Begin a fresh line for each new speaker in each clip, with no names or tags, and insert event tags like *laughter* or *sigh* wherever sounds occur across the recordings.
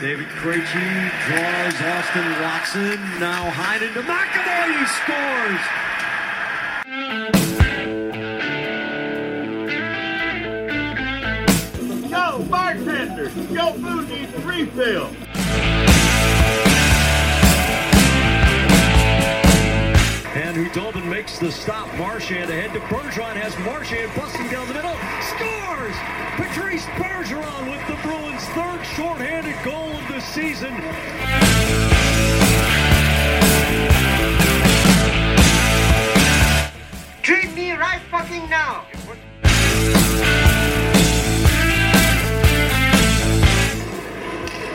David Krejci draws Austin Watson. Now Hyden to McAvoy. He scores.
Yo, bartender, your food needs a refill.
And Hudobin makes the stop. Marchand ahead to Bergeron. Has Marchand busting down the middle. Scores! Patrice Bergeron with the Bruins' third shorthanded goal of the season.
Treat me right fucking now.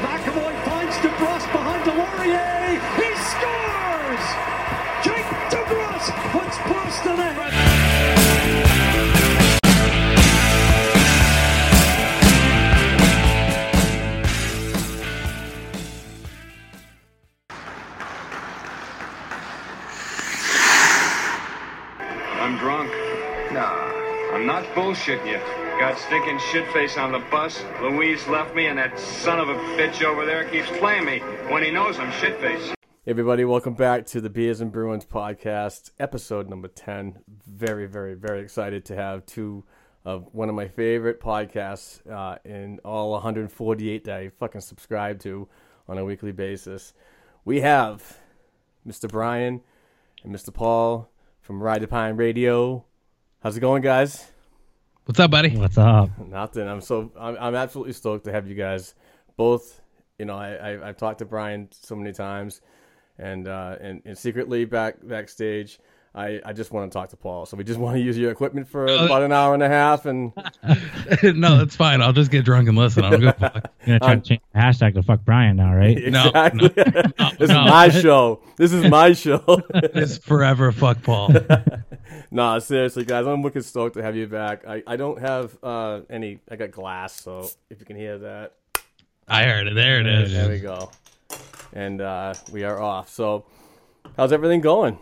McAvoy finds DeBrus behind Delorier. He scores! Jake DeBrus puts Bruce to the head.
I'm drunk. Nah. I'm not bullshitting you. Got stinking shit face on the bus. Louise left me, and that son of a bitch over there keeps playing me when he knows I'm shit face.
everybody welcome back to the beers and bruins podcast episode number 10 very very very excited to have two of one of my favorite podcasts uh, in all 148 that i fucking subscribe to on a weekly basis we have mr brian and mr paul from ride to pine radio how's it going guys
What's up, buddy?
What's up?
Nothing. I'm so I'm, I'm absolutely stoked to have you guys both. You know, I, I I've talked to Brian so many times, and uh, and, and secretly back backstage, I I just want to talk to Paul. So we just want to use your equipment for
Uh,
about an hour and a half,
*laughs*
and
*laughs*
*laughs*
no, that's fine. I'll just get drunk and listen. I don't give a fuck.
*laughs* You're gonna try to change the hashtag to fuck Brian now, right?
No,
exactly. *laughs* this
no.
is my show. This is my show.
*laughs*
*laughs*
It's forever fuck Paul.
nah, seriously, guys, I'm wicked stoked to have you back. I I don't have uh any. I got glass, so if you can hear that.
I heard it. There it is.
There we go. And uh, we are off. So, how's everything going?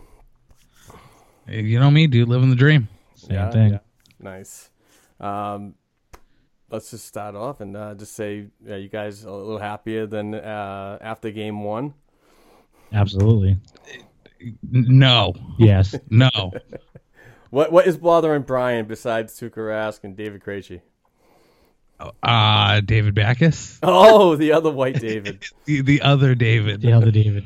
You know me, dude. Living the dream.
Same thing.
Uh, Nice. Um, let's just start off and uh, just say uh, you guys are a little happier than uh, after game one.
Absolutely.
N- No,
Yes. *laughs*
no.
What what is bothering Brian besides Tuukka Rask and David Krejci? *laughs*
Uh David Backus,
Oh, the other white David.
the, the other David.
The other David.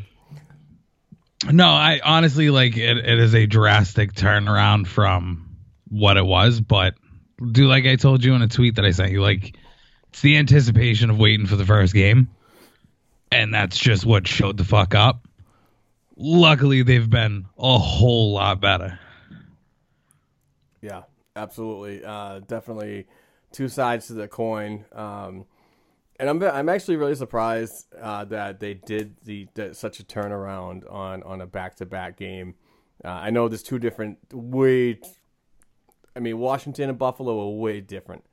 No, I honestly like it. It is a drastic turnaround from what it was, but do like I told you in a tweet that I sent you. Like it's the anticipation of waiting for the first game, and that's just what showed the fuck up. Luckily, they've been a whole lot better.
Yeah, absolutely. Uh, definitely two sides to the coin. Um, and I'm I'm actually really surprised uh, that they did the, that such a turnaround on on a back to back game. Uh, I know there's two different way. I mean, Washington and Buffalo are way different,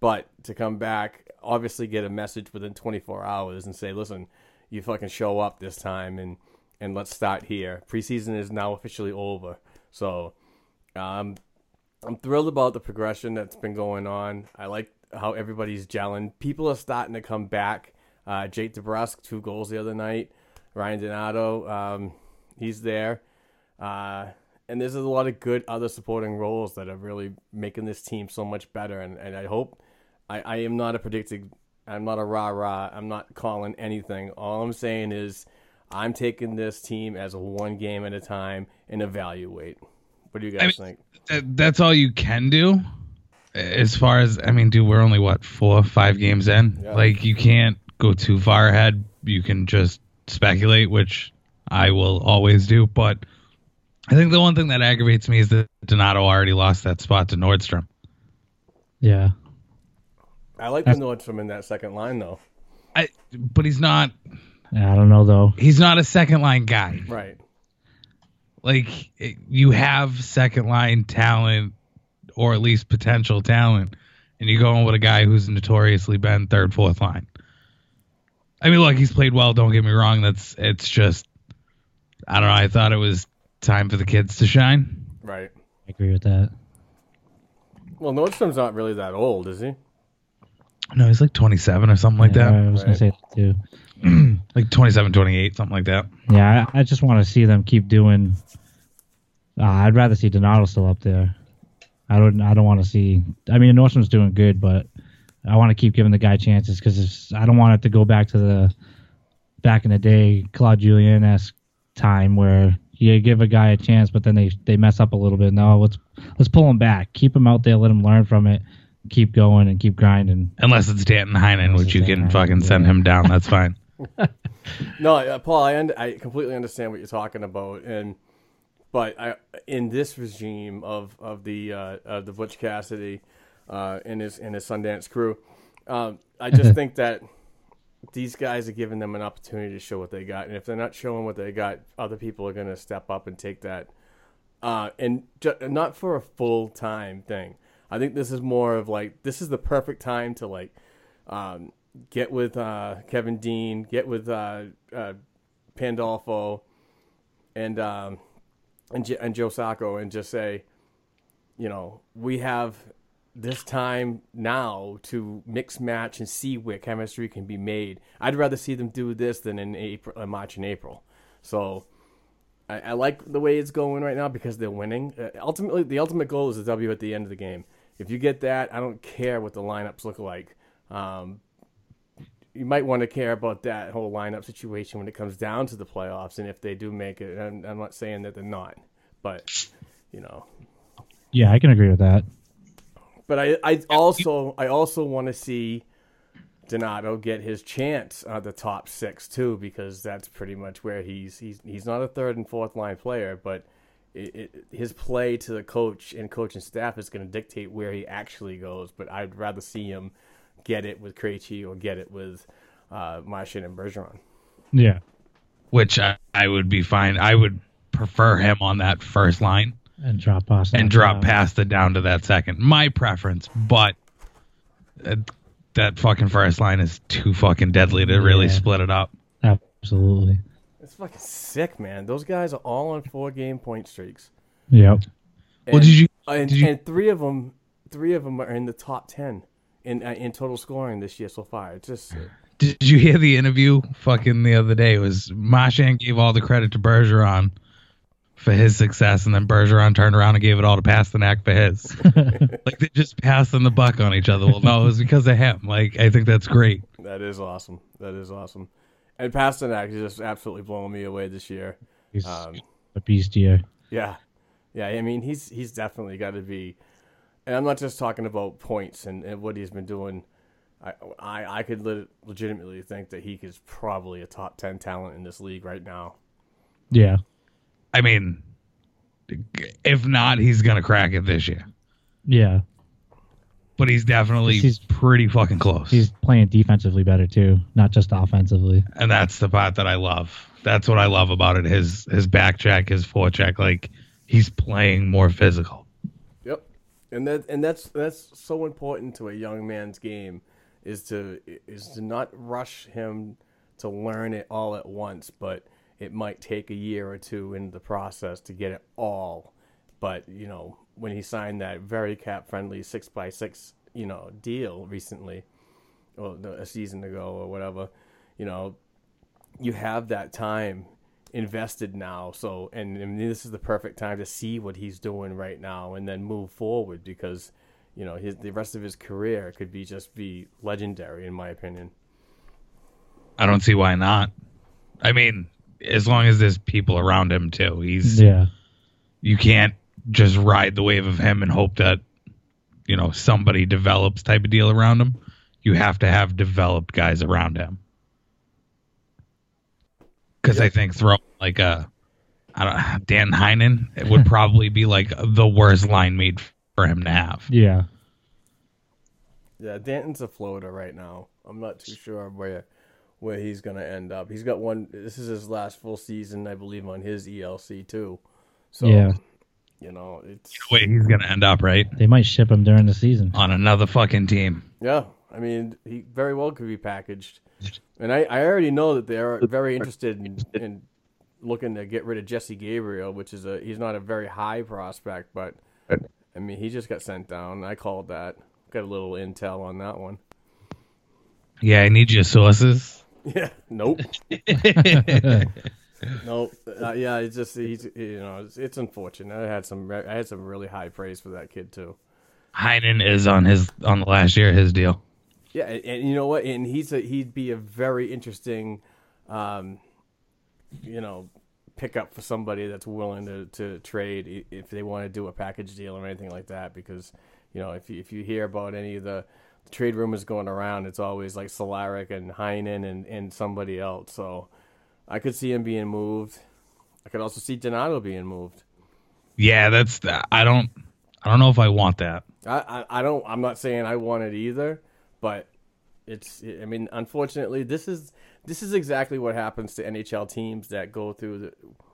but to come back, obviously get a message within 24 hours and say, "Listen, you fucking show up this time and and let's start here." Preseason is now officially over, so um, I'm thrilled about the progression that's been going on. I like how everybody's gelling. People are starting to come back. Uh, Jake DeBrusque, two goals the other night. Ryan Donato, um, he's there. Uh, and there's a lot of good other supporting roles that are really making this team so much better. And, and I hope I, I am not a predicting, I'm not a rah rah, I'm not calling anything. All I'm saying is I'm taking this team as a one game at a time and evaluate. What do you guys think?
That, Uh, that's all you can do. As far as I mean, dude, we're only what four, five games in.
Yeah.
Like you can't go too far ahead. You can just speculate, which I will always do. But I think the one thing that aggravates me is that Donato already lost that spot to Nordstrom.
Yeah.
I like the Nordstrom in that second line, though.
I, but he's not.
I don't know though.
He's not a second line guy.
Right.
like it- you have second line talent or at least potential talent and you're going with a guy who's notoriously been third fourth line i mean look he's played well don't get me wrong that's it's just i don't know i thought it was time for the kids to shine
Right.
I agree with that.
Well, Nordstrom's not really that old, is he?
no he's like 27 or something like
Yeah, I
that
was gonna
Right.
say that too.
like 27 28 something like that
Yeah, I, I just want to see them keep doing. Uh, I'd rather see Donato still up there. I don't. I don't want to see. I mean, Nordstrom's doing good, but I want to keep giving the guy chances because I don't want it to go back to the back in the day Claude Julien esque time where you give a guy a chance, but then they they mess up a little bit. No, let's let's pull him back, keep him out there, let him learn from it, keep going and keep grinding.
unless it's danton heinen
Unless
which
it's
you can
Danton Heinen,
fucking send
yeah.
him down that's fine
No, uh, Paul, I und- I completely understand what you're talking about, and but I in this regime of of the uh, of the Butch Cassidy uh, and his and his Sundance crew, um, I just think that these guys are giving them an opportunity to show what they got, and if they're not showing what they got, other people are going to step up and take that uh, and ju- not for a full time thing. I think this is more of like this is the perfect time to like um, get with uh, Kevin Dean, get with uh, uh, Pandolfo, and um, and, J- and Joe Sacco, and just say, you know, we have this time now to mix match and see where chemistry can be made. I'd rather see them do this than in April, uh, March and April. So. I, I like the way it's going right now because they're winning. Uh, ultimately, the ultimate goal is a W at the end of the game. If you get that, I don't care what the lineups look like. Um, you might want to care about that whole lineup situation when it comes down to the playoffs and if they do make it. And I'm, I'm not saying that they're not, but you know.
Yeah, I can agree with that.
But I, I also, I also want to see Donato get his chance at the top six too, because that's pretty much where he's he's he's not a third and fourth line player, but it, it, his play to the coach and coaching staff is going to dictate where he actually goes. But I'd rather see him get it with Krejci or get it with uh, Martian and Bergeron.
Yeah.
which I, I would be fine i would prefer him on that first line
And drop pass.
and drop past it down to that second. My preference, but uh, that fucking first line is too fucking deadly to really
Yeah.
split it up.
Absolutely.
It's fucking sick, man. Those guys are all on four game point streaks.
well,
Yep.
And- uh,
did you?
And,
did you-
and three of them, three of them are in the top ten in uh, in total scoring this year so far. It's
*sighs*
just
Did you hear the interview fucking the other day? It was Mashan gave all the credit to Bergeron for his success, and then Bergeron turned around and gave it all to Pasternak for *laughs* his. like they're just passing the buck on each other. Well, no, it was because of him. Like I think that's great.
That is awesome. That is awesome. And Pasternak is just absolutely blowing me away this year.
He's
Uh, *sighs*
Um,
a beast here.
yeah, yeah. I mean, he's he's definitely got to be. And I'm not just talking about points and, and what he's been doing. I I, I could lit legitimately think that he is probably a top ten talent in this league right now.
Yeah.
I mean, if not, he's gonna crack it this year.
Yeah.
but he's definitely
He's-
pretty fucking close.
He's playing defensively better too, not just offensively.
and that's the part that I love. That's what I love about it. His his back check, his forecheck, like he's playing more physical.
Yep. And that and that's that's so important to a young man's game is to is to not rush him to learn it all at once, but it might take a year or two in the process to get it all. But, you know, when he signed that very cap friendly six by six, you know, deal recently, or the- a season ago or whatever, you know, you have that time invested now. So, and, and this is the perfect time to see what he's doing right now and then move forward because, you know, his, the rest of his career could be just be legendary, in my opinion.
I don't see why not. I mean, as long as there's people around him too, he's
Yeah.
you can't just ride the wave of him and hope that you know somebody develops type of deal around him. You have to have developed guys around him. Because I think throw like a I don't Dan Heinen it would probably be like the worst line made for him to have.
Yeah.
Yeah, Danton's a floater right now. I'm not too sure where where he's gonna end up. He's got one. This is his last full season, I believe, on his ELC too. So
Yeah.
you know, it's
Wait, he's gonna end up right
They might ship him during the season. *laughs*
on another fucking team.
yeah. I mean, he very well could be packaged, and I, I already know that they're very interested in, in looking to get rid of Jesse Gabriel, which is a he's not a very high prospect, but I mean, he just got sent down. I called that. Got a little intel on that one.
Yeah, I need your sources.
Yeah. Nope. nope. Uh, yeah, it's just he's you know it's, it's unfortunate. I had some re- I had some really high praise for that kid too.
Heinen is on his on the last year of his deal.
Yeah, and, and you know what? And he's a, he'd be a very interesting, um, you know, pickup for somebody that's willing to, to trade i- if they want to do a package deal or anything like that. Because you know, if you, if you hear about any of the trade rumors going around, it's always like Solaric and Heinen and and somebody else. So I could see him being moved. I could also see Donato being moved.
Yeah, that's I don't I don't know if I want that.
I, I, I don't I'm not saying I want it either, but it's I mean unfortunately this is this is exactly what happens to NHL teams that go through the,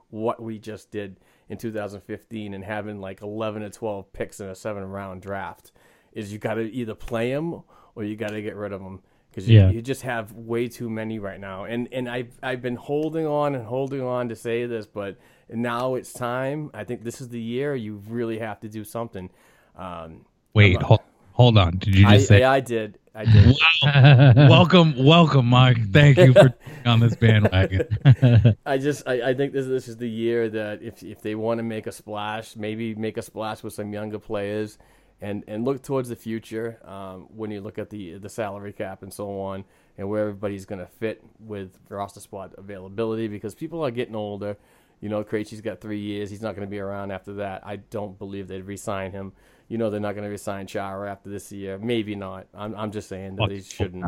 what we just did in 2015 and having like 11 to 12 picks in a seven round draft is you got to either play them or you got to get rid of them because you,
Yeah.
you just have way too many right now and and I've, I've been holding on and holding on to say this but now it's time I think this is the year you really have to do something um,
Wait, hold, hold on. Did you
I,
just say?
yeah, I did. I did.
Wow. welcome, welcome, Mark. Thank you for being on this bandwagon.
I just I, I think this this is the year that if if they want to make a splash, maybe make a splash with some younger players, and and look towards the future. Um, when you look at the the salary cap and so on, and where everybody's going to fit with roster spot availability, because people are getting older. You know, Krejci's got three years. He's not going to be around after that. I don't believe they'd re-sign him. You know, they're not going to re-sign Chara after this year. Maybe not. I'm I'm just saying that they shouldn't.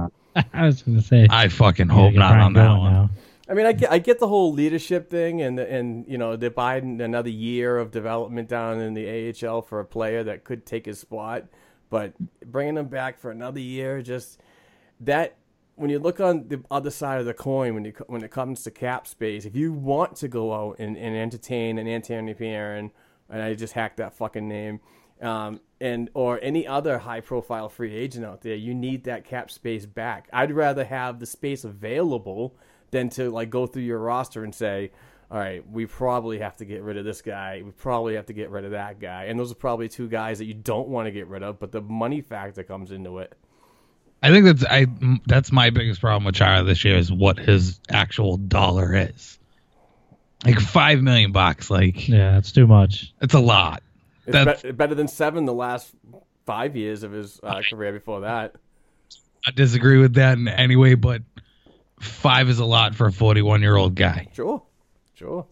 I was gonna say.
I fucking hope
Yeah,
not
Brian
on that
Bowen
one.
now.
I mean, I get, I get the whole leadership thing, and and you know, they're buying another year of development down in the AHL for a player that could take his spot, but bringing him back for another year, just that. When you look on the other side of the coin, when you co- when it comes to cap space, if you want to go out and, and entertain an Anthony Pierre and I just hacked that fucking name, um, and or any other high profile free agent out there, you need that cap space back. I'd rather have the space available than to like go through your roster and say, all right, we probably have to get rid of this guy. We probably have to get rid of that guy. And those are probably two guys that you don't want to get rid of, but the money factor comes into it.
I think that's I m- that's my biggest problem with Chara this year is what his actual dollar is. Like five million bucks. Like
Yeah, it's too much.
it's a lot.
It's
That's
be- better than seven the last five years of his uh, career before that.
I disagree with that in any way, but five is a lot for a forty-one-year-old guy.
Sure, sure.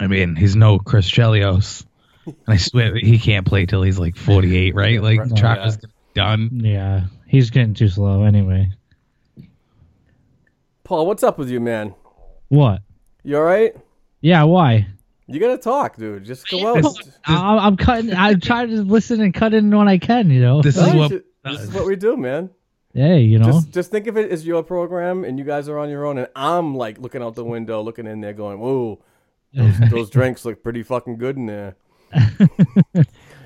I mean, he's no Chris Chelios. And I swear he can't play till he's like 48, right? Like
Right.
Chara's done.
Yeah, he's getting too slow anyway.
Paul, what's up with you, man?
What?
You all right?
Yeah, why?
You gotta talk, dude. Just go out.
I, I'm cutting. I'm trying to listen and cut in when I can. You know.
This is
Right?
what
this is what we do, man.
*laughs* hey, you know.
Just, just think of it as your program, and you guys are on your own, and I'm like looking out the window, looking in there, going, "Whoa,
*laughs*
those, those drinks look pretty fucking good in there."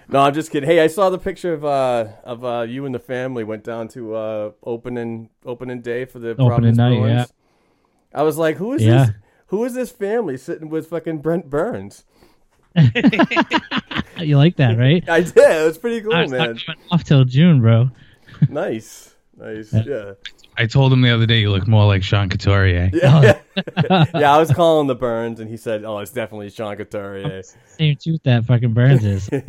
no, I'm just kidding. Hey, I saw the picture of uh of uh you and the family went down to uh opening opening day for the Providence
night,
Bruins.
yeah.
I was like, "Who is
Yeah.
this? Who is this family sitting with fucking Brent Burns?"
you like that, right?
*laughs*
I did. It was pretty cool,
Oh,
I was not
man.
coming off till June, bro.
nice, Nice. Yeah.
I told him the other day you look more like Sean Couturier.
Yeah. yeah, I was calling the Burns, and he said, "Oh, it's definitely Sean
*laughs*
Couturier."
Same tooth that fucking
*laughs*
Burns is.
It's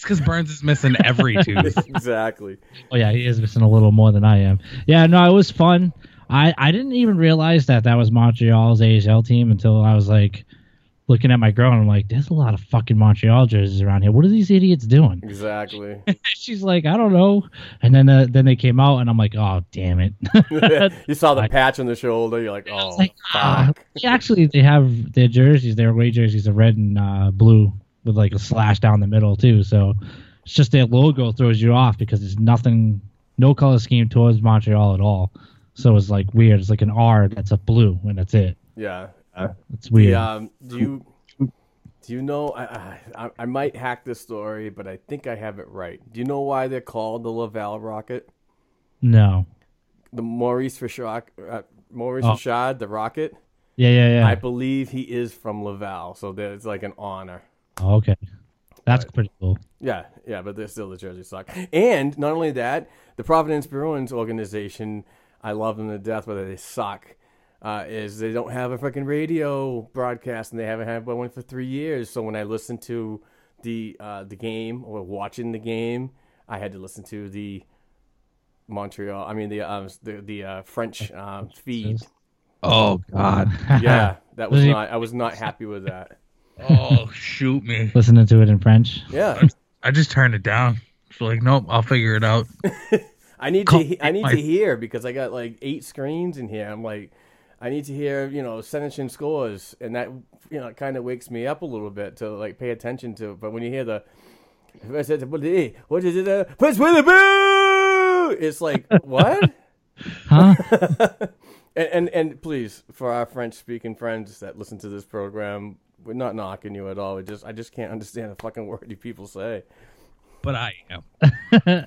because Burns is missing
*laughs*
every tooth.
exactly.
Oh yeah, he is missing a little more than I am. Yeah, no, it was fun. I I didn't even realize that that was Montreal's AHL team until I was like looking at my girl and I'm like, there's a lot of fucking Montreal jerseys around here. What are these idiots doing? *laughs*
Exactly. *laughs*
She's like, I don't know. And then uh, then they came out and I'm like, oh damn it. *laughs*
you saw the patch on the shoulder. You're like, "Oh,
like, ah.
fuck."
Yeah, actually, they have their jerseys, their away jerseys, are red and uh, blue with like a slash down the middle too. So it's just their logo throws you off because there's nothing, no color scheme towards Montreal at all. So it's like weird. It's like an R that's a blue, and that's it.
Yeah. Uh,
It's weird.
the, um, do you do you know? I, I I might hack this story, but I think I have it right. Do you know why they're called the Laval Rocket?
No.
The Maurice Rashad, uh, Maurice
Oh.
Rashad, the Rocket.
Yeah, yeah, yeah.
I believe he is from Laval, so there's like an honor.
Oh, okay, that's pretty cool.
Yeah, yeah, but they're still the Jersey suck. And not only that, the Providence Bruins organization, I love them to death, but they suck. Uh, is they don't have a freaking radio broadcast, and they haven't had one for three years. So when I listened to the uh, the game or watching the game, I had to listen to the Montreal. I mean the um, the, the uh, French uh, feed.
Oh God.
Yeah, that was
Was he-
not. I was not happy with that.
Oh shoot me.
Listening to it in French.
Yeah,
I just turned it down. It's like, nope, I'll figure it out.
I need
Call
to he- I need
my-
to hear because I got like eight screens in here. I'm like, I need to hear you know Senechin scores, and that you know kind of wakes me up a little bit to like pay attention to. it. But when you hear the I said, what is it? What is it? uh, Prince William It's like what?
Huh?
*laughs* And, and and please, for our French speaking friends that listen to this program, we're not knocking you at all. We just I just can't understand a fucking *laughs* word you people say.
But I am.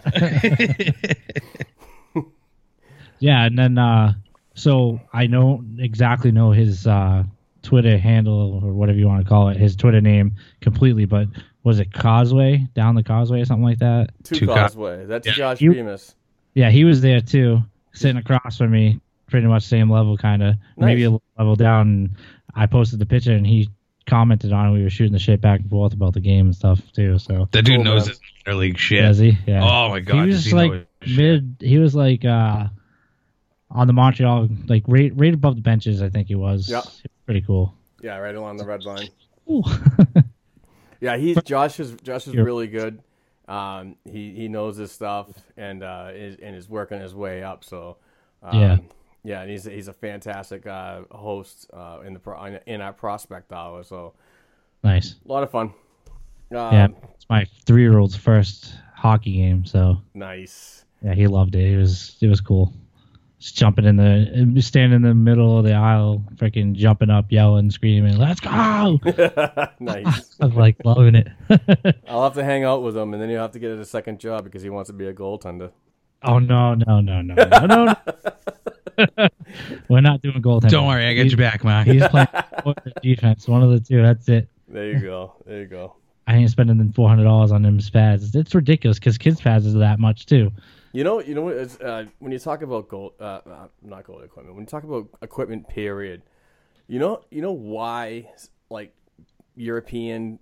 Yeah, and then uh so I don't exactly know his uh Twitter handle or whatever you want to call it, his Twitter name completely, but was it Causeway down the Causeway or something like that?
Two,
Two co-
Causeway. That's Josh
You-
Bemis.
Yeah, he was there too, sitting across from me, pretty much same level, kind of maybe a little level down. And I posted the picture and he commented on it. We were shooting the shit back and forth about the game and stuff too. So
That dude
Cool,
knows
man.
his minor league shit.
Oh, Does he? Yeah.
Oh my god.
he
does
was
he know
like
his shit.
mid. He was like uh, on the Montreal, like right, right above the benches. I think he was.
Yeah.
Pretty cool.
Yeah, right along the red line.
Ooh.
*laughs* Yeah, he's Josh is Josh is
Here.
really good. Um, he he knows his stuff and uh, is and is working his way up. So um,
Yeah.
yeah, and he's he's a fantastic uh, host uh, in the pro, in our prospect hour. So
nice.
a lot of fun. Um,
yeah. It's my three-year-old's first hockey game, so
nice.
yeah, he loved it. It was it was cool. Just jumping in the, standing in the middle of the aisle, freaking jumping up, yelling, screaming, "Let's go!"
nice.
*laughs* I'm like loving it. *laughs*
I'll have to hang out with him, and then you'll have to get a second job because he wants to be a goaltender.
oh no, no, no, no, no, no! no.
*laughs*
We're not doing goaltending.
Don't worry, I got
He's-
your back, man.
He's playing *laughs* or defense, one of the two. That's it.
There you go. There you go.
I ain't spending four hundred dollars on them pads. It's ridiculous because kids pads is that much too.
You know, you know what? It's, uh, when you talk about gold, uh, uh, not gold equipment. When you talk about equipment, period. You know, you know why like European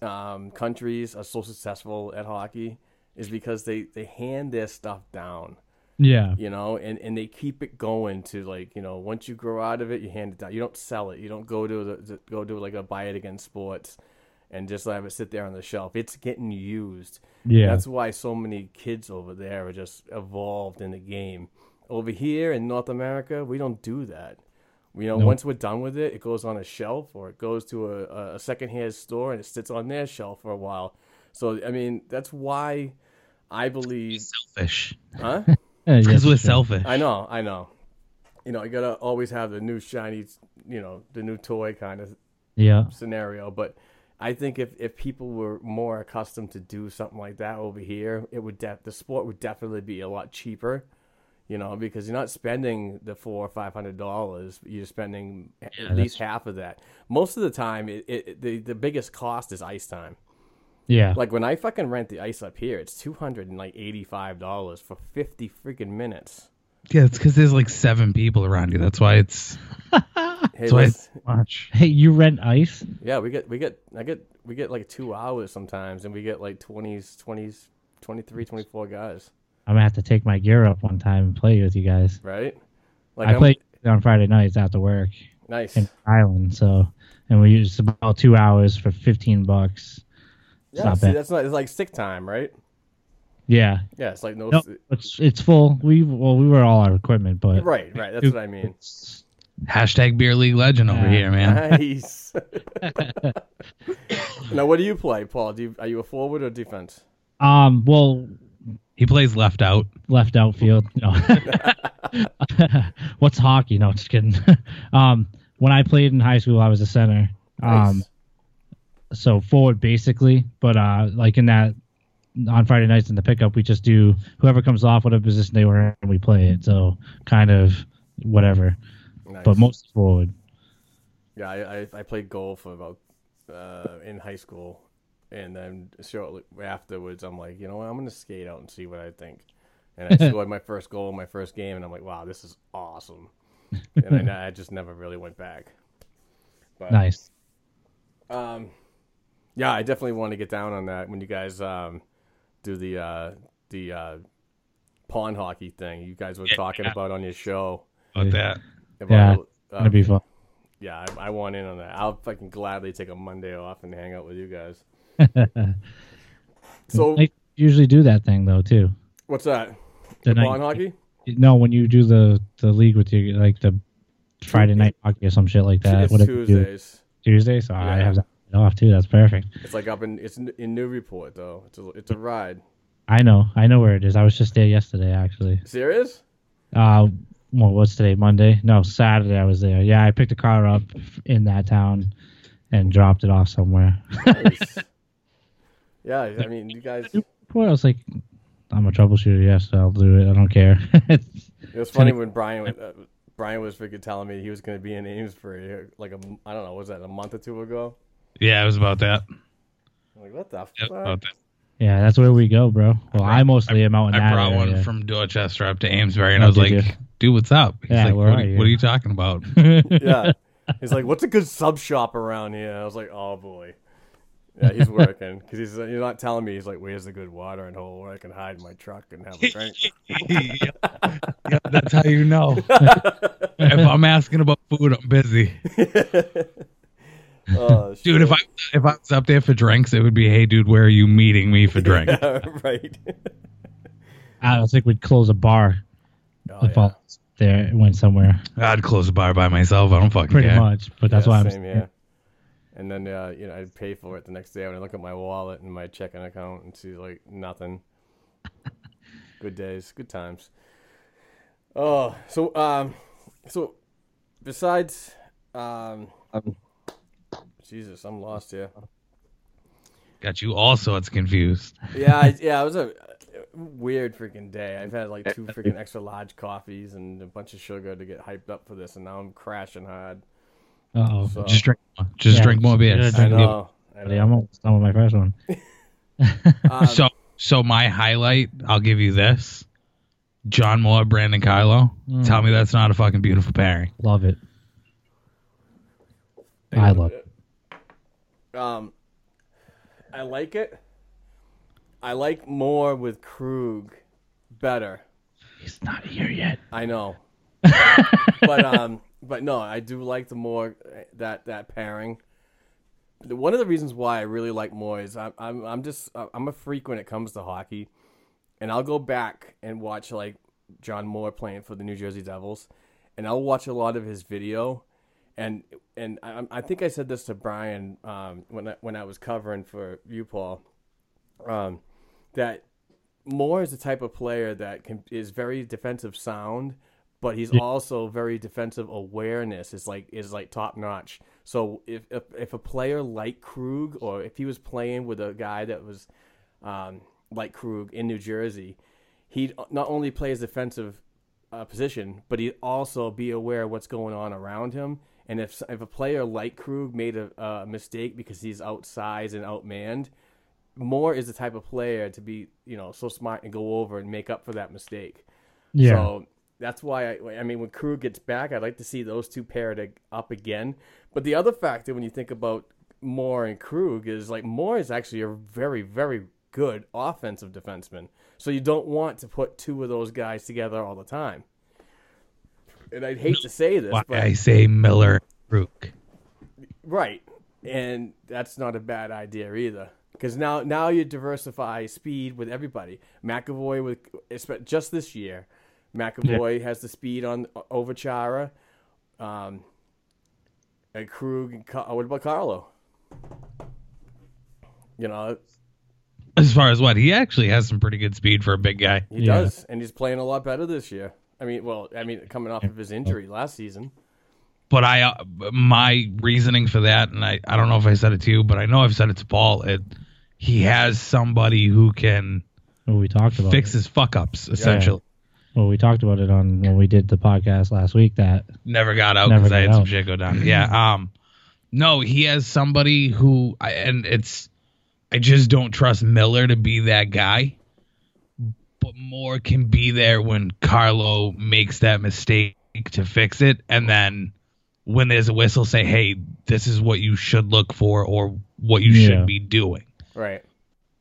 um, countries are so successful at hockey is because they they hand their stuff down.
Yeah,
You know, and and they keep it going to like you know once you grow out of it, you hand it down. You don't sell it. You don't go to the, the- go to like a buy it again sports, and just have it sit there on the shelf. It's getting used.
yeah,
That's why so many kids over there are just evolved in the game. Over here in North America, we don't do that. You know, once we're done with it, it goes on a shelf or it goes to a- a, a secondhand store and it sits on their shelf for a while. So, I mean, that's why I believe.
selfish.
Huh?
Yeah, yeah,
Because
for
we're
sure.
selfish.
I know, I know. You know, you gotta always have the new shiny, you know, the new toy kind of
Yeah,
scenario, but I think if, if people were more accustomed to do something like that over here, it would def- the sport would definitely be a lot cheaper, you know, because you're not spending the four or five hundred dollars. You're spending at least half of that. Most of the time, it, it, the the biggest cost is ice time.
Yeah.
Like when I fucking rent the ice up here, it's two hundred and like eighty five dollars for fifty freaking minutes.
Yeah, it's because there's like seven people around you. That's why it's
Hey,
that's why
let's-
it's much.
Hey, you rent ice?
yeah, we get we get I get we get like two hours sometimes, and we get like 20s, 20s, 23, 24 guys,
I'm gonna have to take my gear up one time and play with you guys.
right?
I
I'm-
play on Friday nights after work
nice.
in Ireland, so and we use about two hours for fifteen bucks.
Yeah,
not
see,
bad.
that's not it's like sick time, right?
Yeah.
Yeah, it's like no,
No, it's it's full. We well, we were all our equipment, but
right, right. That's what I mean.
Hashtag beer league legend over
*laughs* Yeah.
here, man.
*laughs*
Nice. now, what do you play, Paul? Do you, are you a forward or defense?
Um, well,
He plays left out.
left outfield. No. *laughs* What's hockey? No, just kidding. *laughs* um, when I played in high school, I was a center. Um, so forward basically, but uh, like in that on Friday nights in the pickup, we just do whoever comes off whatever position they were in, we play it. So kind of whatever,
Nice.
but most forward.
Yeah, I, I, I played goal for about uh, in high school, and then shortly afterwards, I'm like, you know what, I'm gonna skate out and see what I think. And I
*laughs*
scored my first goal in my first game, and I'm like, wow, this is awesome. And I, I just never really went back. But
Nice.
um, yeah, I definitely want to get down on that when you guys um do the uh the uh pawn hockey thing you guys were talking about on your show.
About that.
Yeah,
About, uh,
That'd be fun.
yeah, I, I want in on that. I'll fucking gladly take a Monday off and hang out with you
*laughs*
guys. so
They usually do that thing though too.
what's that?
The
Lawn
night-
hockey?
No, when you do the the league with your like the Friday night hockey or some shit like that.
it's
whatever you do.
Tuesdays.
Tuesday, so I
Yeah.
have that off too. That's perfect.
It's like up in it's in, in Newport though. It's a it's a ride.
I know, I know where it is. I was just there yesterday, actually.
Serious?
Uh, well, what's today? Monday? No, Saturday. I was there. Yeah, I picked a car up in that town and dropped it off somewhere. *laughs*
Nice. yeah, I mean you guys.
Boy, I was like, I'm a troubleshooter. Yes, I'll do it. I don't care. *laughs* It's-
It was funny when Brian was- uh, Brian was freaking telling me he was going to be in Amesbury uh, like a m- I don't know was that a month or two ago?
Yeah, it was about that.
I'm like what the
It was about
fuck?
that.
yeah, that's where we go, bro. Well, I, mostly am out in
I
that
brought
area.
one
*laughs*
from Dorchester up to Amesbury, and
Oh,
I was
did
like,
you?
"Dude, what's up?" He's
Yeah,
like,
where
what
are you?"
what are you talking
*laughs*
about?"
Yeah. He's like, what's a good sub shop around here? I was like, oh boy. Yeah, he's working because he's, he's not telling me. He's like, where's the good watering hole where I can hide my truck and have a
*laughs*
drink?
yep. Yep, that's how you know. if I'm asking about food, I'm busy,
oh, shit.
dude. If I if I was up there for drinks, it would be, "Hey, dude, where are you meeting me for
*laughs*
drinks?"
Oh, *laughs* right.
*laughs* I don't think we'd close a bar
Oh,
if I was there and went somewhere.
I'd close the bar by myself. I don't fucking
Pretty
care.
much, but that's
yeah,
why I'm.
same, yeah. And then uh, you know I'd pay for it the next day when I look at my wallet and my checking account and see like
*laughs*
nothing. good days, good times. Oh, so um, so besides um, Jesus, I'm lost here.
Got you all sorts confused.
Yeah, I, yeah, it was a uh, weird freaking day. I've had like two freaking extra large coffees and a bunch of sugar to get hyped up for this, and now I'm crashing hard.
Uh
So-
oh.
Just drink, just
Yeah,
drink more beer.
yeah,
I
drink
Yeah.
know. I know.
I'm almost done with my first one.
Um,
So, so my highlight, I'll give you this: John Moore, Brandon Kylo.
Mm.
Tell me that's not a fucking beautiful pairing.
Love it. I love it.
Um, I like it. I like more with Krug better.
He's not here yet.
I know, but um, but no, I do like the more that that pairing. The- One of the reasons why I really like Moy is I'm I'm, I'm just uh, I'm a freak when it comes to hockey, and I'll go back and watch like John Moore playing for the New Jersey Devils, and I'll watch a lot of his video, and and I, I think I said this to Brian um, when I, when I was covering for you, Paul, um, that Moore is the type of player that can is very defensive sound, but he's also very defensive awareness is like is like top notch. So if, if if a player like Krug or if he was playing with a guy that was um, like Krug in New Jersey, he'd not only play his defensive uh, position, but he'd also be aware of what's going on around him. And if if a player like Krug made a, a mistake because he's outsized and outmanned, Moore is the type of player to be, you know, so smart and go over and make up for that mistake.
Yeah.
So that's why I, I mean, when Crew gets back, I'd like to see those two paired ag- up again. But the other factor when you think about Moore and Krug is like Moore is actually a very, very good offensive defenseman. So you don't want to put two of those guys together all the time. And I'd hate to say this,
Why
but
I say Miller Rook.
Right. And that's not a bad idea either. Because now, now you diversify speed with everybody. McAvoy with espe- just this year, McAvoy has the speed on over Chara, um, and Krug. And Ca- what about Carlo? You know
As far as what he actually has some pretty good speed for a big guy.
he
Yeah.
does, and he's playing a lot better this year. I mean, well, I mean, coming off of his injury last season.
But I, uh, my reasoning for that, and I, I don't know if I said it to you, but I know I've said it to Paul. It, he has somebody who can
Well, we talked about
fix
it.
his fuck ups. Essentially,
Well, we talked about it on when we did the podcast last week. That
never got out
Never
because I
got
had some
out.
shit go down.
*clears throat*
Yeah. Um, no, he has somebody who, I, and it's, I just don't trust Miller to be that guy. But Moore can be there when Carlo makes that mistake to fix it, and then when there's a whistle, say, "Hey, this is what you should look for, or what you
Yeah.
should be doing."
Right.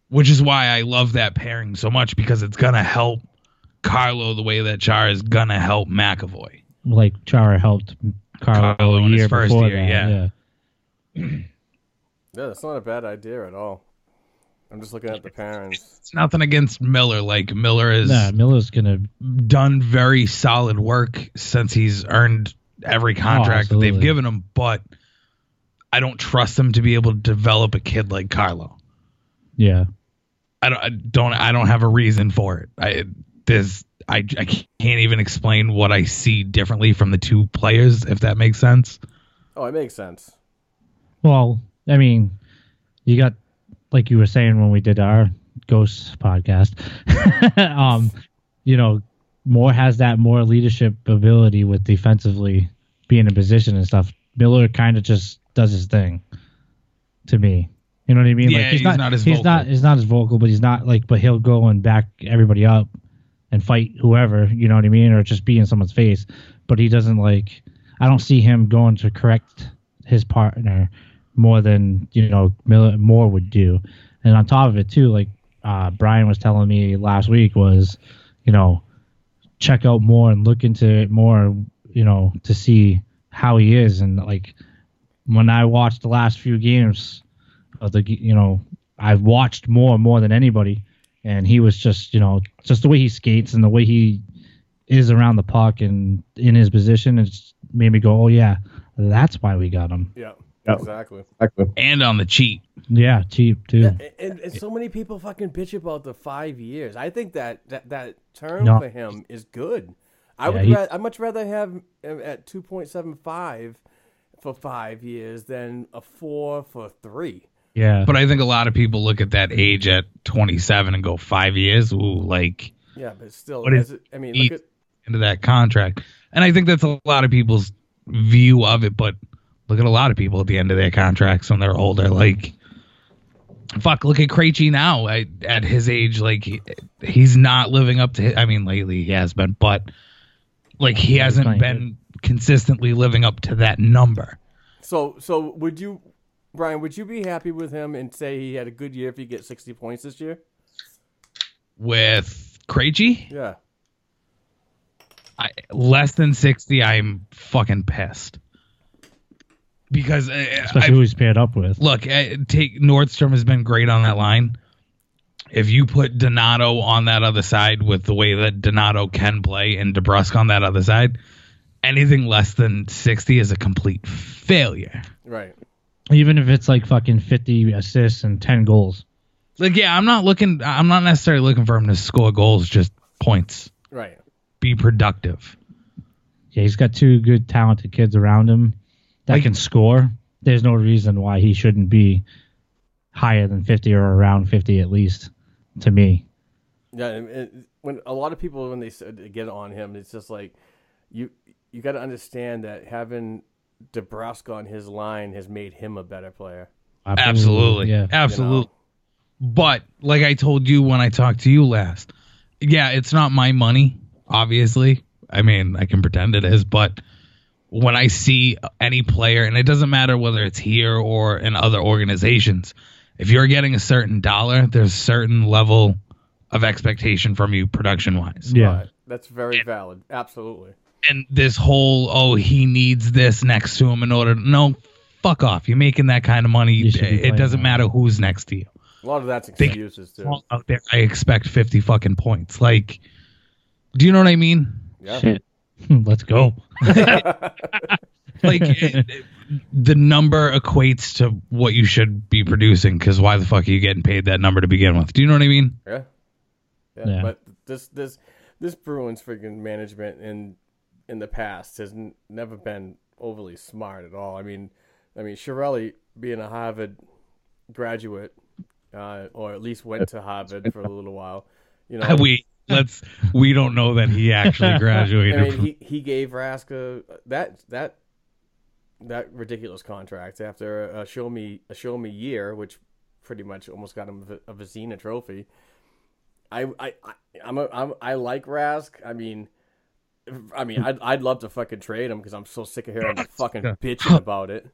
which is why I love that pairing so much because it's gonna help Carlo the way that Char is gonna help McAvoy.
like Chara helped Carlo,
Carlo
a
in his
year
first
before
year,
that.
yeah.
Yeah, that's not a bad idea at all. I'm just looking at the parents.
It's nothing against Miller. Like Miller has
Nah, Miller's gonna
done very solid work since he's earned every contract that they've
absolutely.
given him, but I don't trust him to be able to develop a kid like Carlo.
yeah.
I don't, I don't I don't have a reason for it. I there's I, I can't even explain what I see differently from the two players, if that makes sense.
Oh, it makes sense.
Well, I mean, you got like you were saying when we did our ghost podcast. *laughs* um, you know, Moore has that more leadership ability with defensively being in position and stuff. Miller kind of just does his thing to me. You know what I mean?
Yeah, he's not as
he's
vocal.
not he's not as vocal, but he's not like but he'll go and back everybody up and fight whoever, you know what I mean, or just be in someone's face. But he doesn't like I don't see him going to correct his partner more than you know Miller Moore would do. And on top of it too, like uh, Brian was telling me last week was, you know, check out more and look into it more, you know, to see how he is. And like when I watched the last few games of the, you know, I've watched more more than anybody, and he was just you know just the way he skates and the way he is around the puck and in his position, it's made me go, oh yeah, that's why we got him.
Yeah.
Yep.
Exactly.
And on the cheat.
Yeah, cheap too.
And, and, and so many people fucking bitch about the five years. I think that that, that term
No.
for him is good. I
Yeah,
would
he-
ra- I'd much rather have him at two point seven five for five years than a four for three.
Yeah,
But I think a lot of people look at that age at 27 and go five years, ooh, like
Yeah, but still,
What is
as it- I mean,
eat
look at
into that contract. And I think that's a lot of people's view of it. But look at a lot of people at the end of their contracts when they're older. Like, fuck, look at Krejci now I, at his age. Like, he, he's not living up to. His, I mean, lately he has been, but like he hasn't
playing
been consistently living up to that number.
so so. Would you, Brian? Would you be happy with him and say he had a good year if he gets sixty points this year?
With Krejci,
Yeah.
I, less than 60 i'm fucking pissed because uh,
especially who
I,
he's paired up with.
look I, take nordstrom has been great on that line if you put donato on that other side with the way that donato can play and DeBrusque on that other side anything less than 60 is a complete failure
Right.
Even if it's like fucking fifty assists and ten goals.
like yeah i'm not looking i'm not necessarily looking for him to score goals just points
Right.
be productive
Yeah, he's got two good talented kids around him that
Like-
can score. There's no reason why he shouldn't be higher than fifty or around fifty at least. To me,
Yeah, and, and when a lot of people when they s- get on him, it's just like you you got to understand that having DeBrusque on his line has made him a better player.
Absolutely.
Yeah.
Absolutely. But like I told you when I talked to you last, yeah, it's not my money, obviously. I mean, I can pretend it is, but when I see any player, and it doesn't matter whether it's here or in other organizations, if you're getting a certain dollar, there's a certain level of expectation from you production wise.
Yeah.
Right. That's very valid. Absolutely.
And this whole, oh, he needs this next to him in order. No, fuck off. You're making that kind of money.
You should be
It
playing
doesn't
that.
matter who's next to you.
A lot of that's excuses too.
Well, out there, I expect 50 fucking points. Like, do you know what I mean?
*laughs* Yeah.
Shit. *laughs* Let's go.
*laughs* Like, it- it- the number equates to what you should be producing because why the fuck are you getting paid that number to begin with? Do you know what I mean?
Yeah. yeah.
Yeah.
But this this this Bruins freaking management in in the past has n- never been overly smart at all. I mean, I mean Shirelli being a Harvard graduate, uh, or at least went to Harvard for a little while. You know,
We. Let's. We don't know that he
*laughs*
actually
I
graduated.
mean,
from-
he, he gave Raska that that that ridiculous contract after a show me a show me year, which pretty much almost got him a Vezina trophy. I I I- I'm a, I'm I like Rask. I mean, I mean, I'd I'd love to fucking trade him because I'm so sick of hearing him fucking bitching about it.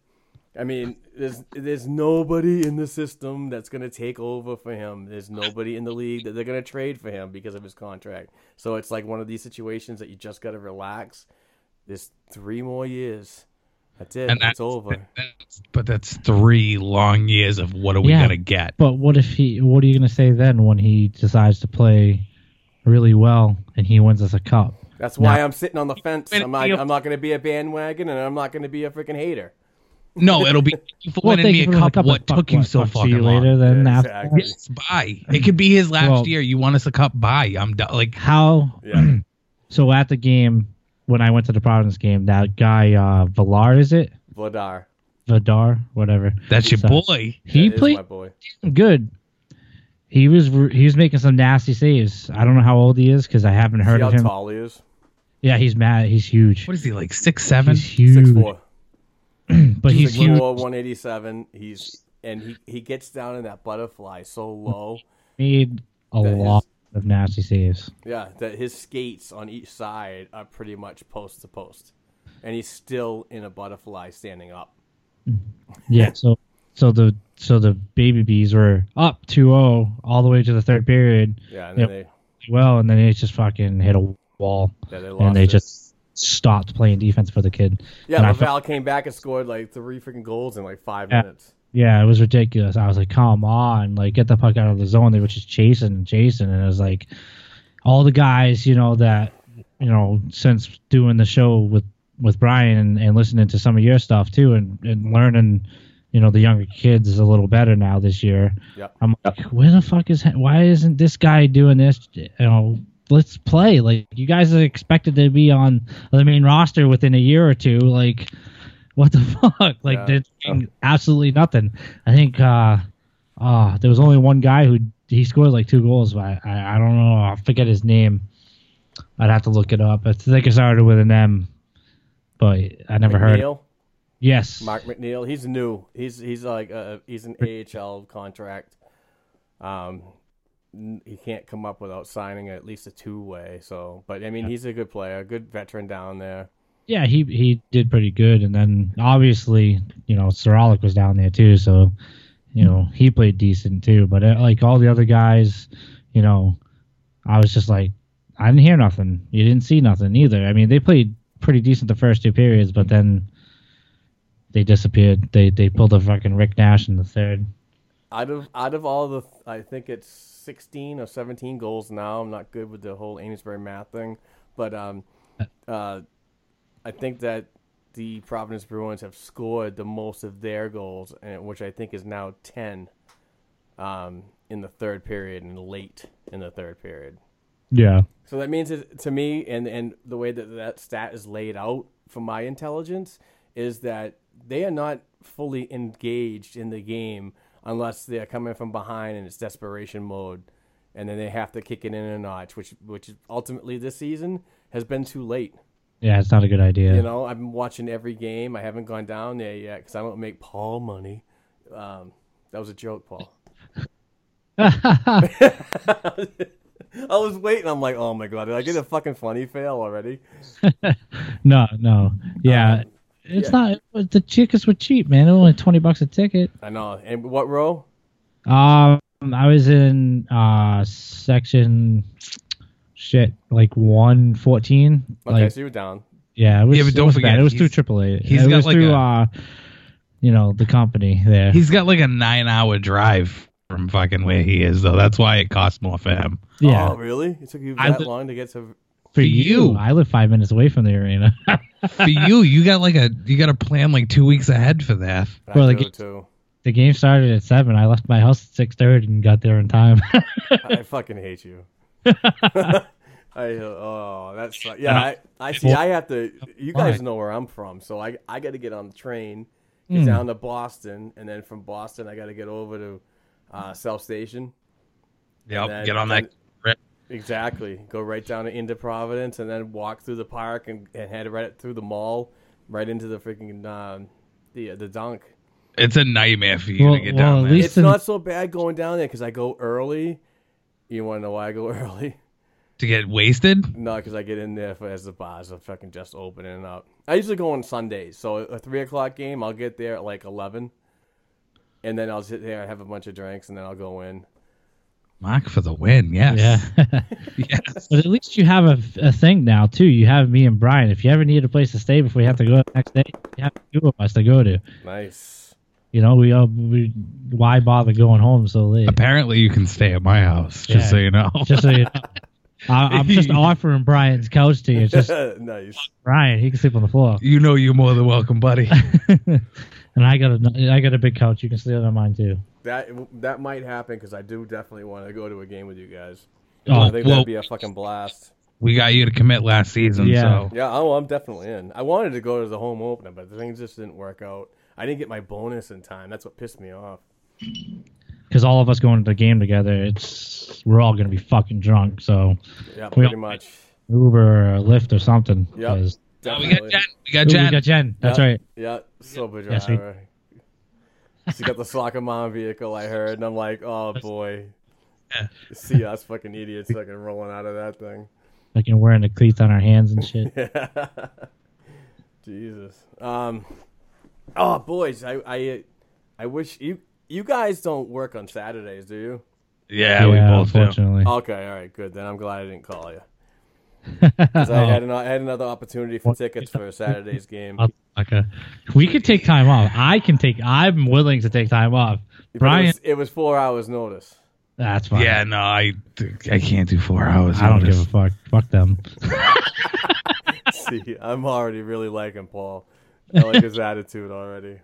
I mean, there's there's nobody in the system that's gonna take over for him. There's nobody in the league that they're gonna trade for him because of his contract. So it's like one of these situations that you just gotta relax. There's three more years. That's it.
and that's
it's over.
that's- but that's three long years of what are we
Yeah.
gonna get?
But what if he? What are you going to say then when he decides to play really well and he wins us a cup?
That's why I'm sitting on the fence.
Wait,
I'm not,
you-
I'm not gonna be a bandwagon, and I'm not gonna be a freaking hater.
No, it'll be you for
*laughs* Well,
winning
thank
me
you
a
for the
cup.
cup,
What
and fuck
took you
what,
so
fuck, see
fucking
you
long?
later. Then
Yeah,
after-
exactly.
Yes, bye. It could be his last
Well-
year. You want us a cup? Bye. I'm done. Like,
how?
Yeah.
So at the game when I went to the Providence game, that guy uh, Villar is it?
Vladar.
Vidar, whatever.
that's your
So-
boy.
He
That is
played
my boy.
good. He was he was making some nasty saves. I don't know how old he is because I haven't
See
heard
how
of him.
tall he is?
Yeah, he's mad. He's huge.
What is he like? Six seven?
He's huge,
Six four.
but he's
Six
huge.
four, 187. He's and he, he gets down in that butterfly so low.
Made a
That is-
lot of nasty saves.
Yeah, that his skates on each side are pretty much post to post, and he's still in a butterfly standing up.
Yeah. So so the so the baby bees were up 2-0 all the way to the third period.
Yeah, and then
Yep. Well, and then it just fucking hit a wall,
they yeah they lost.
and they
it.
just stopped playing defense for the kid.
yeah,
and I
but
felt,
Val came back and scored like three freaking goals in like five
Yeah.
minutes.
yeah, it was ridiculous. I was like, come on, like get the puck out of the zone. They were just chasing and chasing, and it was like all the guys, you know, that you know, since doing the show with with Brian and, and listening to some of your stuff too, and and learning, you know, the younger kids a little better now this year.
Yep.
I'm like, where the fuck is? Why isn't this guy doing this? You know, let's play. Like, you guys are expected to be on the main roster within a year or two. Like, what the *laughs* fuck? Like,
Yeah.
they're doing absolutely nothing. I think uh, uh there was only one guy who he scored like two goals, but I, I, I don't know. I forget his name. I'd have to look it up. I think it started with an M, but I never heard.
McNeil,
Yes,
Mark McNeil, he's new. He's he's like uh he's an AHL contract. Um, n- he can't come up without signing at least a two way. So, but I mean, he's a good player, good veteran down there.
yeah, he he did pretty good, and then obviously you know Soralik was down there too, so you know he played decent too. But uh like all the other guys, you know, I was just like, I didn't hear nothing. You didn't see nothing either. I mean, they played pretty decent the first two periods, but then they disappeared. They they pulled a fucking Rick Nash in the third.
out of out of all the I think it's 16 or 17 goals now. I'm not good with the whole Amesbury math thing, but um uh I think that the Providence Bruins have scored the most of their goals and which I think is now 10 um in the third period and late in the third period.
Yeah,
So that means it, to me, and and the way that that stat is laid out from my intelligence is that they are not fully engaged in the game unless they're coming from behind and it's desperation mode, and then they have to kick it in a notch, which which ultimately this season has been too late.
yeah, it's not a good idea.
You know, I've been watching every game. I haven't gone down *laughs* there yet because I don't make Paul money. Um, that was a joke, Paul. I was waiting. I'm like, oh my god, did I get a fucking funny fail already?
no, no, yeah,
Oh.
it's not. It, the tickets were cheap, man. They were only twenty bucks a ticket.
I know. And what row?
Um, I was in uh section shit like one fourteen.
Okay,
Like,
so you were down.
yeah, it was,
Yeah, but don't
it was
forget,
bad. It was through
he's-
AAA.
he's
it
got
was
like
through
a-
uh, you know, the company there.
He's got like a nine hour drive from fucking where he is, though. That's why it costs more for him.
yeah,
Oh, really? It took you
I
that
li-
long to get to.
for you,
you.
I live five minutes away from the arena. *laughs*
For you, you got like a you got to plan like two weeks ahead for that.
I
Well, like-
do, too.
the game started at seven. I left my house at six thirty and got there in time. *laughs*
I fucking hate you. I oh that's yeah. I, I see. I have to. You guys
Why?
know where I'm from, so I I got to get on the train, get down to Boston, and then from Boston I got to get over to uh, South Station.
Yep,
That-
get on that.
Exactly. Go right down to into Providence and then walk through the park and, and head right through the mall, right into the freaking um, the the dunk.
It's a nightmare for you
Well-
to get
well,
down
at
there.
least-
It's
Listen-
not so bad going down there because I go early. You want to know why I go *laughs* early?
to get wasted.
No, because I get in there for, as the bars are fucking just opening up. I usually go on Sundays, so a three o'clock game, I'll get there at like eleven, and then I'll sit there and have a bunch of drinks, and then I'll go in.
Mark for the win. Yes.
yeah.
*laughs* Yes.
But at least you have a, a thing now too. You have me and Brian. If you ever need a place to stay before you have to go the next day, you have two of us to go to.
Nice.
You know, we all we, why bother going home so late?
Apparently, you can stay at my house. Just
Yeah.
so you know.
Just so you know. I,
*laughs*
I'm just offering Brian's couch to you. Just
nice.
Brian, he can sleep on the floor,
*laughs*
*laughs*
you know you're more than welcome, buddy.
and I got a I got a big couch. You can sleep on mine too.
That that might happen because I do definitely want to go to a game with you guys.
Oh,
I think
well-
that'd be a fucking blast.
we got you to commit last season,
Yeah.
so
Yeah, oh, I'm definitely in. I wanted to go to the home opener, but the things just didn't work out. I didn't get my bonus in time. That's what pissed me off.
Because all of us going to the game together, it's we're all gonna be fucking drunk. So
Yeah,
We all-
pretty much.
Uber or Lyft or something.
Yep.
'cause-
Oh, we got
Definitely.
Jen. We
Ooh,
got Jen.
we got Jen. That's
Yeah,
right.
Yeah, sober
Yeah, sweet.
driver. she got the soccer mom vehicle, I heard, and I'm like, oh boy.
Yeah.
See us fucking idiots fucking rolling out of that thing. *laughs*
Like, you know, wearing the cleats on our hands and shit.
Jesus. Um. Oh, boys, I I I wish you you guys don't work on Saturdays, do
*laughs*
you?
yeah, we both do.
unfortunately.
Okay, all right, good. Then I'm glad I didn't call
*laughs*
you. 'Cause
Oh.
I had, an, I had another opportunity for tickets for Saturday's game.
uh, Okay. We could take time off. I can take. I'm willing to take time off.
But It
Brian,
was, it was four hours notice.
that's fine.
Yeah, no, I I can't do four hours.
I don't
notice.
give a fuck. Fuck them.
*laughs* See, I'm already really liking Paul. I like his attitude already.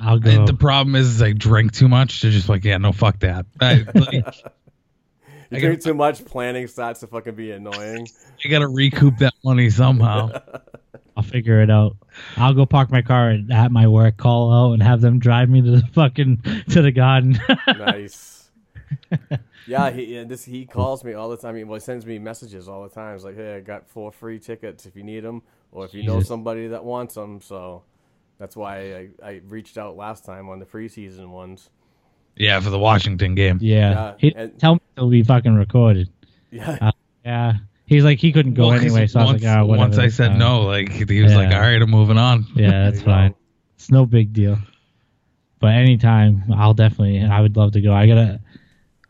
I'll go.
The, the problem is, is I drink too much. They're just like, yeah, no, fuck that. *laughs* I, like,
You drink too much, planning starts to fucking be annoying.
I gotta recoup that money somehow.
I'll figure it out. I'll go park my car at, at my work, call out, and have them drive me to the fucking to the garden. *laughs*
nice. Yeah, he yeah, this he calls me all the time. He well, he sends me messages all the time. He's like, "Hey, I got four free tickets if you need them, or if you know
Jesus.
somebody that wants them." So that's why I, I reached out last time on the preseason ones.
Yeah, for the Washington game.
yeah.
Yeah,
he
and-
tell me till we fucking recorded. Uh,
Yeah,
Yeah. He's like he couldn't go
Well, 'cause
anyway, so I was
once,
like, ah, whatever.
once I
it's
said
fine."
no, like he was
Yeah.
like, all right, I'm moving on.
Yeah,
*laughs*
that's
you go.
fine. It's no big deal. But anytime, I'll definitely. I would love to go. I gotta.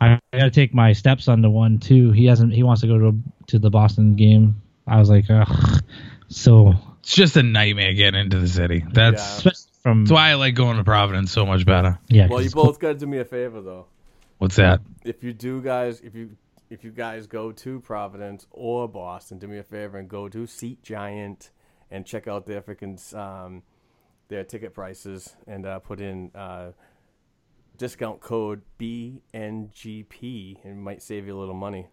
I gotta take my stepson to one too. He hasn't. He wants to go to to the Boston game. I was like, ugh. So
It's just a nightmare getting into the city. That's
Yeah.
especially from
that's why I like going to Providence so much better.
yeah. 'cause
well, you
it's
both got to do me a favor though.
What's that?
If you do, guys, if you if you guys go to Providence or Boston, do me a favor and go to Seat Giant and check out their freaking um, their ticket prices and uh, put in uh, discount code BNGP and it might save you a little money.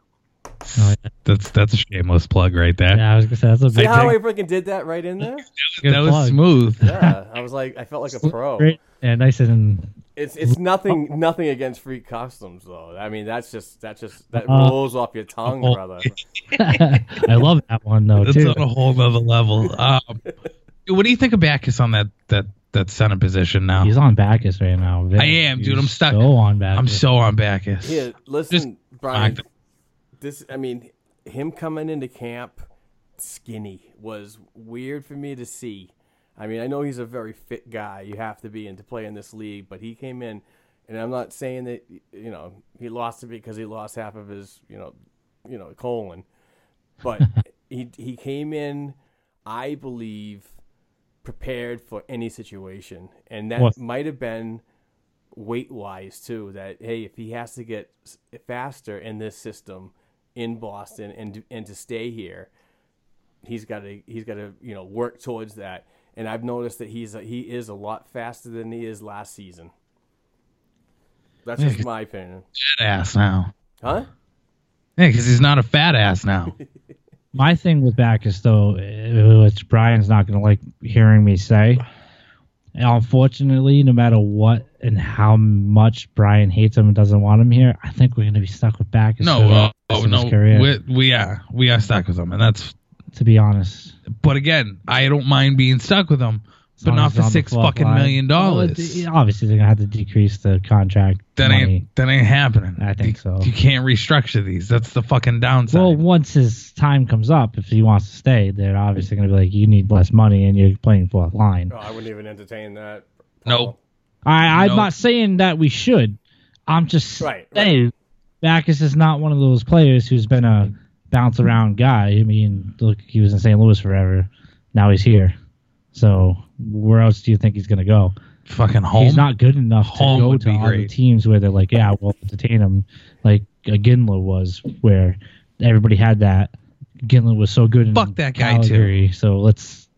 That's that's a shameless plug right there.
*laughs* Yeah, I was gonna say that's a
See
big.
how I
thing.
freaking did that right in
*laughs*
there?
Good
that was
plug.
smooth.
Yeah, I was like, I felt like a pro.
Great. And I said, and *laughs*
It's it's nothing nothing against free customs though. I mean that's just that's just that
Uh,
rolls off your tongue,
oh.
brother.
I love that one though
That's
too.
on a whole other level. Um, what do you think of Backus on that that that center position now.
He's on Backus right now. Vic.
I am, dude.
He's
I'm stuck.
So on Backus.
I'm so on Backus.
Yeah, listen, Brian.
I-
This, I mean, him coming into camp skinny was weird for me to see. I mean, I know he's a very fit guy. You have to be in to play in this league, but he came in, and I'm not saying that you know he lost it because he lost half of his you know, you know colon, but he he came in, I believe, prepared for any situation, and that
What?
might have been weight wise too. That hey, if he has to get s- faster in this system in Boston and and to stay here, he's got to he's got to you know work towards that. And I've noticed that he's a, he is a lot faster than he is last season. That's
Yeah,
just
'cause-
my opinion,
Fat ass now.
huh?
Yeah, because he's not a fat ass now.
*laughs* My thing with Backus, though, eh, which Brian's not going to like hearing me say, and unfortunately, no matter what and how much Brian hates him and doesn't want him here, I think we're going to be stuck with Backus.
No,
for the
uh,
rest
oh
of his
no,
career,
we, we are we are stuck with him, and that's.
to be honest.
But again, I don't mind being stuck with him, but
long
not
as
for
it's on the
six
fourth
fucking
line.
million
Well,
dollars.
it- obviously, they're going to have to decrease the contract.
That
money.
ain't that ain't happening.
I think
You-
so.
You can't restructure these. That's the fucking downside.
Well, once his time comes up, if he wants to stay, they're obviously going to be like, you need less money and you're playing fourth line.
Oh, I wouldn't even entertain that.
no,
I, I'm
No.
not saying that we should. I'm just
Right,
saying Backus is not one of those players who's been a bounce around guy. I mean, look, he was in St. Louis forever. Now he's here. So where else do you think he's going to go?
fucking home.
He's not good enough to
Home
go
would
to
be
all the
great.
teams where they're like, yeah, we'll detain him, like uh, Ginla was, where everybody had that. Ginla was so good. in
Fuck that guy, too.
Calgary, So let's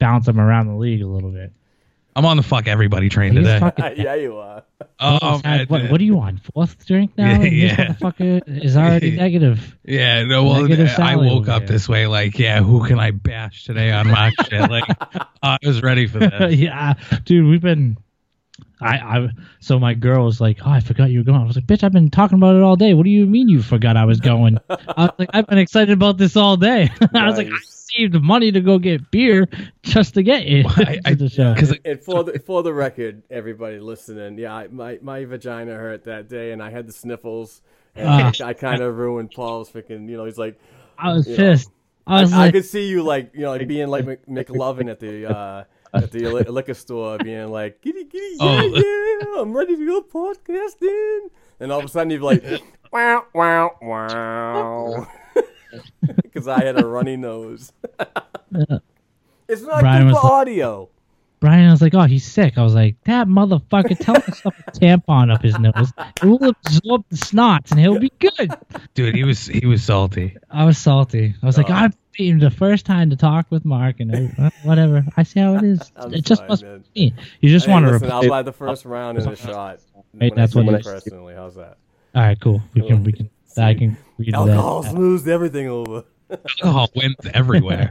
bounce him around the league a little bit.
I'm on the fuck everybody train
He's
today.
fucking
yeah, you
*laughs*
are.
Oh,
Sad.
man.
what, what are you on fourth drink now?
Yeah,
*laughs* And this
yeah.
motherfucker is *laughs* already negative.
Yeah, no. Well,
Negative
I
salary
woke
over
up
there.
this way, like, yeah, who can I bash today on
*laughs*
my shit? Like, I was ready for this.
yeah, dude, we've been. I, I so my girl was like, "Oh, I forgot you were going." I was like, "Bitch, I've been talking about it all day. What do you mean you forgot I was *laughs* going?" I was like, "I've been excited about this all day." *laughs* I was like, "I saved money to go get beer just to get you
I- I-
to the show."
Because
And for the for the record, everybody listening, yeah, I, my my vagina hurt that day, and I had the sniffles, and
Ah.
I- I, kind of ruined Paul's freaking. You know, he's like,
I was
Yeah.
pissed. I
I,
was
I
like,
could see you like, you know, like being like Mc- McLovin at the
*laughs*
uh, at the li- liquor store, being like, giddy giddy,
Oh.
yeah, yeah, I'm ready to go podcasting, and all of a sudden you're like, *laughs* wow, wow, wow, because I had a runny nose. *laughs* it's not
Brian
good
was
for
like-
audio.
Brian was like, "Oh, he's sick." I was like, "That motherfucker, tell him to stuff a tampon up his nose. It will absorb the snots, and he'll be good."
dude, he was he was salty. Oh.
I was salty. I was like, I'm being the first time to talk with Mark, and I, whatever. I see how it is.
*laughs* I'm
it just
sorry,
must
man.
be me. You just
Hey,
want to
listen,
reply.
I'll buy the first round in a shot.
Hey,
when
that's
I see
what
you
I-
personally. How's that?
All right, cool. We can. We can. I can read
Alcohol
that.
smooths everything over.
Alcohol went
*laughs*
everywhere.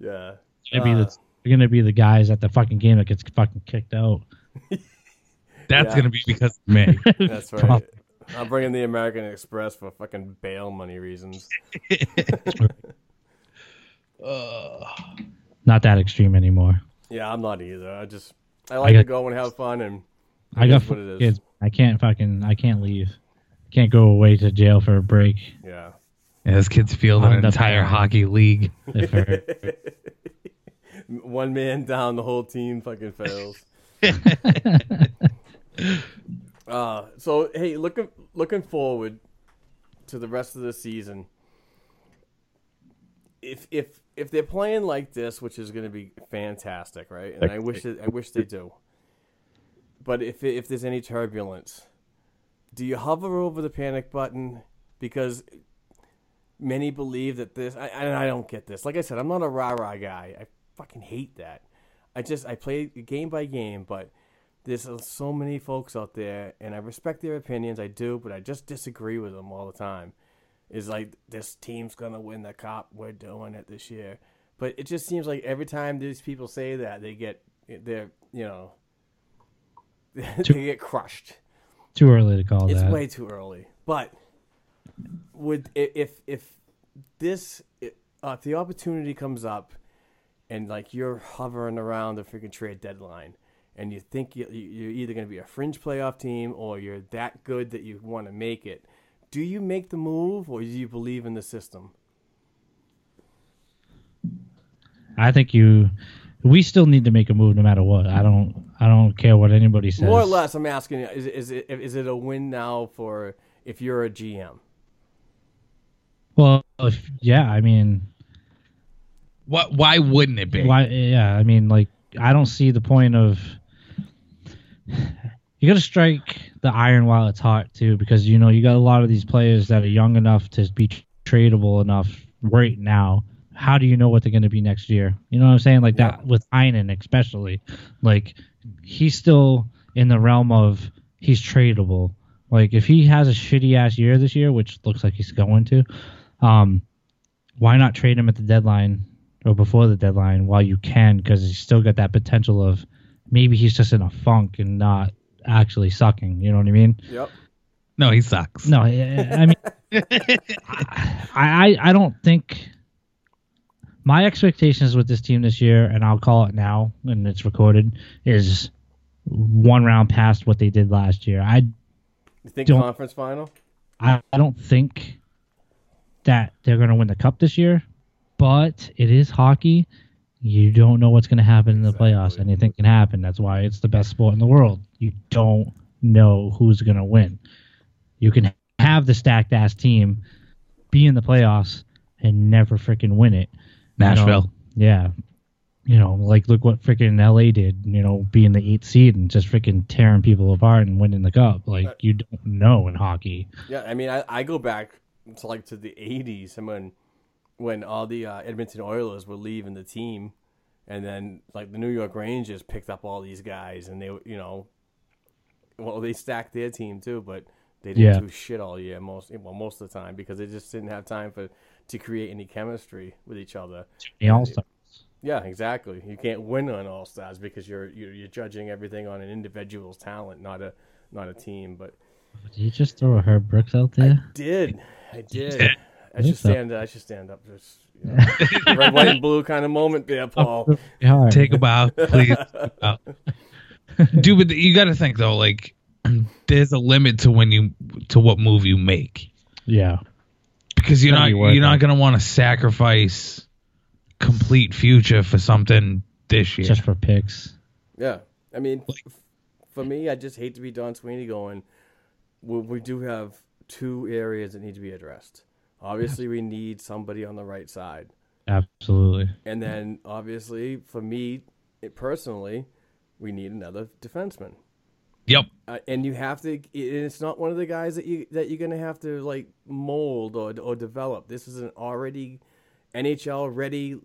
Yeah.
We're gonna, be
Uh,
the, we're gonna be the guys at the fucking game that gets fucking kicked out.
That's
Yeah.
gonna be because of me.
That's right. I'm bringing the American Express for fucking bail money reasons.
Not that extreme anymore.
Yeah, I'm not either. I just I like to
got-
go and have fun and
I got
is what it
four
is.
kids. I can't fucking. I can't leave. Can't go away to jail for a break.
yeah.
Yeah, those kids feel an
On the-
entire hockey league.
If we're-
One man down, the whole team fucking fails. uh, so hey, looking looking forward to the rest of the season. If if if they're playing like this, which is going to be fantastic, right? And I wish it, I wish they do. But if if there's any turbulence, do you hover over the panic button because many believe that this I, and I don't get this. Like I said, I'm not a rah-rah guy. I fucking hate that. I just I play game by game, but there's so many folks out there and I respect their opinions, I do, but I just disagree with them all the time. Is like this team's going to win the cup. We're doing it this year. But it just seems like every time these people say that, they get they're, you know, *laughs* they get crushed.
*laughs* too early to call
It's
that.
way too early. But would i- if if this i- uh, if the opportunity comes up and like you're hovering around the freaking trade deadline, and you think you, you- you're either going to be a fringe playoff team or you're that good that you want to make it. Do you make the move or do you believe in the system?
I think you. We still need to make a move, no matter what. I don't. I don't care what anybody says.
More or less, I'm asking: you, is it- is it is it a win now for if you're a GM?
Well, if, yeah. I mean,
What? Why wouldn't it be?
Why? Yeah, I mean, like, I don't see the point of. You got to strike the iron while it's hot too, because you know you got a lot of these players that are young enough to be tr- tradable enough right now. How do you know what they're going to be next year? You know what I'm saying? Like that with Einen especially, like he's still in the realm of he's tradable. Like if he has a shitty ass year this year, which looks like he's going to, um, why not trade him at the deadline or before the deadline while you can because he's still got that potential of maybe he's just in a funk and not actually sucking you know what i mean
Yep.
No, he sucks.
no i, I mean I, I i don't think my expectations with this team this year and i'll call it now and it's recorded is one round past what they did last year i
You think
Don't-
conference final?
I, I don't think that they're going to win the cup this year, but it is hockey. You don't know what's going to happen in the playoffs. Anything can happen. That's why it's the best sport in the world. You don't know who's going to win. You can have the stacked ass team be in the playoffs and never freaking win it. You know?
Nashville.
yeah. You know, like look what freaking LA did, you know, being the eighth seed and just freaking tearing people apart and winning the cup. Like, you don't know in hockey.
Yeah, I mean, I, I go back to like to the '80s, and when when all the uh, Edmonton Oilers were leaving the team, and then like the New York Rangers picked up all these guys, and they were, you know, well they stacked their team too, but they didn't
Yeah.
do shit all year most well most of the time because they just didn't have time for to create any chemistry with each other.
the All Stars.
Yeah, exactly. You can't win on all stars because you're you're, you're judging everything on an individual's talent, not a not a team, but.
Did you just throw a Herb Brooks out
I
there?
did. I did. I
think
should
so.
stand. I should stand up. Just you know, red, white, and blue kind of moment there, Paul.
Yeah,
Take a bow,
*laughs*
please. Oh. Dude, but you got to think though. Like, there's a limit to when you to what move you make.
yeah.
because you're
Gotta
not
be worth
you're not
it.
gonna want to sacrifice complete future for something this year.
just for picks.
Yeah. I mean, f- for me, I just hate to be Don Sweeney going. We, we do have two areas that need to be addressed. Obviously, we need somebody on the right side.
Absolutely.
And then, obviously, for me it, personally, we need another defenseman.
yep.
uh, and you have to. and It's not one of the guys that you that you're gonna have to like mold or or develop. This is an already NHL ready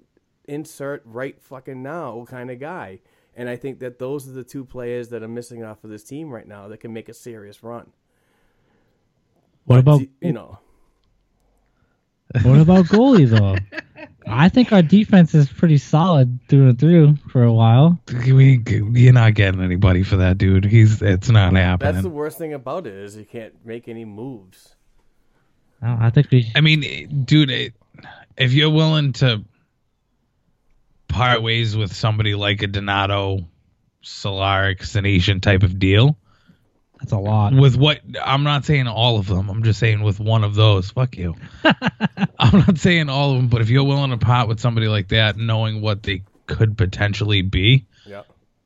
insert right fucking now kind of guy. And I think that those are the two players that are missing off of this team right now that can make a serious run.
What about
Do- you know?
what about goalie though? I think our defense is pretty solid through and through for a while.
We, you're not getting anybody for that dude. He's it's not
That's
happening.
the worst thing about it is you can't make any moves.
I, don't- I think we.
I mean, it- dude, it, if you're willing to part ways with somebody like a Donato, Solaric, Sanation type of deal,
That's a lot.
with what I'm not saying all of them. I'm just saying with one of those. Fuck you. I'm not saying all of them, but if you're willing to pot with somebody like that, knowing what they could potentially be,
Yeah.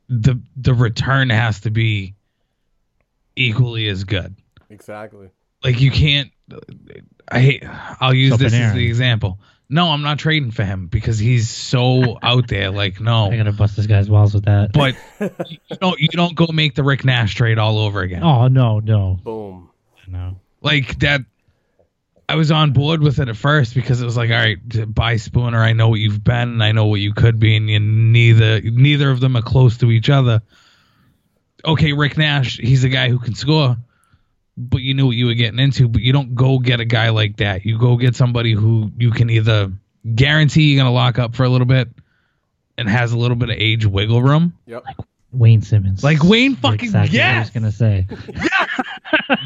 the the return has to be equally as good.
Exactly.
Like you can't. I hate. I'll use
So
this as
Panarin.
the example. No, I'm not trading for him because he's so out there. Like
I'm
no,
gonna bust this guy's balls with that.
but you don't you don't go make the Rick Nash trade all over again.
oh no, no,
Boom.
no.
like that I was on board with it at first because it was like, all right, d- buy Spooner. I know what you've been, and I know what you could be, and you neither neither of them are close to each other. Okay, Rick Nash, he's a guy who can score, but you knew what you were getting into. But you don't go get a guy like that. You go get somebody who you can either guarantee you're gonna lock up for a little bit, and has a little bit of age wiggle room.
Yep.
Wayne Simmons.
Like Wayne fucking-
exactly what I
yes!
was gonna say.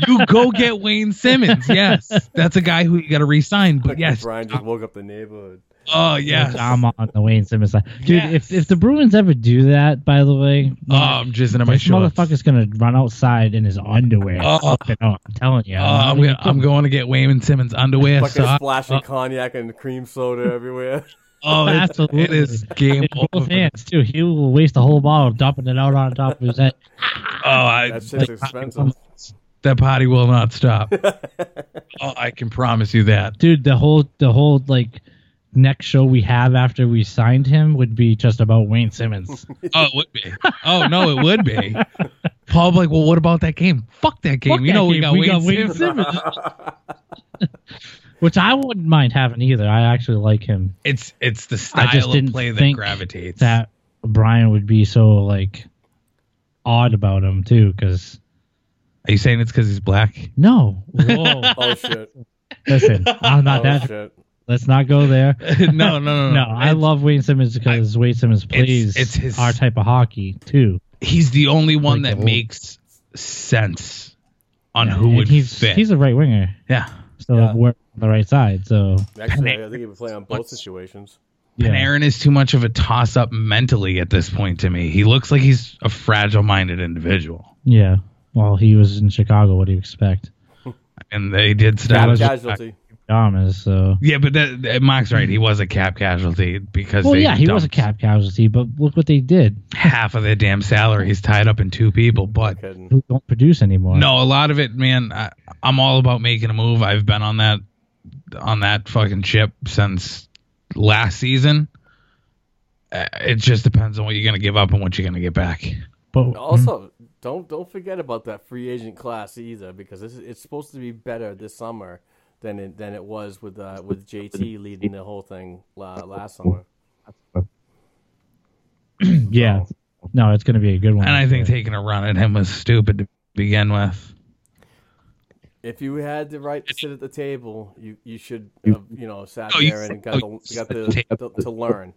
You go get Wayne Simmons. Yes, that's a guy who you got to re-sign. But yes,
Brian just woke up the neighborhood.
Oh yeah.
Like, I'm on the Wayne Simmons side, dude.
Yes.
If if the Bruins ever do that, by the way,
Oh, I'm jizzing in my
this
shorts.
motherfucker's gonna run outside in his underwear.
Oh.
Fucking up, I'm telling you.
Oh, I'm, gonna, I'm going to get Wayman Simmons underwear.
Fucking
sock.
splashing cognac and cream soda
*laughs*
everywhere.
Oh, it's, it is game
In both
over.
hands too. He will waste the whole bottle dumping it out on top of his head.
Oh, I,
That shit's expensive.
that party will not stop.
*laughs*
oh, I can promise you that.
dude the whole the whole like next show we have after we signed him would be just about wayne
*laughs*
simmons
Oh, it would be. Oh no, it
*laughs*
would be. Paul, be like, well, what about that game? Fuck that game.
Fuck
you
that
know we
game.
got Wayne Simmons. *laughs*
which i wouldn't mind having either i actually like him
It's it's the style
i just
of
didn't
play that
think
gravitates.
that brian would be so like odd about him too because
Are you saying it's because he's
*laughs*
black?
no
*laughs*
oh shit.
listen i'm not
Oh
that
shit.
let's not go there
*laughs* no, no, no,
no i love wayne simmons because wayne simmons plays
it's his-
our type of hockey too
He's the only one that
Like the whole-
makes sense on who
And
would
he's
fit.
he's a right winger
yeah,
so
Yeah.
we're on the right side so
Actually, I think he would play on both situations.
yeah.
Panarin is too much of a toss-up mentally at this point to me. He looks like he's a fragile-minded individual,
Yeah. Well, he was in Chicago. What do you expect?
and they did status.
Casualty.
Thomas. So.
Yeah, but that, that- Mark's right. He was a cap casualty because
Well,
they
yeah, he was a
dumped
cap casualty, but look what they did.
Half of their damn salary is tied up in two people, but
Kidding.
Who don't produce anymore?
no, a lot of it, man. I, I'm all about making a move. I've been on that on that fucking chip since last season. Uh, It just depends on what you're gonna give up and what you're gonna get back.
But
Also, don't don't forget about that free agent class either, because this is, it's supposed to be better this summer than it than it was with uh, with JT leading the whole thing la, last summer.
yeah, no, it's going to be a good one.
And I think taking a run at him was stupid to begin with.
If you had the right to sit at the table, you you should have, you know sat
Oh, you-
there and got
oh,
the, got
you sit
the,
at
the to learn.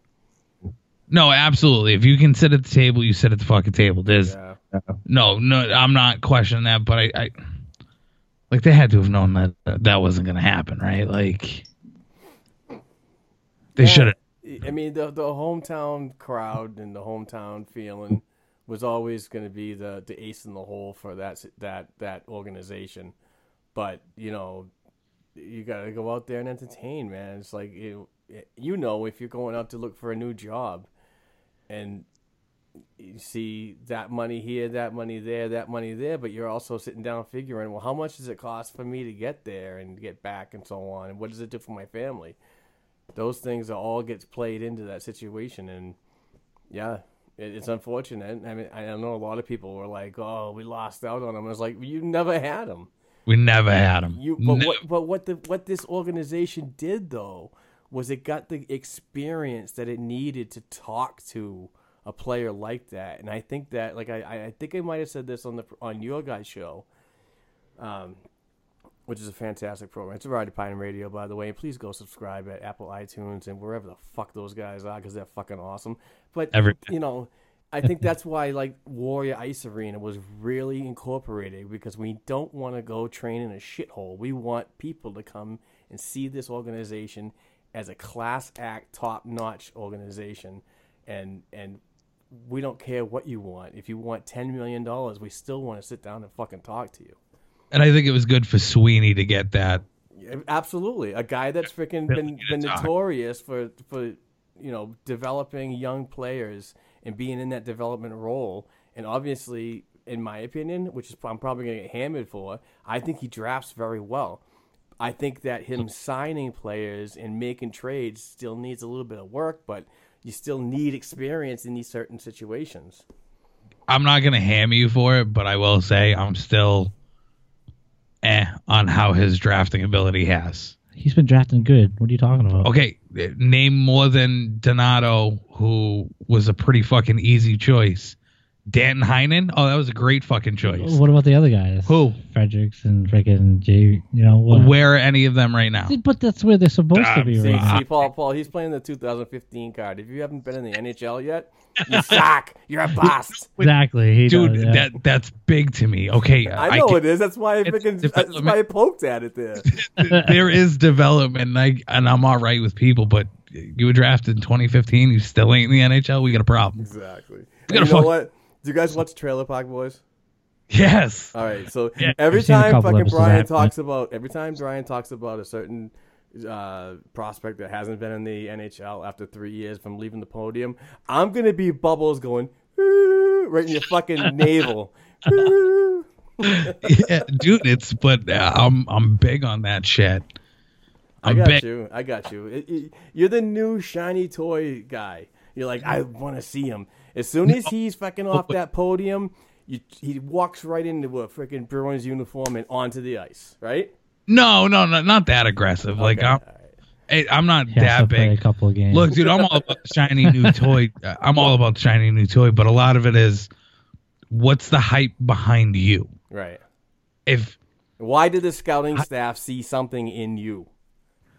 No, absolutely. If you can sit at the table, you sit at the fucking table. There's
Yeah.
no, no, I'm not questioning that, but I, I like they had to have known that that, that wasn't going to happen, right? Like they should have.
I mean, the the hometown crowd and the hometown feeling was always going to be the, the ace in the hole for that that that organization. But you know, you got to go out there and entertain, man. It's like you you know if you're going out to look for a new job, and you see that money here, that money there, that money there, but you're also sitting down figuring, well, how much does it cost for me to get there and get back and so on, and what does it do for my family? those things all gets played into that situation and yeah it, it's unfortunate i mean i know a lot of people were like oh we lost out on him i was like you never had him
We never had them.
you but what but what the what this organization did though was it got the experience that it needed to talk to a player like that and i think that like i i I think i might have said this on the on your guys show which is a fantastic program. It's a Ride to Pine Radio, by the way. And please go subscribe at Apple iTunes and wherever the fuck those guys are, because they're fucking awesome. But
Every-
you know, I think that's why like Warrior Ice Arena was really incorporated because we don't want to go train in a shithole. We want people to come and see this organization as a class act, top notch organization, and and we don't care what you want. If you want ten million dollars, we still want to sit down and fucking talk to you.
and I think it was good for Sweeney to get that.
Absolutely, a guy that's freaking been, been
talk.
notorious for for you know developing young players and being in that development role, and obviously, in my opinion, which is I'm probably going to get hammered for, I think he drafts very well. I think that him signing players and making trades still needs a little bit of work, but you still need experience in these certain situations.
I'm not going to hammer you for it, but I will say I'm still eh on how his drafting ability has.
he's been drafting good. What are you talking about?
Okay, name more than Donato, who was a pretty fucking easy choice. Dan Heinen? Oh, that was a great fucking choice.
What about the other guys?
Who?
Fredericks and freaking J. You know what?
Where are any of them right now?
But that's where they're supposed to be.
See,
Right?
see, Paul, Paul, he's playing the 2015 card. If you haven't been in the NHL yet, you suck. You're a bust.
Exactly. He
Dude,
does, yeah.
that that's big to me. Okay,
I know
can-
it is. That's why I
It's
freaking, that's
development. *laughs*
why I poked at it there.
there is development, and, I, and I'm all right with people, but you were drafted in 2015. You still ain't in the NHL. We got a problem.
Exactly.
We
And
gotta
you know
fuck-
what? Do you guys watch Trailer Park Boys?
Yes.
All right.
*laughs*
So
Yeah,
every
I've seen a
time
couple
fucking
episodes of
Brian
that, but-
talks about every time Brian talks about a certain uh, prospect that hasn't been in the NHL after three years from leaving the podium, I'm gonna be bubbles going "Ooh," right in your fucking navel.
*laughs*
Ooh.
*laughs* yeah, dude. It's but uh, I'm I'm big on that shit.
I
I'm
got
big.
you. I got you. It- it- You're the new shiny toy guy. You're like, I want to see him. As soon as he's fucking off that podium, you, he walks right into a freaking Bruins uniform and onto the ice, right?
No, no, no, not that aggressive. Like I'm, I- I'm not
He has to
that
play a
big.
couple of games.
Look, dude, I'm all about shiny
*laughs*
new toy. uh, I'm all about shiny new toy, but a lot of it is what's the hype behind you?
Right.
If
Why did the scouting staff see something in you?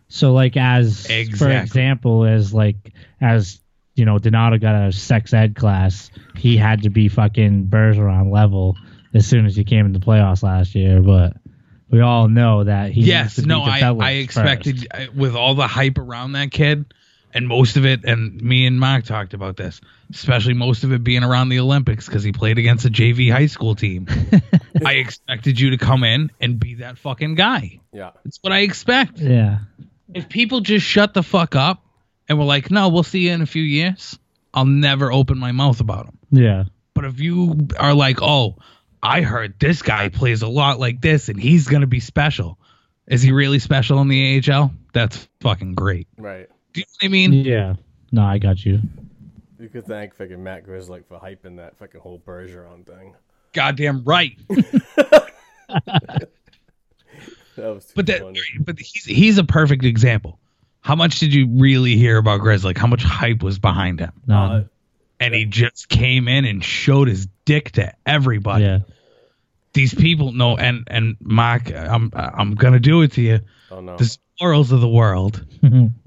So like as for
Exactly.
example, as like as you know, Donato got a sex ed class, he had to be fucking Bergeron level as soon as he came in the playoffs last year, but we all know that he needs
yes,
to be
no, I,
developed
I expected I-
first.
with all the hype around that kid, and most of it, and me and Mark talked about this, especially most of it being around the Olympics because he played against a JV high school
*laughs*
team. I expected you to come in and be that fucking guy.
Yeah.
That's what I expect.
Yeah.
If people just shut the fuck up and were like, "No, we'll see you in a few years," I'll never open my mouth about him.
Yeah.
But if you are like, oh, I heard this guy plays a lot like this and he's going to be special. Is he really special in the AHL? That's fucking great.
Right.
Do you know what I mean?
Yeah. No, I got you.
You could thank fucking Matt Grizzlick for hyping that fucking whole Bergeron thing.
Goddamn
*laughs*
right.
That was too
But that,
funny.
but he's he's a perfect example. How much did you really hear about Grizzly? How much hype was behind him?
No.
And he just came in and showed his dick to everybody.
yeah.
These people know. And and Mark, I'm I'm gonna do it to you.
Oh no.
The morals of
*laughs*
the world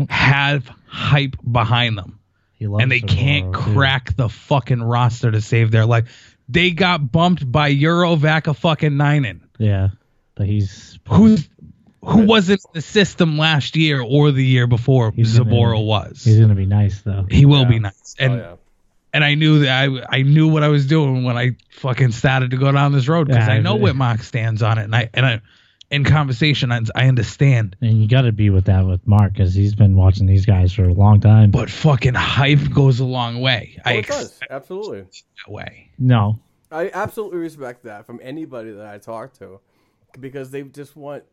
have hype behind them.
He loves
and they
Sororo,
can't
too.
crack the fucking roster to save their life. They got bumped by Eurovac a fucking Ninen,
Yeah. But he's
who's who wasn't in the system last year or the year before.
He's gonna-
Zaboro was.
he's gonna be nice though.
He will be nice, and
oh yeah.
and I knew that I I knew what I was doing when I fucking started to go down this road because
Yeah,
I know
I-
what Mark stands on it, and I and I in conversation I, I understand,
And you gotta be with that with Mark because he's been watching these guys for a long time.
but fucking hype goes a long way.
Well, Oh,
I
it
expect
does. Absolutely.
that way.
no.
I absolutely respect that from anybody that I talk to, because they just want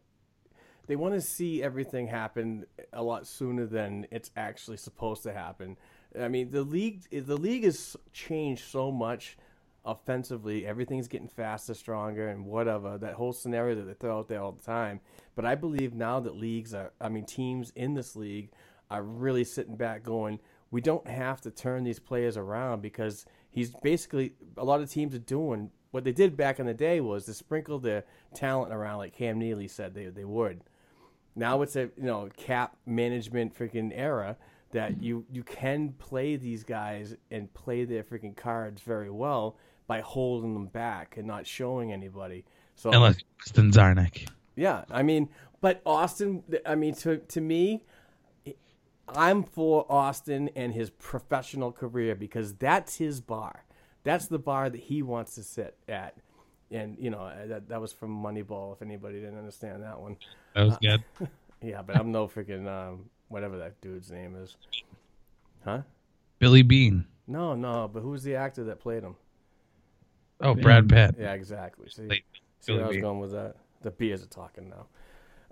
they want to see everything happen a lot sooner than it's actually supposed to happen. I mean, the league the league has changed so much offensively. Everything's getting faster, stronger, and whatever. That whole scenario that they throw out there all the time. But I believe now that leagues are, I mean, teams in this league are really sitting back going, we don't have to turn these players around because he's basically, a lot of teams are doing what they did back in the day was to sprinkle their talent around, like Cam Neely said they, they would now it's a you know cap management freaking era that you you can play these guys and play their freaking cards very well by holding them back and not showing anybody. So
Unless Kristen Zarnik.
yeah, I mean, but Austin, I mean, to to me, I'm for Austin and his professional career because that's his bar. That's the bar that he wants to sit at. And you know that that was from Moneyball. If anybody didn't understand that one,
That was good.
yeah, but I'm no freaking um, whatever that dude's name is. Huh?
Billy Bean.
No, no. But who was the actor that played him?
Oh, Brad Pitt.
Yeah, exactly. See,
Like,
see where I
Billy
was
Bean.
going with that. The beers are talking
*laughs*
now.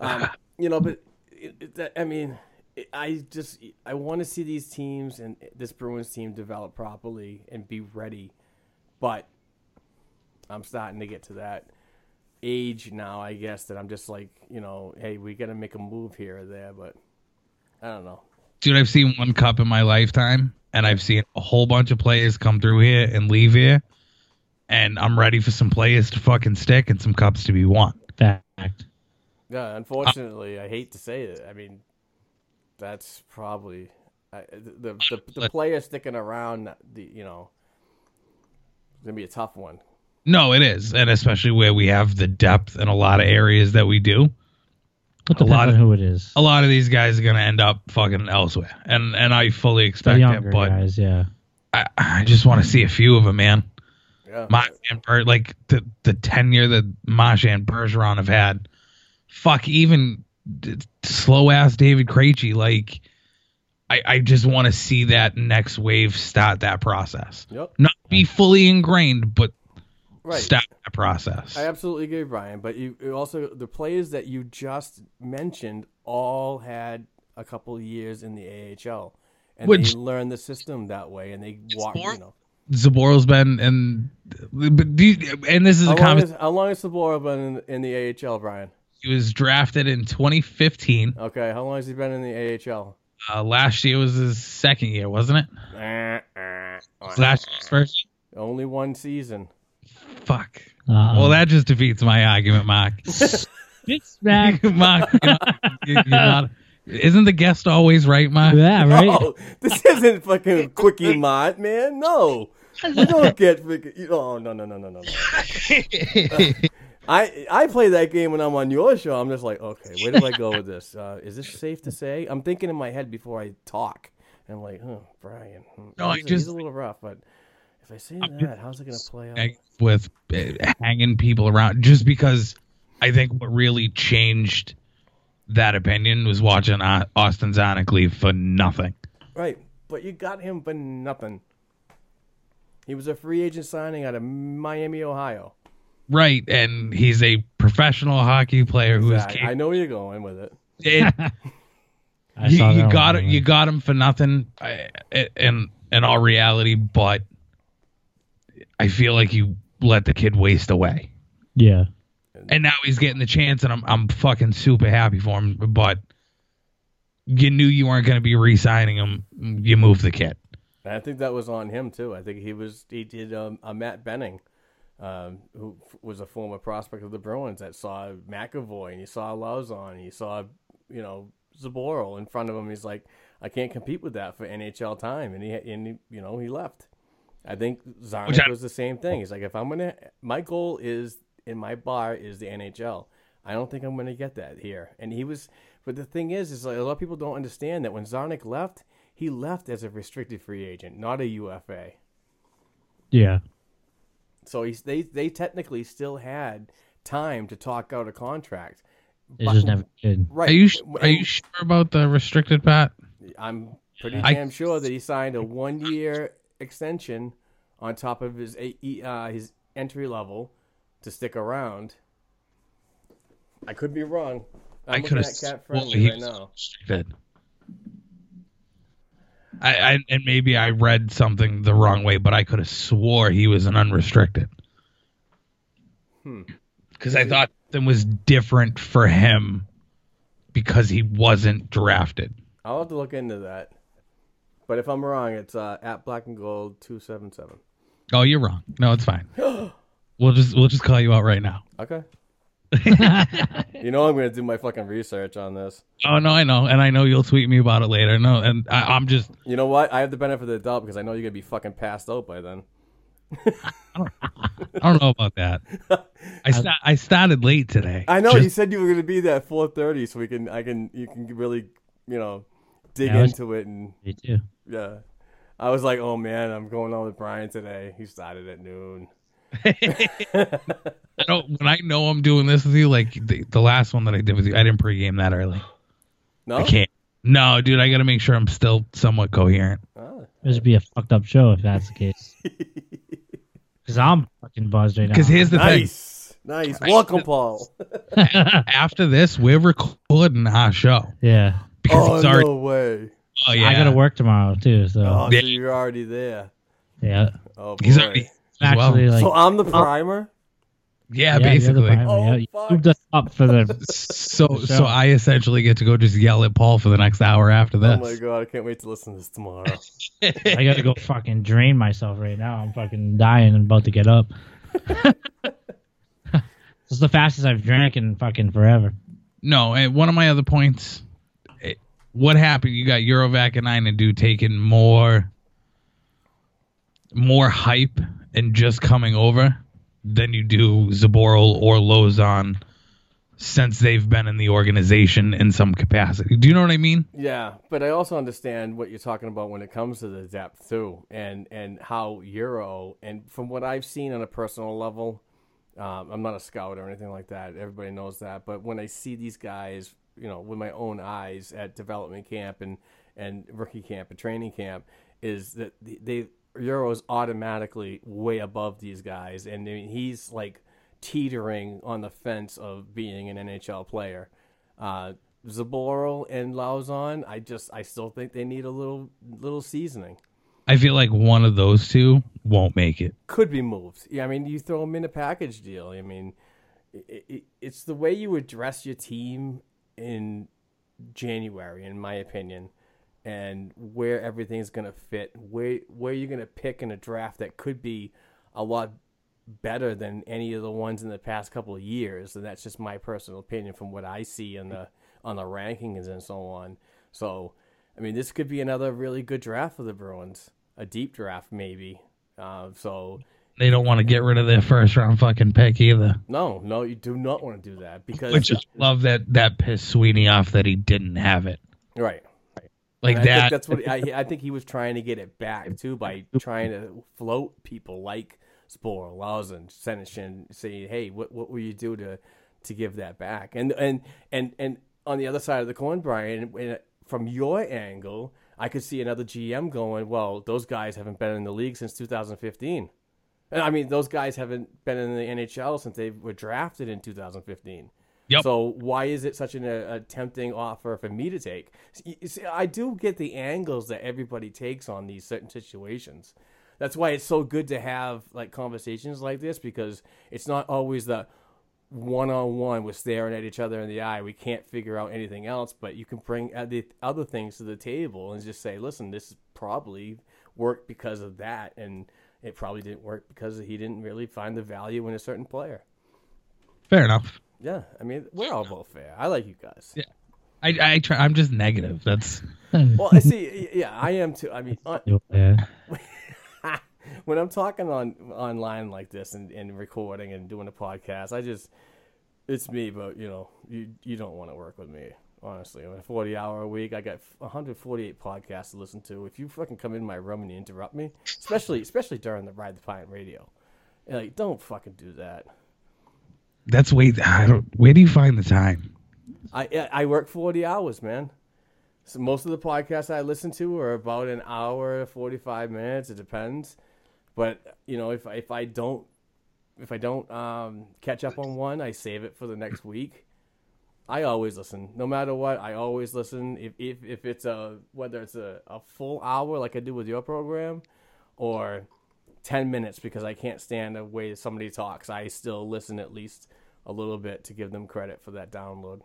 Um, you know, but it, it, that, I mean, it, I just I want to see these teams and this Bruins team develop properly and be ready. But I'm starting to get to that age now, I guess, that I'm just like, you know, hey, we got to make a move here or there. But I don't know.
Dude, I've seen one cup in my lifetime, and I've seen a whole bunch of players come through here and leave here, and I'm ready for some players to fucking stick and some cups to be won.
Fact.
Yeah, unfortunately, I hate to say it. I mean, that's probably I, the, the the
But-
player sticking around. The you know, it's gonna be a tough one.
No, it is, and especially where we have the depth in a lot of areas that we do.
It depends
lot
on
of-
who it is.
a lot of these guys are gonna end up fucking elsewhere, and and I fully
The
expect
younger
it. But
guys, yeah.
I, I just want to see a few of them, man.
Yeah.
Marchand, Ber- like the the tenure that Marchand and Bergeron have had. Fuck, even slow ass David Krejci. Like, I I just want to see that next wave start that process.
Yep.
Not be fully ingrained, but
Right.
start that process.
I absolutely agree, Brian. But you you also the plays that you just mentioned all had a couple years in the AHL, and
Which-
they learned the system that way, and they walk. You
boring.
know,
Zaboril's been and but do you- and this is
how
a
long
comment.
is how long has Sabora been in, in the AHL, Brian?
He was drafted in 2015.
Okay, how long has he been in the AHL?
Uh, last year was his second year, wasn't it? Was Last year's first.
Only one season.
Fuck.
Uh,
Well, that just defeats my argument, Mark.
it's
*laughs*
*laughs* back.
Mark, you're not- you're not- isn't the guest always right, Mark?
yeah, right.
Oh, this isn't fucking
*laughs*
quickie mod, man. No, you don't get fucking. you- Oh no no no no no. no.
*laughs*
I I play that game when I'm on your show. I'm just like, okay, where do I go with this? Uh, is this safe to say? I'm thinking in my head before I talk. And I'm like, oh, Brian. hmm,
No, I
he's, a- he's
just-
a little rough, but if I say that, how's it gonna play out?
Negative With uh, hanging people around, just because I think what really changed that opinion was watching Au- Austin Zonick leave for nothing.
Right, but you got him for nothing. He was a free agent signing out of Miami, Ohio.
Right, and he's a professional hockey player who is
I-
capable
I know where you're going with it.
it,
I
you,
saw
you
that
got
one,
you got him for nothing I, i- in in all reality but i feel like you let the kid waste away
Yeah.
and now he's getting the chance and i'm i'm fucking super happy for him but you knew you weren't going to be re-signing him you moved the kid
And I think that was on him too. I think he was he did um, a Matt Benning, um, who f- was a former prospect of the Bruins that saw McAvoy and he saw Lauzon and he saw you know Zaboral in front of him. He's like, I can't compete with that for NHL time, and he and he, you know he left. I think
Which
Zarnik
I- Oh.
was the same thing. He's like, if I'm gonna, my goal is in my bar is the NHL. I don't think I'm gonna get that here. And he was, but the thing is, is like a lot of people don't understand that when Zarnik left, he left as a restricted free agent, not a UFA.
Yeah.
So he's, they they technically still had time to talk out a contract.
It
But-
just never did.
right.
are you sh- are
and
you sure about the restricted pat
I'm pretty
I-
damn sure that he signed a one year extension on top of his eight, e- uh, his entry level to stick around. I could be wrong. I'm looking
coulda
at
sworn
cat friendly
he
right
was
now.
restricted. I, I and maybe I read something the wrong way, but I could have swore he was an unrestricted.
Hmm.
Because I thought something was different for him because he wasn't drafted.
I'll have to look into that. But if I'm wrong, it's uh, at Black and Gold two seven seven.
Oh, you're wrong. No,
*gasps*
it's fine. we'll just we'll just call you out right now. *laughs*
Okay. you know I'm gonna do my fucking research on this.
Oh no, I know, and I know you'll tweet me about it later. No, and I, I'm just
You know what? I have the benefit of the doubt because I know you're gonna be fucking passed out by then.
I don't know
*laughs*
about that. I sta- I started late today.
I know
Just-
you said you were gonna be there at four thirty, so we can I can you can really you know dig
Yeah, I was-
into it and
Me too.
yeah. I was like, oh man, I'm going on with Brian today. He started at noon.
I don't. When I know I'm doing this with you, like the, the last one that I did with you, I didn't pregame that early.
No,
I can't. No, dude, I got to make sure I'm still somewhat coherent.
This would be a fucked up show if that's the case.
*laughs*
Because I'm fucking buzzed right now.
Because here's the
nice, nice. Welcome, Paul.
*laughs* thing: after this, we're recording our show
yeah.
because
Oh
it's already.
no way.
Oh yeah,
I gotta work tomorrow too, so
Oh, so
Yeah.
you're already there.
yeah.
Oh, boy.
He's already. oh, as well.
Actually, like
so I'm the primer.
yeah,
yeah, you're the
basically.
primary,
Oh,
yeah. You
fuck.
moved us up for the
So,
The show.
so I essentially get to go just yell at Paul for the next hour after
Oh
this.
my god, I can't wait to listen to this
*laughs*
tomorrow.
I gotta go fucking drain myself right now. I'm fucking dying and about to
*laughs*
get up. this is the fastest I've drank in fucking forever.
No, and one of my other points. it- What happened? You got Eurovac and Inadu taking more, more hype and just coming over than you do Zaboral or Lozon, since they've been in the organization in some capacity. Do you know what I mean?
Yeah, but I also understand what you're talking about when it comes to the depth too, and and how Euro and from what I've seen on a personal level, um, I'm not a scout or anything like that. Everybody knows that, but when I see these guys, you know, with my own eyes at development camp and and rookie camp and training camp, is that they, they Euro is automatically way above these guys, and I mean, he's like teetering on the fence of being an NHL player. Uh, Zaboral and Lauzon, I just I still think they need a little little seasoning.
I feel like one of those two won't make it.
Could be moved. Yeah, I mean, you throw them in a package deal. I mean, it, it, it's the way you address your team in January, in my opinion, and where everything's gonna fit, where where you're gonna pick in a draft that could be a lot better than any of the ones in the past couple of years, and that's just my personal opinion from what I see in the on the rankings and so on. So, I mean, this could be another really good draft for the Bruins, a deep draft maybe. Uh, so,
They don't want to get rid of their first round fucking pick either.
no, no, you do not want to do that because
Which I love that that pissed Sweeney off that he didn't have it.
right.
Like
And I
that.
think that's what I, I think he was trying to get it back too by trying to float people like Spore, Lawson, Senishin, saying, "Hey, what what will you do to to give that back?" And and and and on the other side of the coin, Brian, when- from your angle, I could see another GM going, "Well, those guys haven't been in the league since 2015." And I mean, those guys haven't been in the NHL since they were drafted in 2015.
Yep.
So why is it such an uh, a tempting offer for me to take? See, you see, I do get the angles that everybody takes on these certain situations. That's why it's so good to have like conversations like this because it's not always the one on one. We're staring at each other in the eye. We can't figure out anything else, but you can bring the other things to the table and just say, "Listen, this probably worked because of that, and it probably didn't work because he didn't really find the value in a certain player."
fair enough.
Yeah, I mean, we're all both fair. I like you guys. Yeah.
I, I try, I'm just negative. That's
Well, I see. y- Yeah, I am too. I mean, on,
Yeah.
when I'm talking on online like this and, and recording and doing a podcast, I just it's me. But you know, you you don't want to work with me. Honestly, I'm a 40 hour a week. I got 148 podcasts to listen to. If you fucking come in my room and you interrupt me, especially especially during the Ride the Pine radio, you're like don't fucking do that.
that's way. I don't. Where do you find the time?
I I- I work 40 hours, man. So most of the podcasts I listen to are about an hour, 45 minutes. It depends. But you know, if I- if I don't if I don't um, catch up on one, I save it for the next week. I always listen, no matter what. I always listen. If if, if it's a whether it's a, a full hour like I do with your program, or 10 minutes because I can't stand the way somebody talks. I still listen at least a little bit to give them credit for that download.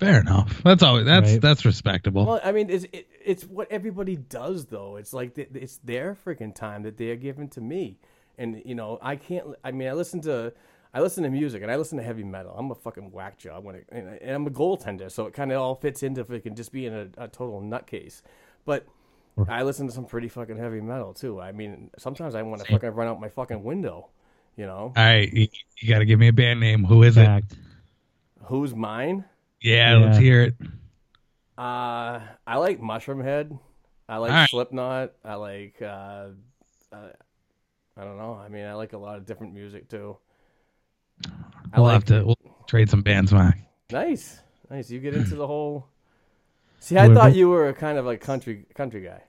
Fair enough. That's always that's
Right.
that's respectable.
Well, I mean, it's it, it's what everybody does though. It's like th- it's their freaking time that they are given to me, and you know, I can't. I mean, I listen to. I listen to music and I listen to heavy metal. I'm a fucking whack job when it, and I- and I'm a goaltender, so it kind of all fits into freaking just being a, a total nutcase. But I listen to some pretty fucking heavy metal too. I mean, sometimes I want to fucking run out my fucking window. You know,
All right, you, you got to give me a band name. Who is it?
Fact.
who's mine?
Yeah,
Yeah.
let's hear it.
Uh, I like Mushroom Head. I like
Alright.
Slipknot. I like uh, uh, I don't know. I mean, I like a lot of different music too. I
We'll
like
have to we'll trade some bands, Mike.
nice, nice. You
*clears throat*
get into the whole. See, I
What
thought
about-
you were kind of like country country guy.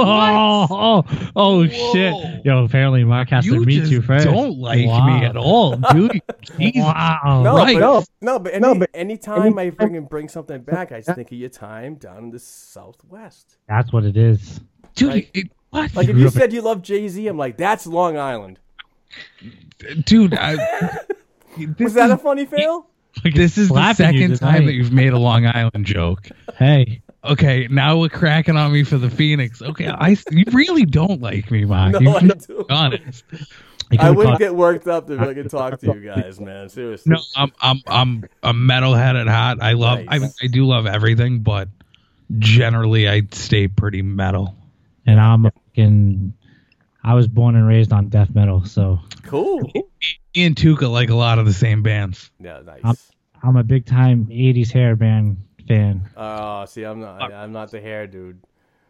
Oh, oh, oh shit. Yo, apparently Mark has
You
to meet
just
you first.
don't like
Wow.
me at
*laughs*
all, dude. Jesus.
Wow.
No,
Right.
but,
No.
no, but any,
No, but-
anytime I bring and bring something back, I just think of your time down in the Southwest.
That's what it is.
Dude,
Like-
it- what?
Like if you said you love Jay Z, I'm like, that's Long Island. *laughs*
dude, I,
Was
this,
that a funny fail?
is, this is the
slapping you
second time
tonight.
that you've made a Long Island joke.
Hey,
Okay, now we're cracking on me for the Phoenix. Okay, I you really don't like me, Mark.
No,
you
I
should
do.
be honest.
you
I
could've
wouldn't
called-
get worked up
*laughs*
if I could talk to you guys, man. Seriously.
No, I'm I'm I'm a metalhead at heart. I love
Nice.
I I do love everything, but generally I stay pretty metal.
and I'm a fucking. I was born and raised on death metal, so
Cool.
*laughs*
Me and Tuca like a lot of the same bands.
Um,
Yeah, nice.
I'm- I'm a big time '80s hairband fan.
Oh, see, I'm not. I- I'm not the hair dude.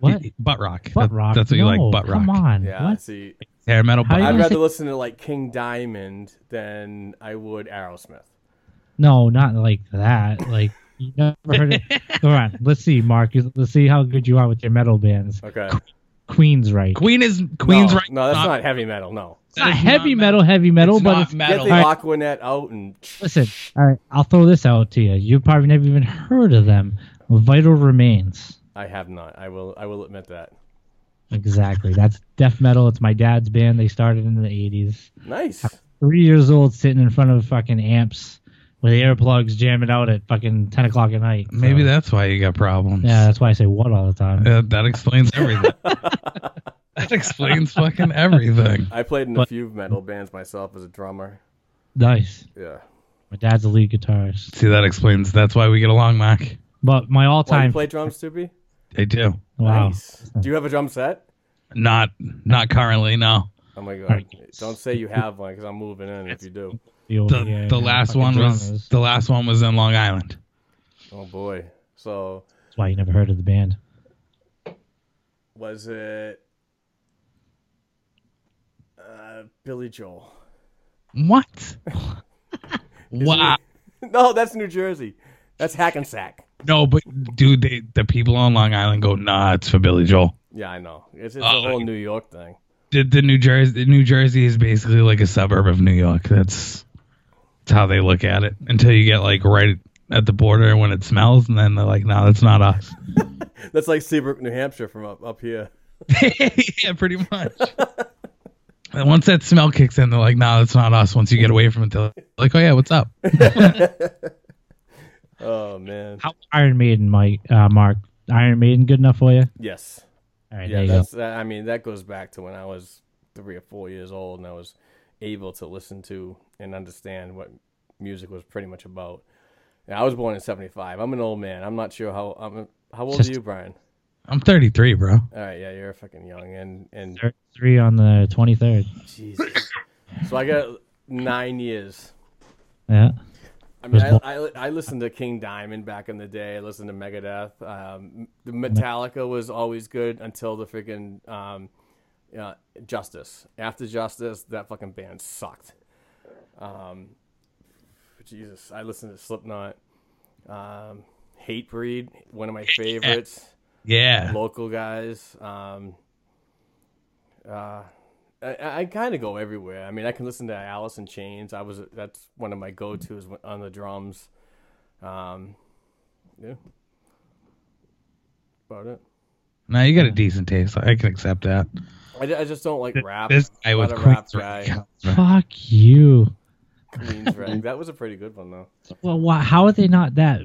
What?
Butt rock.
Butt
That-
rock.
That's what you
No,
like. Butt rock.
Come on.
Yeah,
What?
see,
Hair metal.
How
Butt
you
rock.
I'd
gonna
rather
say-
listen to like King Diamond than I would Aerosmith.
No, not like that. Like you never heard
*laughs*
it. All right, let's see, Mark. You- Let's see how good you are with your metal bands.
Okay,
Queen's right.
Queen is Queen's
no,
right.
No, that's not, heavy metal. No,
It's not heavy metal, heavy metal,
It's
but
not
it's,
metal.
get the
Alright.
Aquanet out and
listen. All right, I'll throw this out to you. You've probably never even heard of them. Vital Remains.
I have not. I will. I will admit that.
Exactly. That's death metal. It's my dad's band. They started in the '80s.
Nice.
Three years old, sitting in front of fucking amps with earplugs, jamming out at fucking ten o'clock at night.
Maybe
So,
that's why you got problems.
Yeah, that's why I say what all the time.
Uh, that explains
*laughs*
everything. that explains fucking everything.
I played in a
But-
few metal bands myself as a drummer.
Nice.
Yeah.
My dad's a lead guitarist.
See, that explains. That's why we get along, Mac.
But my all
Well, you
time.
play drums, Tupi?
I do.
wow.
Nice. Do you have a drum set?
Not, not currently. No.
Oh my god! Don't say you have one because I'm moving in if you do.
The, old-
The,
yeah,
the
yeah,
last
fucking
one was
drummers.
the last one was in Long Island.
Oh boy. So
That's why you never heard of the band.
was it uh, Billy Joel? *laughs*
What? wow.
no, that's New Jersey. That's Hackensack.
No, but dude, they, the people on Long Island go nuts for Billy Joel.
Yeah, I know. It's, it's
Uh,
Oh,
the whole New York thing.
The, the New Jersey, New Jersey is basically like a suburb of New York. That's, that's how they look at it. Until you get like right at the border when it smells, and then they're like, "No, that's not us." *laughs*
That's like Seabrook, New Hampshire, from up up here.
yeah, pretty much. and once that smell kicks in, they're like, "No, that's not us." Once you get away from it, they're like, "Oh yeah, what's up?"
Oh man.
How Iron Maiden, Mike, uh, Mark. Iron Maiden, good enough for you?
Yes.
All right,
Yeah.
there you
That's. That, I mean, that goes back to when I was three or four years old, and I was able to listen to and understand what music was pretty much about. And I was born in '75. I'm an old man. I'm not sure how. I'm. How old
Just-
are you, Brian?
I'm 33, bro.
All right, yeah, you're fucking young, and and
go. Three on the 23rd.
Jesus. So I got nine years.
Yeah.
I mean, I, I, I listened to King Diamond back in the day. I listened to Megadeth. Um, the Metallica was always good until the freaking um, uh, Justice. After Justice, that fucking band sucked. Um, Jesus, I listened to Slipknot. Um, Hatebreed, one of my favorites.
Yeah.
local guys. Um, uh, I, I kind of go everywhere. I mean, I can listen to Alice in Chains. I was that's one of my go tos
Mm-hmm.
on the drums. Um, yeah, about it.
No, you got a decent taste. I can accept that.
I, ju- I just don't like rap.
This guy
I'm
was
not a rap
Queen's Rap. *laughs*
guy.
Fuck you.
Queen's Rap. That was a pretty good one though.
Well, why, how are they not that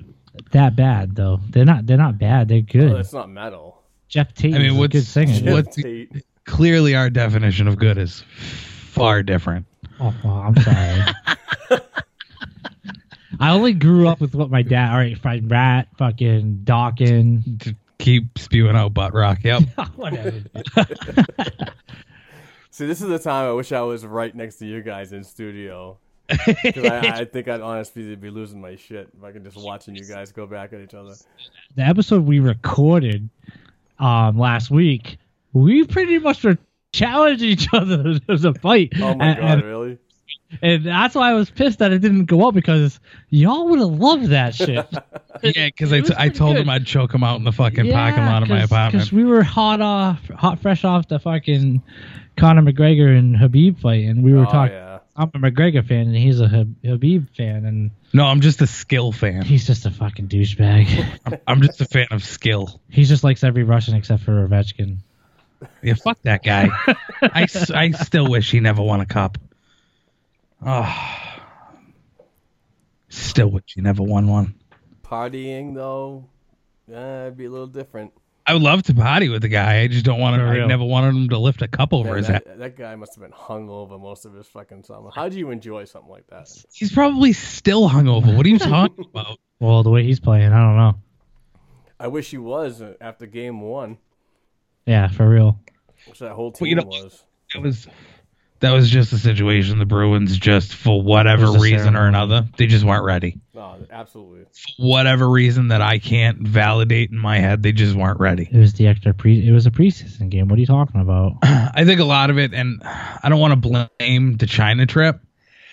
that bad though? They're not. They're not bad. They're good.
Oh, that's not metal.
Jeff Tate
I mean,
is a
what's-
good singer.
*laughs*
What- What's-
Tate.
Clearly, our definition of good is far different.
Oh, oh, I'm sorry.
*laughs*
I only grew up with what my dad. All right, fine, Rat, fucking
*laughs*
Dawkins, *laughs*
Just keep spewing out butt rock. Yep.
whatever.
See, this is the time I wish I was right next to you guys in
*laughs*
studio. 'Cause I, I think I'd honestly be losing my shit if I could just watching you guys go back at each other.
the episode we recorded um last week, we pretty much were challenging each other. *laughs* There's a fight.
Oh my
and,
god,
and-
really?
and that's why I was pissed that it didn't go up because y'all would have loved that shit.
*laughs* yeah, because I,
It was
t- I
pretty
told
good.
him I'd choke him out in the fucking parking lot of my apartment.
Because we were hot off, hot fresh off the fucking Conor McGregor and Habib fight, and we were
Oh
talking.
yeah.
I'm a McGregor fan, and he's a Hab- Habib fan, and
No, I'm just a skill
*laughs*
fan.
he's just a fucking douchebag. *laughs*
I'm just a fan of skill.
he just likes every Russian except for Ovechkin.
Yeah, fuck that
*laughs*
guy. I, s- I still wish he never won a cup. Oh. Still wish he never won one.
Partying though, uh, it'd be a little different.
I would love to party with the guy. I just don't want him.
For
I
real.
never wanted him to lift a cup over
Man,
his head.
that, that guy must have been hungover most of his fucking summer. How do you enjoy something like that?
He's probably still hungover. What are you
*laughs*
talking about?
Well, the way he's playing, I don't know.
I wish he was uh, after game one.
Yeah, for real.
Which that whole team
Well, you know-
was.
That was that was just the situation. The Bruins just, for whatever
There's a
reason or
ceremony.
another, they just weren't ready.
No, Oh, absolutely.
Whatever reason that I can't validate in my head, they just weren't ready.
It was the extra pre. It was a preseason game. What are you talking about?
I think a lot of it, and I don't want to blame the China trip,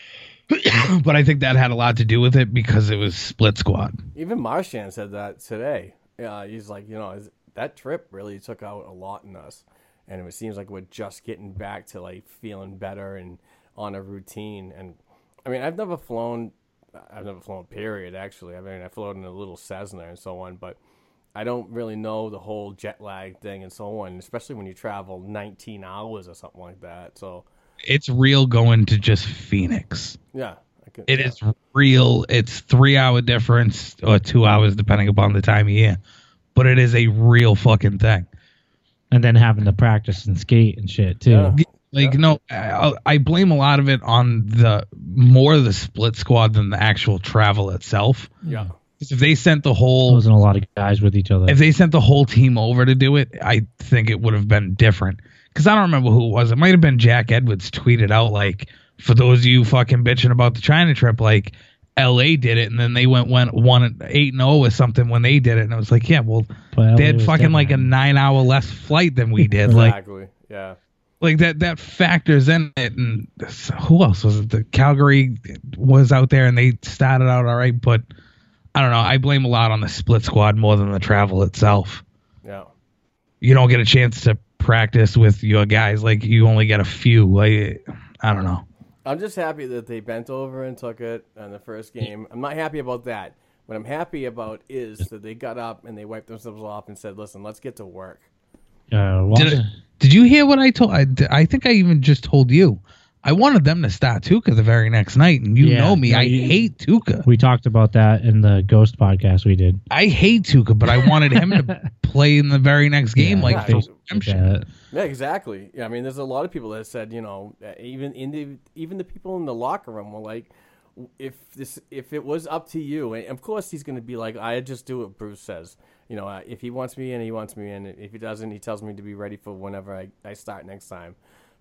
*coughs* but I think that had a lot to do with it because it was split squad.
Even Marshan said that today. Uh, he's like, you know, is- that trip really took out a lot in us, and it seems like we're just getting back to like feeling better and on a routine. And I mean, I've never flown. I've never flown. Period. Actually, I mean, I flew in a little Cessna and so on, but I don't really know the whole jet lag thing and so on, especially when you travel 19 hours or something like that. So
It's real going to just Phoenix.
yeah, I could,
It
yeah.
is real. It's three hour difference or two hours depending upon the time of year, but it is a real fucking thing.
and then having to practice and skate and shit too.
Yeah.
Like no, I, I blame a lot of it on the more the split squad than the actual travel itself.
Yeah.
'Cause if they sent the whole
Losing a lot of guys with each other.
if they sent the whole team over to do it, I think it would have been different. Because I don't remember who it was. It might have been Jack Edwards tweeted out like, "For those of you fucking bitching about the China trip, like L.A. did it, and then they went went one eight and zero or something when they did it, and it was like, yeah, well,
But
they
LA
had
was
fucking like a
different.
nine hour less flight than we did,
*laughs*
like
Exactly. Yeah.
like that that factors in it. And so who else was it? The Calgary was out there, and they started out all right, but I don't know. I blame a lot on the split squad more than the travel itself
Yeah.
you don't get a chance to practice with your guys. Like you only get a few. Like I don't know.
I'm just happy that they bent over and took it on the first game. I'm not happy about that. What I'm happy about is that they got up and they wiped themselves off and said, "Listen, let's get to work."
Uh, Wash-
Did, did you hear what I told? I, I think I even just told you. I wanted them to start Tuca the very next night, and you
Yeah,
know me.
no,
I
you-
hate Tuca.
we talked about that in the Ghost podcast we did.
I hate Tuca, but I wanted him
*laughs*
to play in the very next game,
Yeah,
like
they-
for redemption.
that.
Yeah, exactly. Yeah, I mean, there's a lot of people that said, you know, uh, even in the even the people in the locker room were like, if this if it was up to you, and of course he's going to be like, I just do what Bruce says. You know, uh, if he wants me in, he wants me in. If he doesn't, he tells me to be ready for whenever I, I start next time.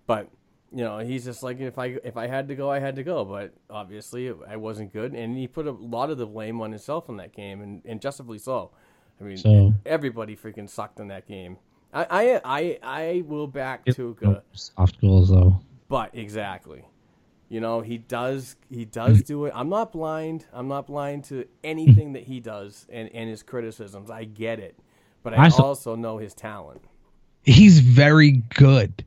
But you know, he's just like, if I if I had to go, I had to go. But obviously, I wasn't good, and he put a lot of the blame on himself in that game, and, and justly so. I mean,
So-
everybody freaking sucked in that game. I I I, I will back Tuca,
Nope, Soft goals though.
but exactly. You know, he does he does do it. I'm not blind. I'm not blind to anything that he does and, and his criticisms. I get it. But I,
I saw-
also know his talent.
He's very good,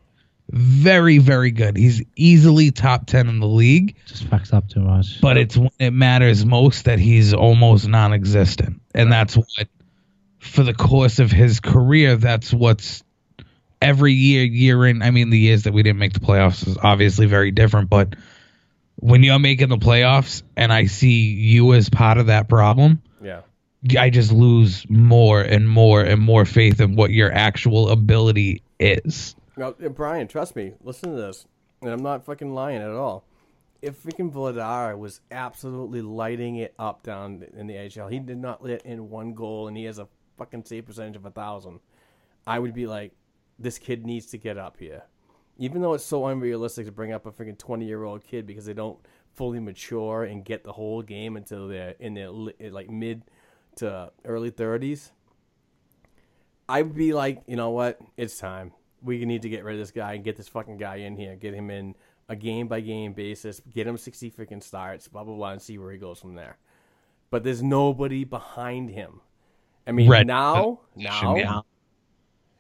very very good. He's easily top ten in the league.
Just fucks up
*laughs*
too much.
but it's when it matters most that he's almost non-existent and that's what for the course of his career that's what's every year year in i mean the years that we didn't make the playoffs is obviously very different but when you're making the playoffs and i see you as part of that problem
Yeah.
i just lose more and more and more faith in what your actual ability is
Now, uh, Brian, trust me. Listen to this, and I'm not fucking lying at all. If freaking Vladar was absolutely lighting it up down in the AHL, he did not let in one goal, and he has a fucking save percentage of a thousand. I would be like, this kid needs to get up here, even though it's so unrealistic to bring up a freaking 20 year old kid because they don't fully mature and get the whole game until they're in their li- like mid to early 30s. I'd be like, you know what? It's time. We need to get rid of this guy and get this fucking guy in here. Get him in a game by game basis. Get him sixty freaking starts. Blah blah blah, and see where he goes from there. But there's nobody behind him. I mean,
Right.
now, now,
Yeah.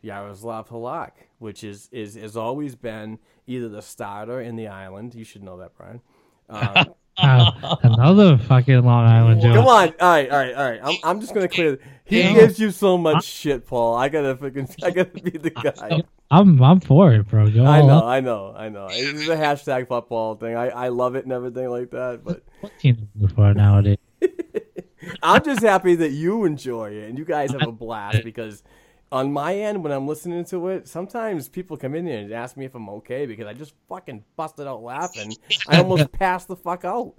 Yaroslav Halak, which is is has always been either the starter in the island. You should know that, Brian. Um,
Wow, Uh, another fucking Long Island joke.
come on, all right, all right, all right. I'm, I'm just gonna clear. He
Damn.
gives you so much shit, Paul. I gotta freaking, I gotta be the
*laughs*
guy.
I'm I'm for it, bro. Go
I
all
know,
up.
I know, I know. It's a hashtag football thing. I, I love it and everything like that. But
What team is it for nowadays?
I'm just happy that you enjoy it and you guys have a
*laughs*
blast because on my end, when I'm listening to it, sometimes people come in here and ask me if I'm okay because I just fucking busted out laughing. I
*laughs*
almost passed the fuck out.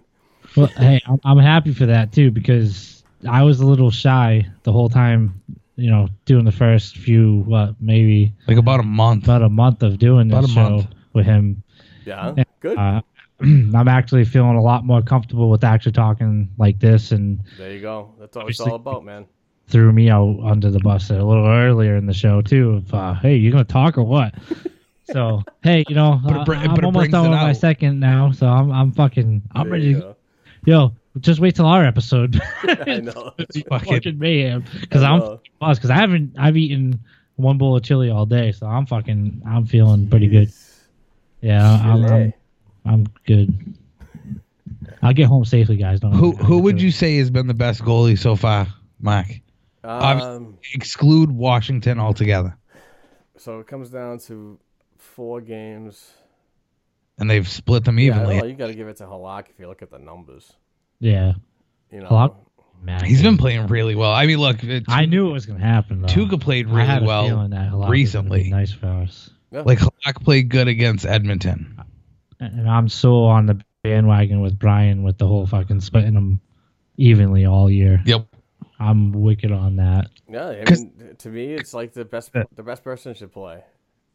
Well, hey, I'm, I'm happy for that too because I was a little shy the whole time. You know, doing the first few, what maybe
like about a month
about a month of doing
About
this
a
show
month.
with him, *clears throat*
Yeah. Good.
Uh, I'm actually feeling a lot more comfortable with actually talking like this and
there you go. That's what it's
obviously-
all about, man.
threw me out under the bus a little earlier in the show too. Of uh, hey, you gonna talk or what? so hey, you know,
But it
I-
br- but
I'm
it
almost
brings
done
it
with my
out.
second now, so I'm I'm fucking I'm
There
ready.
you
To,
go. *laughs*
yo, just wait till our episode. *laughs*
I know.
It's
Fucking-
fucking mayhem because
I
I'm
know.
buzzed because I haven't I've eaten one bowl of chili all day, so I'm fucking I'm feeling pretty good. Yeah, I'm, I'm
Chile.
I'm good. I'll get home safely, guys. Don't
Who who would
don't-
you say has been the best goalie so far, Mark?
Um,
Exclude Washington altogether,
so it comes down to four games.
and they've split them
Yeah,
evenly.
well, you got to give it to Halak if you look at the numbers.
Yeah,
You know,
Halak? man.
He's been playing really well. I mean, look, it-
I knew it was gonna happen. Though.
Tuca played
I had
really
a
well
feeling that Halak was gonna be
recently.
nice for us,
Like Halak played good against Edmonton.
and I'm so on the bandwagon with Brian with the whole fucking splitting them evenly all year.
Yep.
I'm wicked on that.
Yeah, I
'Cause-
mean, to me, it's like the best the best person should play,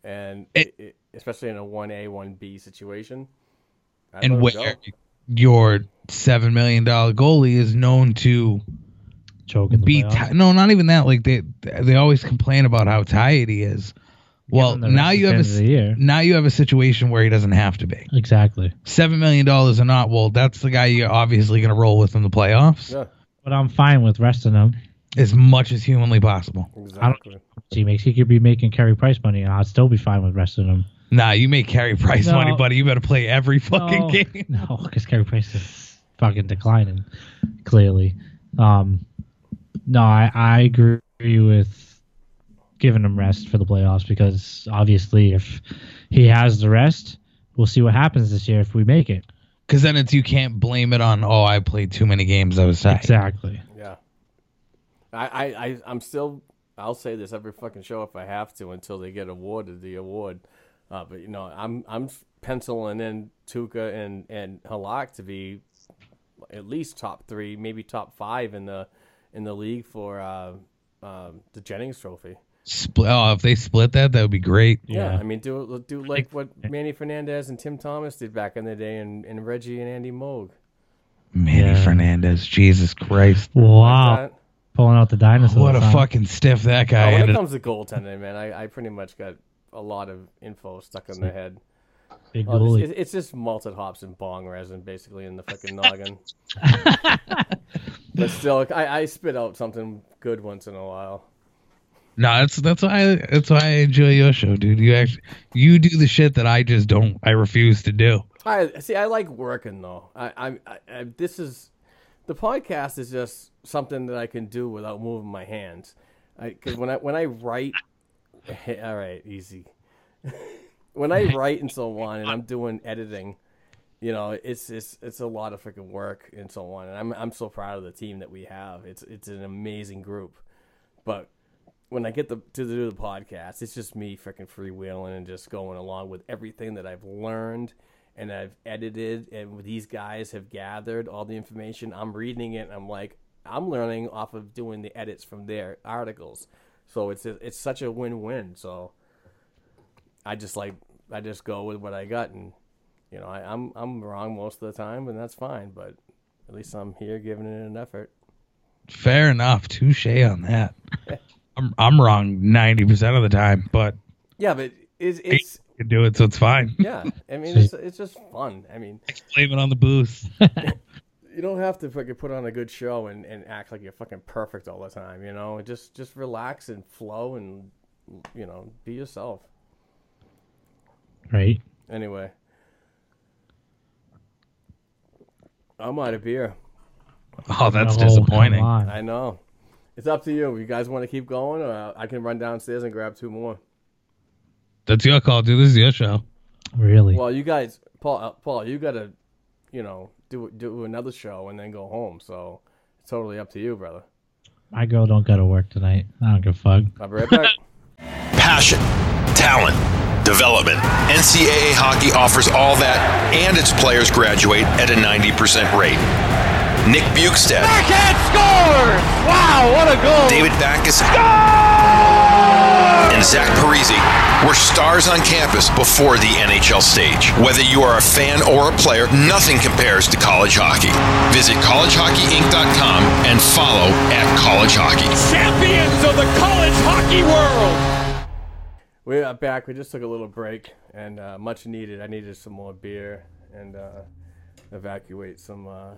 and
It-
i- i- especially in a one A one B situation. I'd
and
let
where
him
your seven million dollar goalie is known to
Choking the
be
playoffs.
ti- no, not even that. Like they they always complain about how tired he is. Well,
Given the
now
rest
you
of
have a
the end of the
s-
year.
now you have a situation where he doesn't have to be
Exactly.
seven million dollars or not. Well, that's the guy you're obviously going to roll with in the playoffs
Yeah,
But I'm fine with resting him.
as much as humanly possible.
exactly.
He makes he could be making Carey Price money, and I'd still be fine with resting him.
Nah, you may carry *laughs* price
No.
money, buddy. You better play every fucking
no,
game.
No, because Carey Price is fucking declining, clearly. Um, no, I, I agree with giving him rest for the playoffs because obviously if he has the rest, we'll see what happens this year if we make it.
Because then it's you can't blame it on oh I played too many games. I was tired.
Exactly.
Yeah, I, I, I, I'm still. I'll say this every fucking show if I have to until they get awarded the award. Uh, but you know, I'm I'm penciling in Tuca and and Halak to be at least top three, maybe top five in the in the league for uh, um the Jennings Trophy.
Spl- oh, if they split that, that would be great.
Yeah,
Yeah.
I mean, do do like what Manny Fernandez and Tim Thomas did back in the day, and, and Reggie and Andy Moog.
Manny
Yeah.
Fernandez, Jesus Christ.
Wow.
That-
Pulling out the dinosaur.
What a
sound.
fucking stiff that
Oh,
guy
when it
ended.
comes to goaltending, man, I, I pretty much got a lot of info stuck in the head.
Big
Oh,
goalie.
it's, it's just malted hops and bong resin, basically, in the fucking noggin. but still, I, I spit out something good once in a while.
No, that's that's why I, that's why I enjoy your show, dude. You actually you do the shit that I just don't. I refuse to do.
I see. I like working though. I, I'm. I, I, this is the podcast is just something that I can do without moving my hands. Because when I when I write, *laughs* all right, easy. *laughs* when I write and so on, and I'm doing editing, you know, it's it's it's a lot of freaking work and so on. And I'm I'm so proud of the team that we have. It's it's an amazing group, but. When I get the, to do the podcast, it's just me freaking freewheeling and just going along with everything that I've learned and I've edited, and these guys have gathered all the information. I'm reading it. And I'm like, I'm learning off of doing the edits from their articles. So it's it's such a win-win. So I just like I just go with what I got, and you know I, I'm I'm wrong most of the time, and that's fine. But at least I'm here giving it an effort.
Fair enough. Touche on that. I'm I'm wrong ninety percent of the time, but
Yeah, but it's, it's
you do it, so it's fine.
yeah. I mean, it's it's just fun. I mean,
Blame it on the booth.
you don't have to fucking put on a good show and, and act like you're fucking perfect all the time, you know? Just just relax and flow and you know, be yourself.
right.
Anyway. I'm out of beer.
Oh, that's
Oh, come
disappointing.
on.
I know. It's up to you. You guys want to keep going or I can run downstairs and grab two more.
That's your call, dude. This is your show.
Really.
Well, you guys Paul uh, Paul, you got to you know, do do another show and then go home. So, it's totally up to you, brother.
My girl don't go to work tonight. I don't give a fuck.
I'll be right back.
passion, talent, development. NCAA hockey offers all that, and its players graduate at a 90% rate. Nick Bukestad. Backhand scores! Wow, what a goal! David Backus. Score! and Zach Parisi were stars on campus before the NHL stage. Whether you are a fan or a player, nothing compares to college hockey. Visit collegehockeyinc.com and follow at college hockey.
Champions of the college hockey world.
We are back. We just took a little break and uh, much needed. I needed some more beer and uh, evacuate some uh,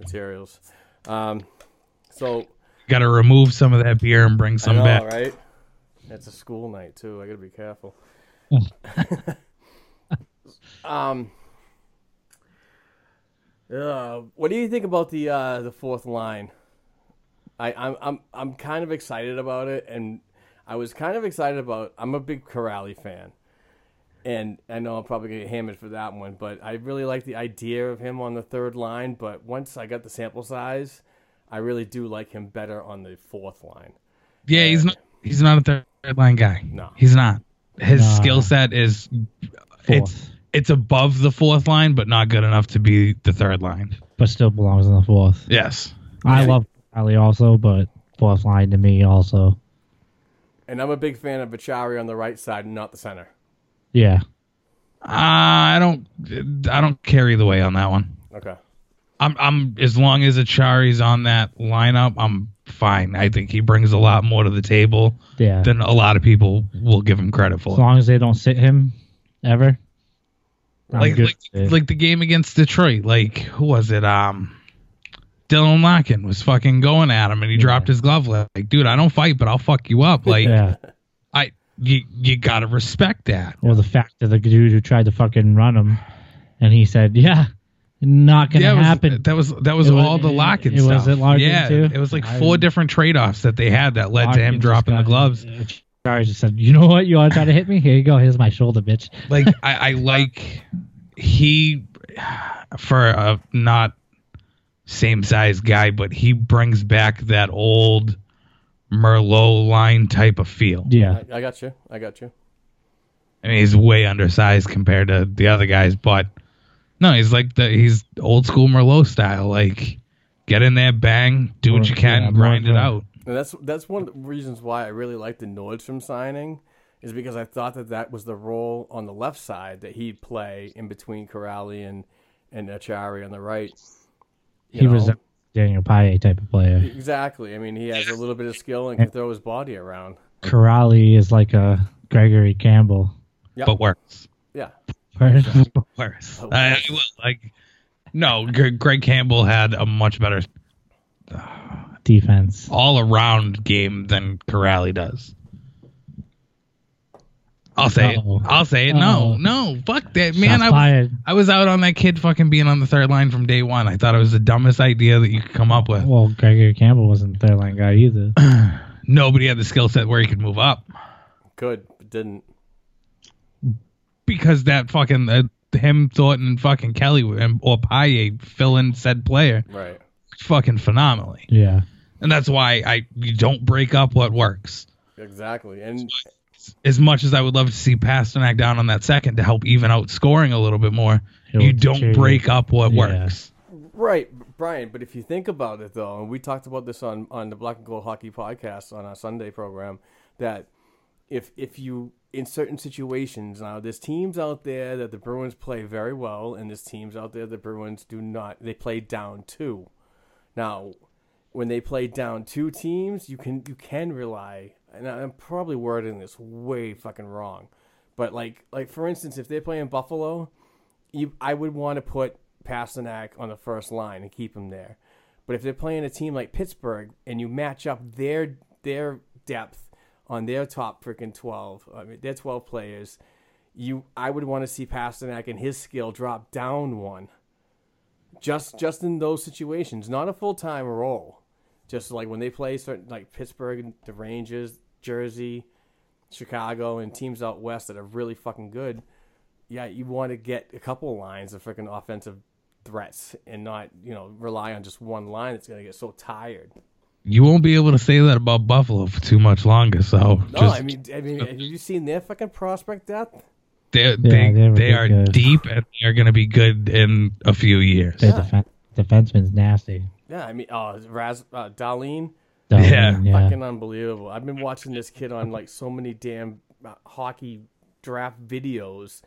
materials. Um, so
Got to remove some of that beer and bring some
I know,
back.
right? It's a school night too. I gotta be careful. um. uh, what do you think about the uh, the fourth line? I, I'm I'm I'm kind of excited about it, and I was kind of excited about. I'm a big Corrali fan, and I know I'm probably gonna get hammered for that one, but I really like the idea of him on the third line. But once I got the sample size, I really do like him better on the fourth line.
Yeah, he's not. He's not a third line guy.
No.
he's not. His
Nah.
skill set is it's it's above the fourth line, but not good enough to be the third line.
but still belongs in the fourth.
Yes.
I love Ali also, but fourth line to me also.
And I'm a big fan of Bachari on the right side and not the center.
Yeah.
Uh, I don't. I don't carry the way on that one.
Okay.
I'm. I'm as long as Achari's on that lineup, I'm fine. I think he brings a lot more to the table
Yeah.
than a lot of people will give him credit for.
As long as they don't sit him ever. I'm
like
good
like,
with it.
like the game against Detroit. Like who was it? Um, Dylan Larkin was fucking going at him, and he dropped his glove. Like, dude, I don't fight, but I'll fuck you up. Like,
Yeah.
I you you gotta respect that.
Or the fact that the dude who tried to fucking run him and he said, Yeah, not gonna
Yeah, it was-
happen.
that was that was
It
all the Larkin
it,
stuff.
Was it Larkin
yeah,
too?
it was like
I-
four different trade offs that they had that led to
Larkin
him
just
dropping the
got-
gloves.
Sorry, just said, You know what? You wanna try to hit me? Here you go, here's my shoulder, bitch.
like I, I like he for a not same size guy, but he brings back that old Merlot line type of feel.
I, I got you. I got you.
I mean he's way undersized compared to the other guys, but no, he's like the he's old school Merlot style. Like get in there, bang, do what you can,
Yeah,
grind it
Merlot.
out.
And that's that's one of the reasons why I really like the Nordstrom signing is because I thought that that was the role on the left side that he'd play in between Corrali and and Achari on the right.
He was a Daniel Paye type of player.
Exactly. I mean, he has a little bit of skill and can throw his body around.
Corrali is like a Gregory Campbell. *laughs*
Yep.
But worse.
Yeah.
Worse. I, I will, like no, Gre- Greg Campbell had a much better
Defense.
all around game than Corrali does. I'll say
Uh-oh.
it. I'll say it.
Uh-oh.
No, no, fuck that, man.
Shots
I was,
fired.
I was out on that kid fucking being on the third line from day one. I thought it was the dumbest idea that you could come up with.
Well, Gregory Campbell wasn't the third line
*clears throat*
guy either.
Nobody had the skill set where he could move up
Good, but didn't.
because that fucking uh, him Thornton and fucking Kelly and, or Paye fill in said player
Right.
fucking phenomenally,
Yeah.
and that's why I you don't break up what works.
Exactly. And
as much as I would love to see Pasternak down on that second to help even out scoring a little bit more,
He'll
you don't
change.
break up what
Yeah.
works.
Right, Brian. But if you think about it, though, and we talked about this on on the Black and Gold Hockey podcast on our Sunday program, that if if you in certain situations now, there's teams out there that the Bruins play very well, and there's teams out there the Bruins do not. They play down two. Now, when they play down two teams, you can you can rely. And I- I'm probably wording this way fucking wrong, but like like for instance, if they're playing Buffalo, you I would want to put Pasternak on the first line and keep him there. But if they're playing a team like Pittsburgh and you match up their their depth on their top freaking twelve, I mean their twelve players, you I would want to see Pasternak and his skill drop down one. Just just in those situations, not a full time role. Just like when they play certain like Pittsburgh and the Rangers, Jersey, Chicago, and teams out west that are really fucking good yeah, you want to get a couple lines of freaking offensive threats and not, you know, rely on just one line. It's going to get so tired.
You won't be able to say that about Buffalo for too much longer. So
No,
just
I mean, I mean, have you seen their fucking prospect depth?
they're,
they
they
were
they
good
are
guys.
deep and they're going to be good in a few years.
Their defen- defenseman's nasty.
Yeah, I mean, uh, Raz, uh, Darlene,
yeah.
Fucking unbelievable. I've been watching this kid on like so many damn uh, hockey draft videos,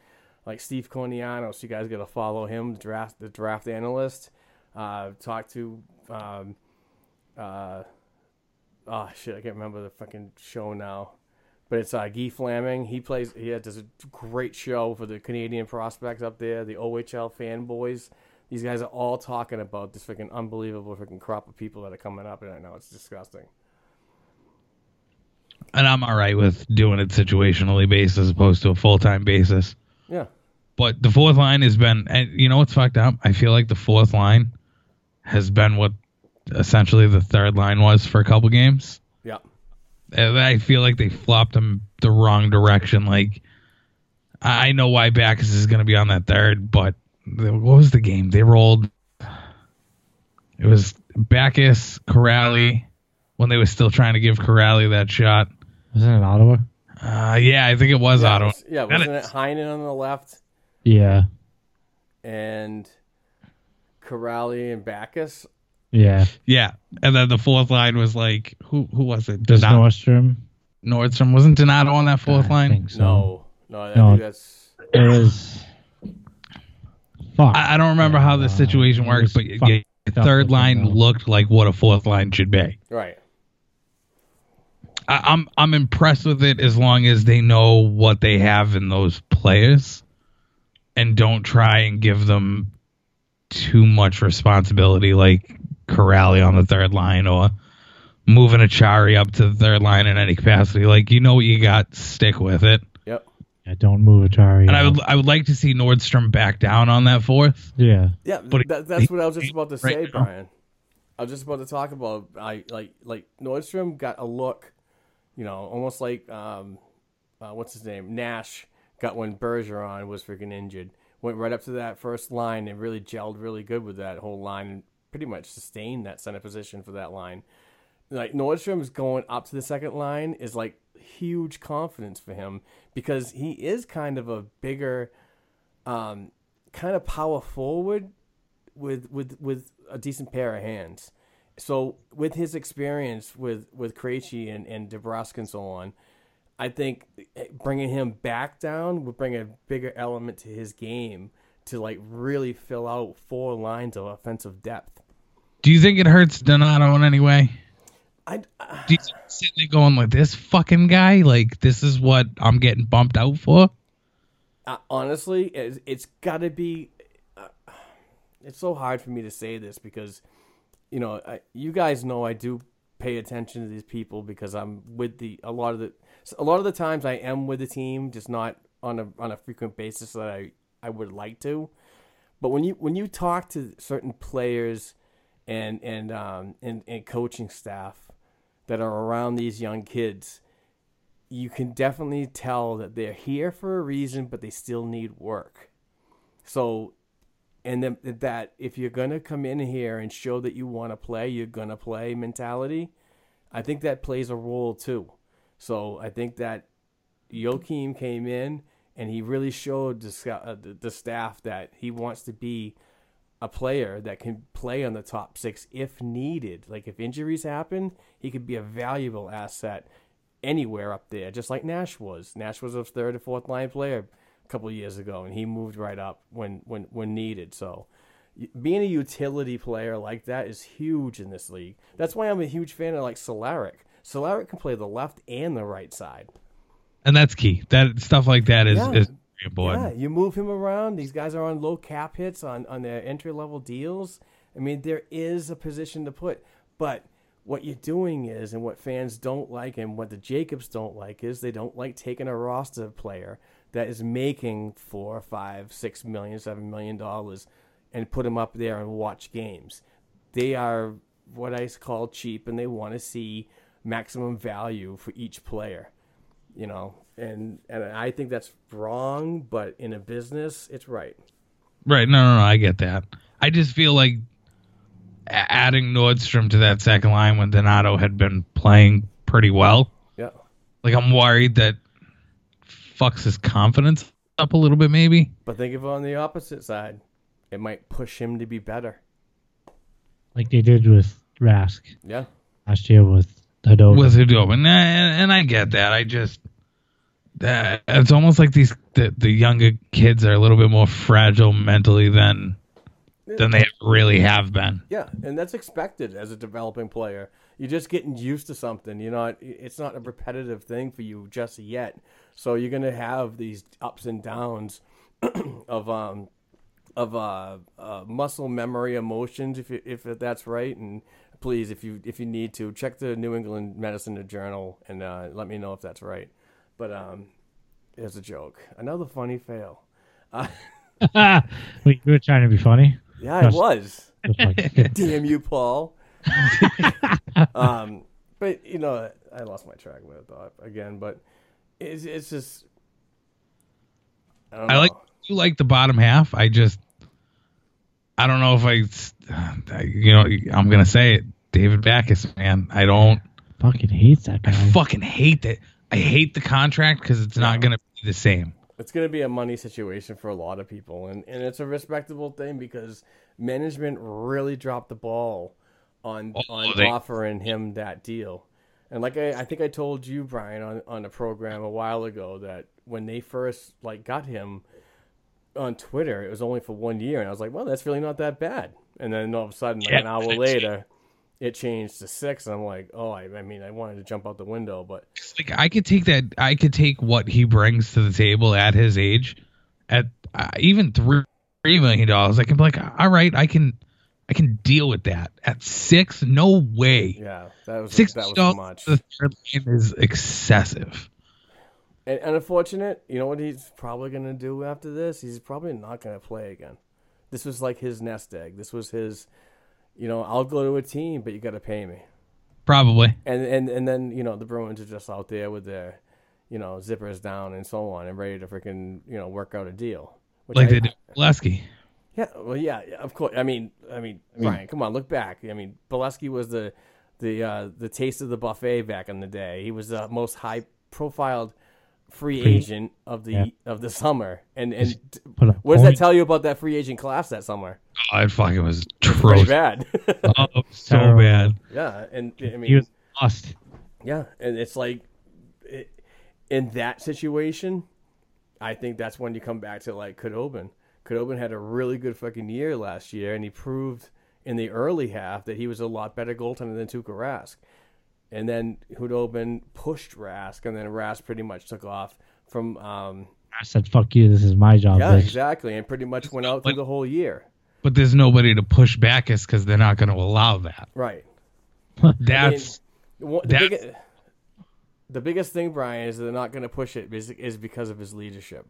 like Steve Corniano. So you guys got to follow him, draft the draft analyst. Uh, talk to, um, uh, oh shit, I can't remember the fucking show now, but it's uh, Guy Flaming. He plays. He has this great show for the Canadian prospects up there, the OHL fanboys. These guys are all talking about this freaking unbelievable freaking crop of people that are coming up, and I know it's disgusting.
and I'm all right with doing it situationally based as opposed to a full time basis.
Yeah.
But the fourth line has been, and you know what's fucked up? I feel like the fourth line has been what essentially the third line was for a couple games.
Yeah.
And I feel like they flopped them the wrong direction. Like, I I know why Backus is going to be on that third, but the- what was the game? They rolled. It was Backus, Corrali, when they were still trying to give Corrali that shot.
Wasn't it Ottawa?
Uh, yeah, I think it was Ottawa.
Yeah, wasn't it Heinen on the left
Yeah.
and Corrali and Backus?
Yeah.
Yeah, and then the fourth line was like, who who was it?
Does
Donato-
Nordstrom?
Nordstrom wasn't Donato on that fourth line?
No, no, I
No.
think that's
It was. Fuck. Uh,
I, I don't remember how this situation works, but yeah, the
fucked
third
up,
line
you know.
looked like what a fourth line should be.
right.
I, I'm I'm impressed with it as long as they know what they have in those players, and don't try and give them too much responsibility, like Corrali on the third line or moving Achari up to the third line in any capacity. Like you know what you got, stick with it.
Yep.
Yeah, don't move Atari.
And I would I would like to see Nordstrom back down on that fourth.
Yeah.
Yeah,
But
that,
it-
that's what I was just about to say,
right now-
Brian. I was just about to talk about I like like Nordstrom got a look, you know, almost like um, uh, what's his name Nash got when Bergeron was freaking injured. Went right up to that first line and really gelled really good with that whole line and pretty much sustained that center position for that line. Like Nordstrom's going up to the second line is like huge confidence for him because he is kind of a bigger um, kind of power forward with with with a decent pair of hands. So with his experience with with Krejci and and DeBrusque and so on, I think eh, bringing him back down would bring a bigger element to his game to like really fill out four lines of offensive depth.
Do you think it hurts Donato in any way?
I
Do you sit there going like this fucking guy? Like this is what I'm getting bumped out for?
uh, honestly, it's, it's got to be. Uh, it's so hard for me to say this because, you know, I, you guys know I do pay attention to these people because I'm with the a lot of the a lot of the times I am with the team, just not on a on a frequent basis that I I would like to. But when you when you talk to certain players and and um, and, and coaching staff that are around these young kids, you can definitely tell that they're here for a reason, but they still need work. So, and then that if you're gonna come in here and show that you want to play, you're gonna play mentality. I think that plays a role too. So I think that Joachim came in and he really showed the, sc- uh, the, the staff that he wants to be a player that can play on the top six if needed. Like if injuries happen, he could be a valuable asset anywhere up there, just like Nash was. Nash was a third or fourth line player a couple of years ago, and he moved right up when when when needed. So y- being a utility player like that is huge in this league. That's why I'm a huge fan of like Solaric. Solaric can play the left and the right side.
And that's key. That stuff like that is,
Yeah.
is very important.
Yeah, you move him around. These guys are on low cap hits on, on their entry level deals. I mean, there is a position to put, but what you're doing is, and what fans don't like, and what the Jacobs don't like is, they don't like taking a roster player that is making four, five, six million, seven million dollars, and put him up there and watch games. They are what I call cheap, and they want to see maximum value for each player you know and and i think that's wrong but in a business it's right
Right. No, no, no. I get that. I just feel like a- adding Nordstrom to that second line when Donato had been playing pretty well.
yeah
Like I'm worried that fucks his confidence up a little bit, maybe.
but think of it on the opposite side it might push him to be better
Like they did with Rask.
yeah
last year with Hadouken.
with Hadouken, and, and I get that. I just that it's almost like these the, the younger kids are a little bit more fragile mentally than than they really have been.
Yeah, and that's expected as a developing player. You're just getting used to something. You're not. It's not a repetitive thing for you just yet. So you're gonna have these ups and downs *clears throat* of um of uh, uh muscle memory, emotions. If you, if that's right, and please, if you if you need to, check the New England Medicine Journal and uh, let me know if that's right. But um, it's a joke. Another funny fail. Uh,
Wait, you were trying to be funny.
yeah, I
Just-
was.
*laughs*
just like-
Damn you, Paul. um, but you know, I lost my track of thought again. But it's it's just I don't know.
I like you like the bottom half. I just I don't know if I you know I'm gonna say it. David Backus, man. I don't
fucking hates that guy.
I fucking hate that. I hate the contract because it's not gonna be the same.
it's going to be a money situation for a lot of people, and and it's a respectable thing because management really dropped the ball on on
Oh, they-
offering him that deal. And like I, I think I told you, Brian, on on a program a while ago that when they first like got him, on Twitter, it was only for one year, and I was like, "Well, that's really not that bad." And then all of a sudden, like
Yeah,
an hour
that's-
later, it changed to six, and I'm like, "Oh, I, I mean, I wanted to jump out the window, but
It's like I could take that. I could take what he brings to the table at his age, at uh, even three three million dollars. I can be like, all right, I can, I can deal with that. At six, no way.
yeah, that was
Six
that was too
dollars
much
to the third line is excessive.
and, and unfortunate. You know what he's probably gonna do after this? He's probably not gonna play again. This was like his nest egg. This was his, you know, I'll go to a team, but you got to pay me.
Probably.
and and and then you know the Bruins are just out there with their you know zippers down and so on and ready to freaking you know work out a deal. Which
Like
I-
they did Lesky.
yeah, well, yeah, yeah, of course. I mean, I mean, Brian, come on, look back. I mean, Bolesky was the the uh, the taste of the buffet back in the day. He was the most high profiled free
Free.
agent of the
Yeah.
of the summer. And and
put up
what does that
points.
tell you about that free agent class that summer?
Oh, it fucking was
Pretty
atrocious.
bad. *laughs*
Oh, it was so
Terrible.
bad.
yeah, and I mean,
He was lost.
Yeah, and it's like it, in that situation, I think that's when you come back to like Kudobin. Kudobin had a really good fucking year last year, and he proved in the early half that he was a lot better goaltender than Tuukka Rask. And then Hudobin pushed Rask, and then Rask pretty much took off from. Um,
I said, "Fuck you. This is my job."
yeah,
bitch."
exactly, and pretty much went out through the whole year.
But there's nobody to push Backus because they're not going to allow
*laughs*
that.
Right.
That's
One- the,
That's-
biggest, the biggest thing, Brian, is they're not going to push it is, is because of his leadership.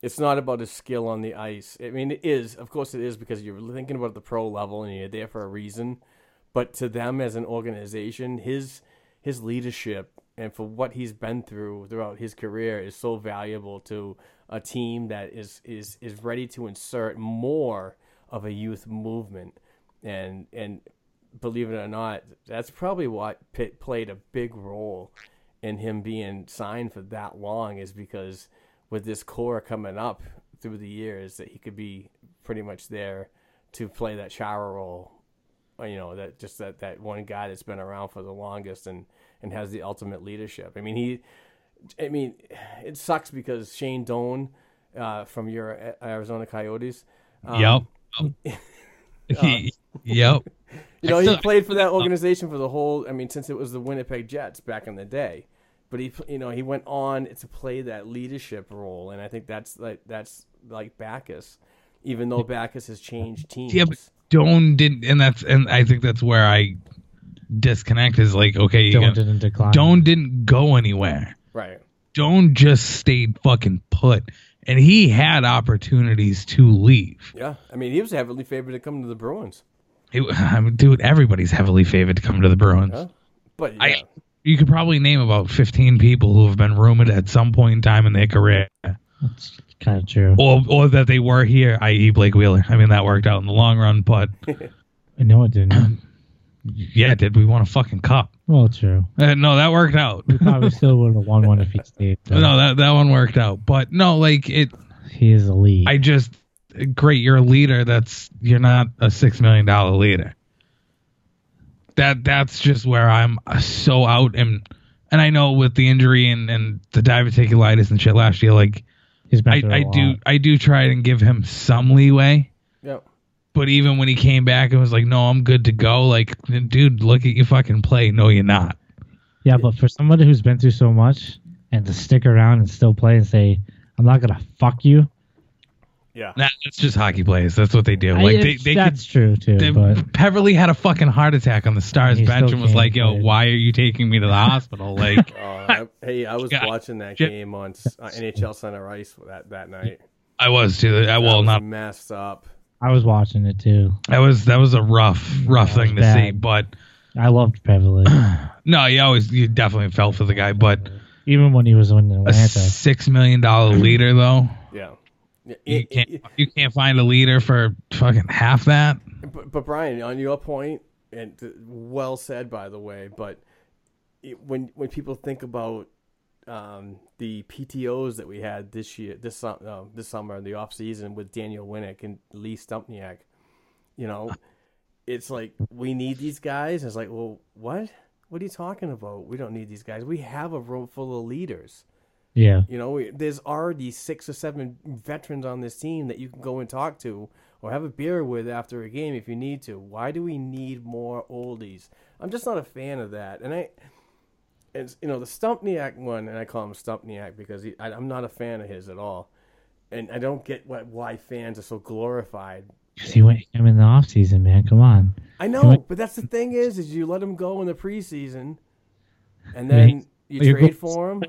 It's not about his skill on the ice. I mean, it is, of course, it is because you're thinking about the pro level and you're there for a reason. But to them as an organization, his his leadership and for what he's been through throughout his career is so valuable to a team that is is is ready to insert more of a youth movement and and believe it or not, that's probably what Pitt played a big role in him being signed for that long is because with this core coming up through the years that he could be pretty much there to play that shower role. uh, You know, that just that, that one guy that's been around for the longest and, and has the ultimate leadership. I mean he I mean, it sucks because Shane Doan uh, from your Arizona Coyotes. um, *laughs*
yep. He- yep.
You know,
I
he
still-
played for
*laughs*
that organization for the whole. I mean, since it was the Winnipeg Jets back in the day, but he, you know, he went on to play that leadership role, and I think that's like that's like Backus, even though Backus has changed teams.
Yeah, but Doan didn't, and that's and I think that's where I disconnect is like, okay, you
Dylan
got-
didn't decline.
Doan didn't go anywhere.
right.
Doan just stayed fucking put, and he had opportunities to leave.
Yeah, I mean, he was heavily favored to come to the Bruins,
It, I mean, dude, everybody's heavily favored to come to the Bruins.
Huh? but yeah,
I, you could probably name about 15 people who have been rumored at some point in time in their career,
That's kind of true.
or or that they were here, i.e., Blake Wheeler. I mean, that worked out in the long run, but *laughs*
I know it
*clears throat*
didn't.
yeah, did we want a fucking cup?
well, true.
Uh, no, that worked out.
We probably still would have won one if he stayed. though.
No, that that one worked out. But no, like it,
he is a lead.
I just great. You're a leader. That's you're not a six million dollar leader. that that's just where I'm so out and and I know with the injury and and the diverticulitis and shit last year, like
He's been
I,
through a
I
lot.
do I do try and give him some leeway.
Yep.
But even when he came back and was like, "No, I'm good to go," like, dude, look at you fucking play. No, you're not.
Yeah, but for somebody who's been through so much and to stick around and still play and say, "I'm not gonna fuck you,"
Yeah.
Nah, it's just hockey players. That's what they do.
I-
Like they,
it's-
they could,
that's true too.
they-
but
Peverly had a fucking heart attack on the Stars
He
bench
still
and was
came
like, "Yo,
good.
why are you taking
*laughs*
me to the hospital?" Like,
Oh,
*laughs*
I- hey, I was
God.
watching that
Shit.
game on s- uh, NHL Center Ice that that night.
I was too. I well,
was
not.
messed up.
I was watching it too.
That was that was a rough, rough
was
thing to
bad.
see. But
I
*clears throat*
loved Beverly,
no, you always you definitely fell for the guy. But
even when he was in
a
Atlanta.
six million dollar leader though,
Yeah. Yeah,
you
it-
can't
it-
you can't find a leader for fucking half that.
But, but Brian, on your point, and th- well said, by the way. But it, when when people think about um, the PTOS that we had this year, this sum- uh, this summer, the off season with Daniel Winnick and Lee Stumpniak, you know, it's like we need these guys. It's like, well, what? What are you talking about? We don't need these guys. We have a room full of leaders.
Yeah,
You know, we- there's already six or seven veterans on this team that you can go and talk to or have a beer with after a game if you need to. Why do we need more oldies? I'm just not a fan of that. And I, it's, you know, the Stumpniak one, and I call him Stumpniak because he, I, I'm not a fan of his at all. And I don't get what, why fans are so glorified.
because he went him in the off season, man. Come on.
I know, but that's the thing is, is you let him go in the preseason, and then you
you go-
trade for *laughs* him.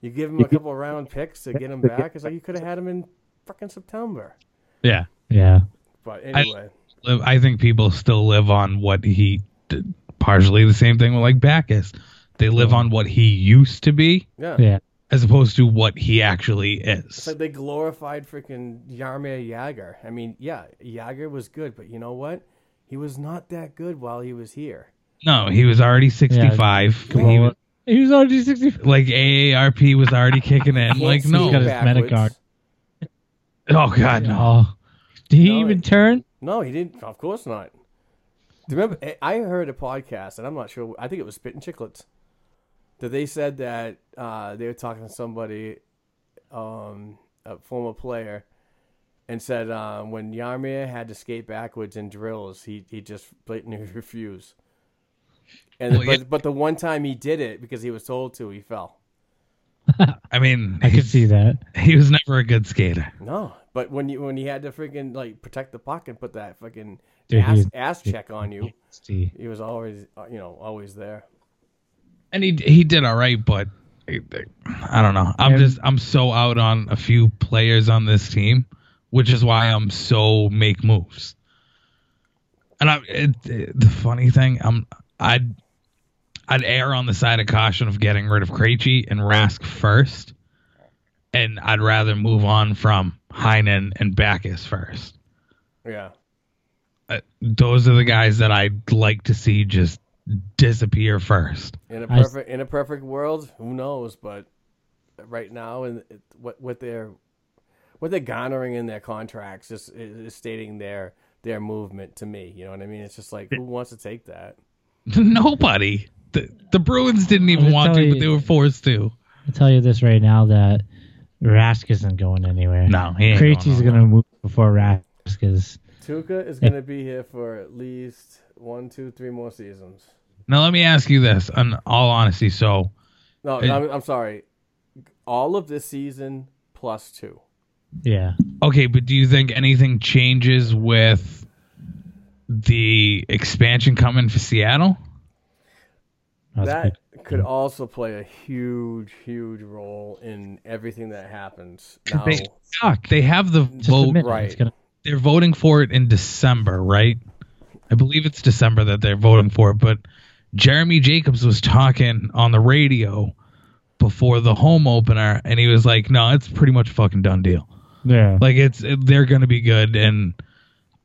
You give him a couple round picks to get him back. It's like you could have had him in fucking September.
Yeah,
Yeah,
But anyway,
live, I think people still live on what he did. Partially the same thing with like Backus. They live on what he used to be
yeah.
yeah.
as opposed to what he actually is.
It's like they glorified freaking Yarmir Yager. I mean, yeah, Yager was good, but you know what? He was not that good while he was here.
No, he was already 65.
Come
He
on.
was-
He was already 65.
like AARP was already
*laughs*
kicking in. Like
He's
no,
got his
backwards.
Medicard.
oh god, no.
*laughs* Oh, did he
No,
even
it-
turn?
No, he didn't. Of course not. Do you remember? eh, I I heard a podcast, and I'm not sure. I think it was Spitting Chicklets. That they said that uh, they were talking to somebody, um, a former player, and said um, when Yarmir had to skate backwards in drills, he he just blatantly *laughs* refused. And
Well,
but,
yeah.
but the one time he did it because he was told to, he fell.
I mean,
I could see that.
he was never a good skater.
No, but when you when he had to freaking like protect the puck and put that fucking
Dude,
ass,
he's-
ass *laughs* check on you,
See.
he was always uh, you know always there.
And he he did all right, but I I don't know. I'm
And-
just I'm so out on a few players on this team, which is why I'm so make moves. And I it, it- the funny thing, I'm I'd I'd err on the side of caution of getting rid of Krejci and Rask first, and I'd rather move on from Heinen and Backus first.
Yeah.
Uh, those are the guys that I'd like to see just disappear first.
In a
I s-
perfect in a perfect world, who knows? But right now, and it- what what they're what they're garnering in their contracts is, is stating their their movement to me. You know what I mean? It's just like who wants to take that?
*laughs* Nobody. The, the Bruins didn't even
That's
want to,
how
but they
you-
were forced to.
I'll tell you this right now that Rask isn't going anywhere.
No, he ain't
Krejci's
going
gonna move before Rask is.
Tuca is going to be here for at least one, two, three more seasons.
Now let me ask you this, in all honesty. So
No,
Hey.
I'm, I'm sorry. All of this season plus two.
Yeah,
okay, but do you think anything changes with the expansion coming for Seattle?
That's
that could also play a huge, huge role in everything that happens. Now,
They suck. They have the
just a
vote.
minute.
right.
It's gonna
They're voting for it in December, right? I believe it's December that they're voting for it, but Jeremy Jacobs was talking on the radio before the home opener and he was like, "No, it's pretty much a fucking done deal."
yeah.
Like it's they're going to be good, and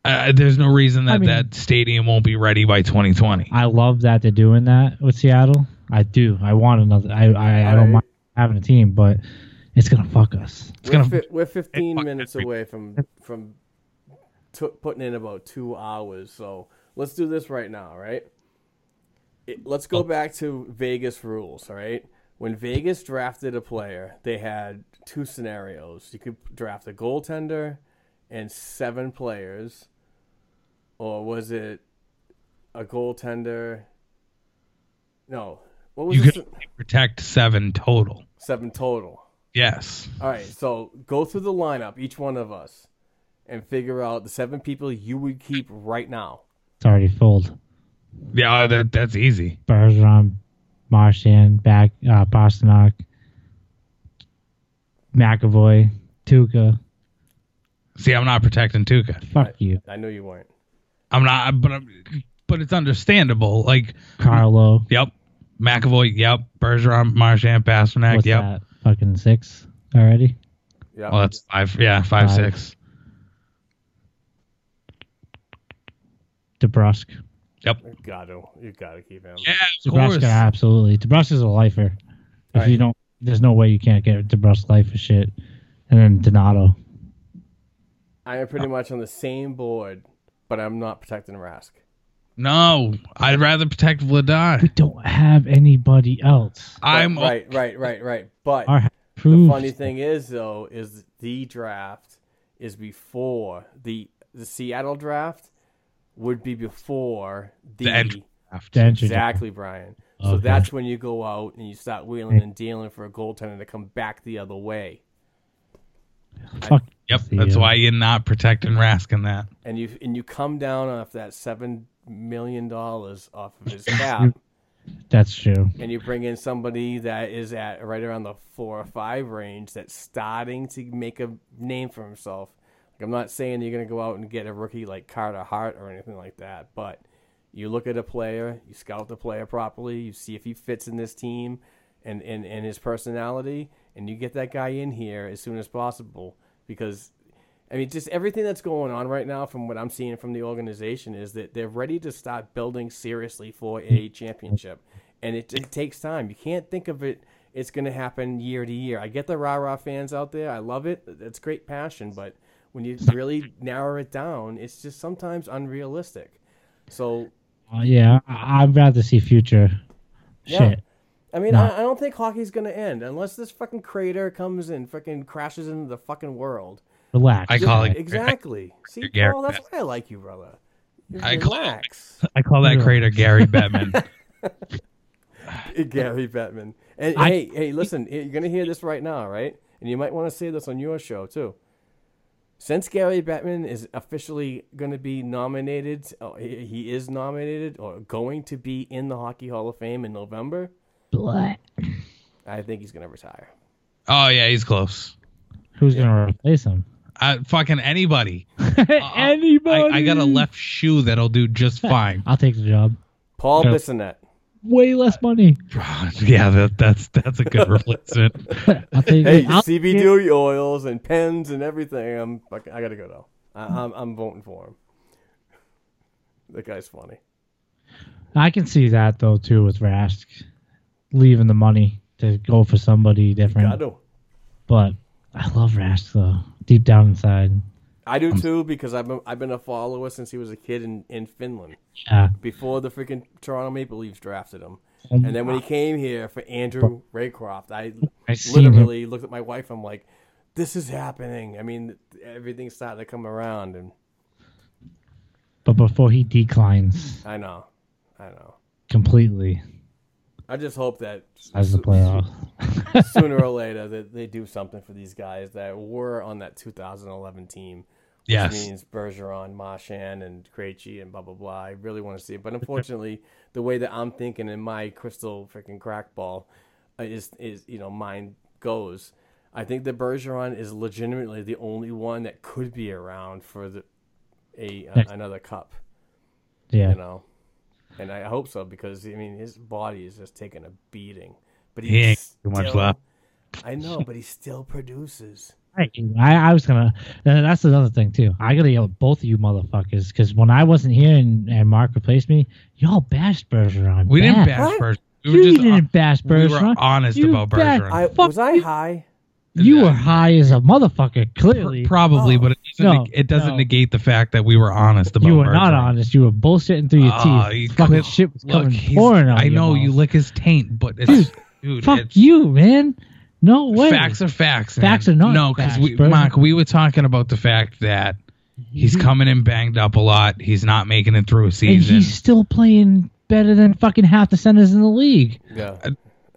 uh, there's no reason that
I mean-
that stadium won't be ready by 2020.
I love that they're doing that with Seattle. I do. I want another. I I, I
Right.
don't mind having a team, but it's gonna fuck us.
It's
we're,
gonna
fi- we're 15
fuck
minutes
every-
away from from t- putting in about two hours, so let's do this right now, right? It, let's
Oh.
go back to Vegas rules, all right? When Vegas drafted a player, they had two scenarios. You could draft a goaltender and seven players, or was it a goaltender? No. What was
You
it?
could protect seven total.
Seven total.
Yes.
All right, so go through the lineup, each one of us, and figure out the seven people you would keep right now.
It's already fold.
Yeah, uh, that that's easy.
Bergeron, Martian, back uh, Pasternak, McAvoy, Tuca.
See, I'm not protecting Tuca.
Fuck you,
I knew you weren't.
I'm not, but I'm, but it's understandable. Like
Carlo.
Yep. McAvoy. Yep. Bergeron, Marchand, Pasternak.
What's
yep.
that? Fucking six already.
Yeah.
Well, that's five. Yeah, five,
Five.
six.
DeBrusque.
Yep.
You gotta, you gotta keep him.
Yeah,
DeBrusque, absolutely. DeBrusque is a lifer. If
Right.
you don't, there's no way you can't get DeBrusque lifer shit. And then Donato.
I am pretty much on the same board, but I'm not protecting Rask.
No, I'd rather protect
*laughs*
Vladar.
Don't have anybody else.
I'm
right, right, right, right. But
Our
Ah, the
proof.
funny thing is, though, is the draft is before the the Seattle draft would be before the,
The entry
The entry draft.
exactly, Brian. So
Okay.
that's when you go out and you start wheeling and dealing for a goaltender to come back the other way.
Fuck.
Yep, that's
Yeah.
why you're not protecting Rask in that.
and you and you come down off that seven million dollars off of his cap,
That's true.
and you bring in somebody that is at right around the four or five range that's starting to make a name for himself. Like I'm not saying you're going to go out and get a rookie like Carter Hart or anything like that, but you look at a player, you scout the player properly, you see if he fits in this team and and, and his personality, and you get that guy in here as soon as possible because I mean, just everything that's going on right now, from what I'm seeing from the organization, is that they're ready to start building seriously for a championship, and it, it takes time. You can't think of it; it's going to happen year to year. I get the rah rah fans out there; I love it. That's great passion, but when you really narrow it down, it's just sometimes unrealistic. So,
Uh, yeah, I- I'd rather see future
Yeah.
shit.
I mean,
Nah.
I, I don't think hockey's going to end unless this fucking crater comes and fucking crashes into the fucking world.
Relax.
I call
*laughs*
it
exactly. See,
Gary
Paul, that's why I like you, brother.
I call-
Relax.
I call that
Really?
crater
*laughs*
Gary Bettman.
Gary Bettman. And
I-
hey, hey, listen, you're gonna hear this right now, right? And you might want to say this on your show too. Since Gary Bettman is officially gonna be nominated, oh, he he is nominated or going to be in the Hockey Hall of Fame in November.
Blah.
I think he's gonna retire.
oh yeah, he's close.
Who's gonna replace him?
I, fucking anybody.
Uh,
I,
Anybody?
I got a left shoe that'll do
*laughs*
just fine.
I'll take the job.
Paul
Yeah.
Bissonnette.
Way less money.
*laughs*
*laughs*
yeah, that, that's that's a *laughs* good replacement.
I'll take.
Hey,
I'll-
CBD oils and pens and everything. I'm fucking, I gotta go though.
Hmm.
I, I'm I'm voting for him. That guy's funny.
I can see that though too with Rask leaving the money to go for somebody different.
Gotta.
But I love Rask though, deep down inside.
I do too because I've been, I've been a follower since he was a kid in, in Finland
Yeah,
before the freaking Toronto Maple Leafs drafted him.
Oh
And then when he came here for Andrew Raycroft, I
I seen him.
literally looked at my wife. I'm like, this is happening. I mean, everything's starting to come around. And
But before he declines
I know. I know.
completely
I just hope that
as the
so-
playoff,
sooner or later that they do something for these guys that were on that 2011 team. Which
Yes.
means Bergeron, Marchand, and Krejci, and blah blah blah. I really want to see it, but unfortunately, the way that I'm thinking in my crystal freaking crackball uh, is is you know mine goes. I think that Bergeron is legitimately the only one that could be around for the a uh,
Next.
another cup,
yeah,
you know, and I hope so because I mean his body is just taking a beating, but
He ain't
he's
too much
still-
left.
I know, but he still produces.
Right. I, I was gonna. and That's another thing too. I gotta yell at both of you motherfuckers because when I wasn't here and, and Mark replaced me, y'all bashed Bergeron.
We didn't
bad.
bash Bergeron. We
you
were just
didn't bash
we
Bergeron.
were honest
You
about
bash-
Bergeron.
I was I high?
You were high as a motherfucker, clearly.
Probably, but it doesn't,
Oh. No,
neg- it doesn't
no.
negate the fact that we were honest about
You were
Bergeron.
not honest. You were bullshitting through your
Ah,
teeth.
you
Fucking
clip-
shit was
look,
coming
he's-
pouring out
I
of your
know
mouth.
you lick his taint, but it's dude,
Fuck
it's-
you, man. No way.
facts are facts. man.
Facts are not
No, because
facts,
we,
bro.
Mark, we were talking about the fact that he's coming in banged up a lot. He's not making it through a
and
season.
he's still playing better than fucking half the centers in the league.
Yeah. I
that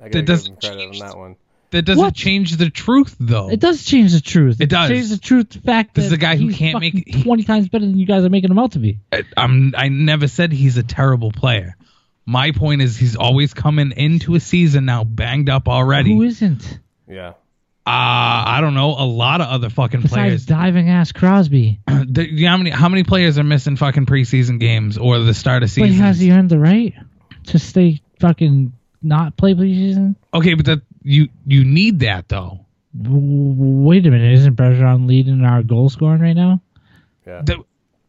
gotta give him
doesn't
credit on that one.
that doesn't
What?
change the truth though.
It does change the truth.
It does.
change the truth. The fact
This
that
is a guy who
he's
can't
fucking
make-
twenty times better than you guys are making him out to be.
I, I'm I never said he's a terrible player. My point is he's always coming into a season now banged up already.
Who isn't?
Yeah.
Uh, I don't know. A lot of other fucking
Besides
players.
diving ass Crosby,
The- you know how many how many players are missing fucking preseason games or the start of
but
season?
has he earned the right to stay fucking not play preseason?
okay, but that you you need that though.
W- Wait a minute, isn't Bergeron leading our goal scoring right now?
The- uh,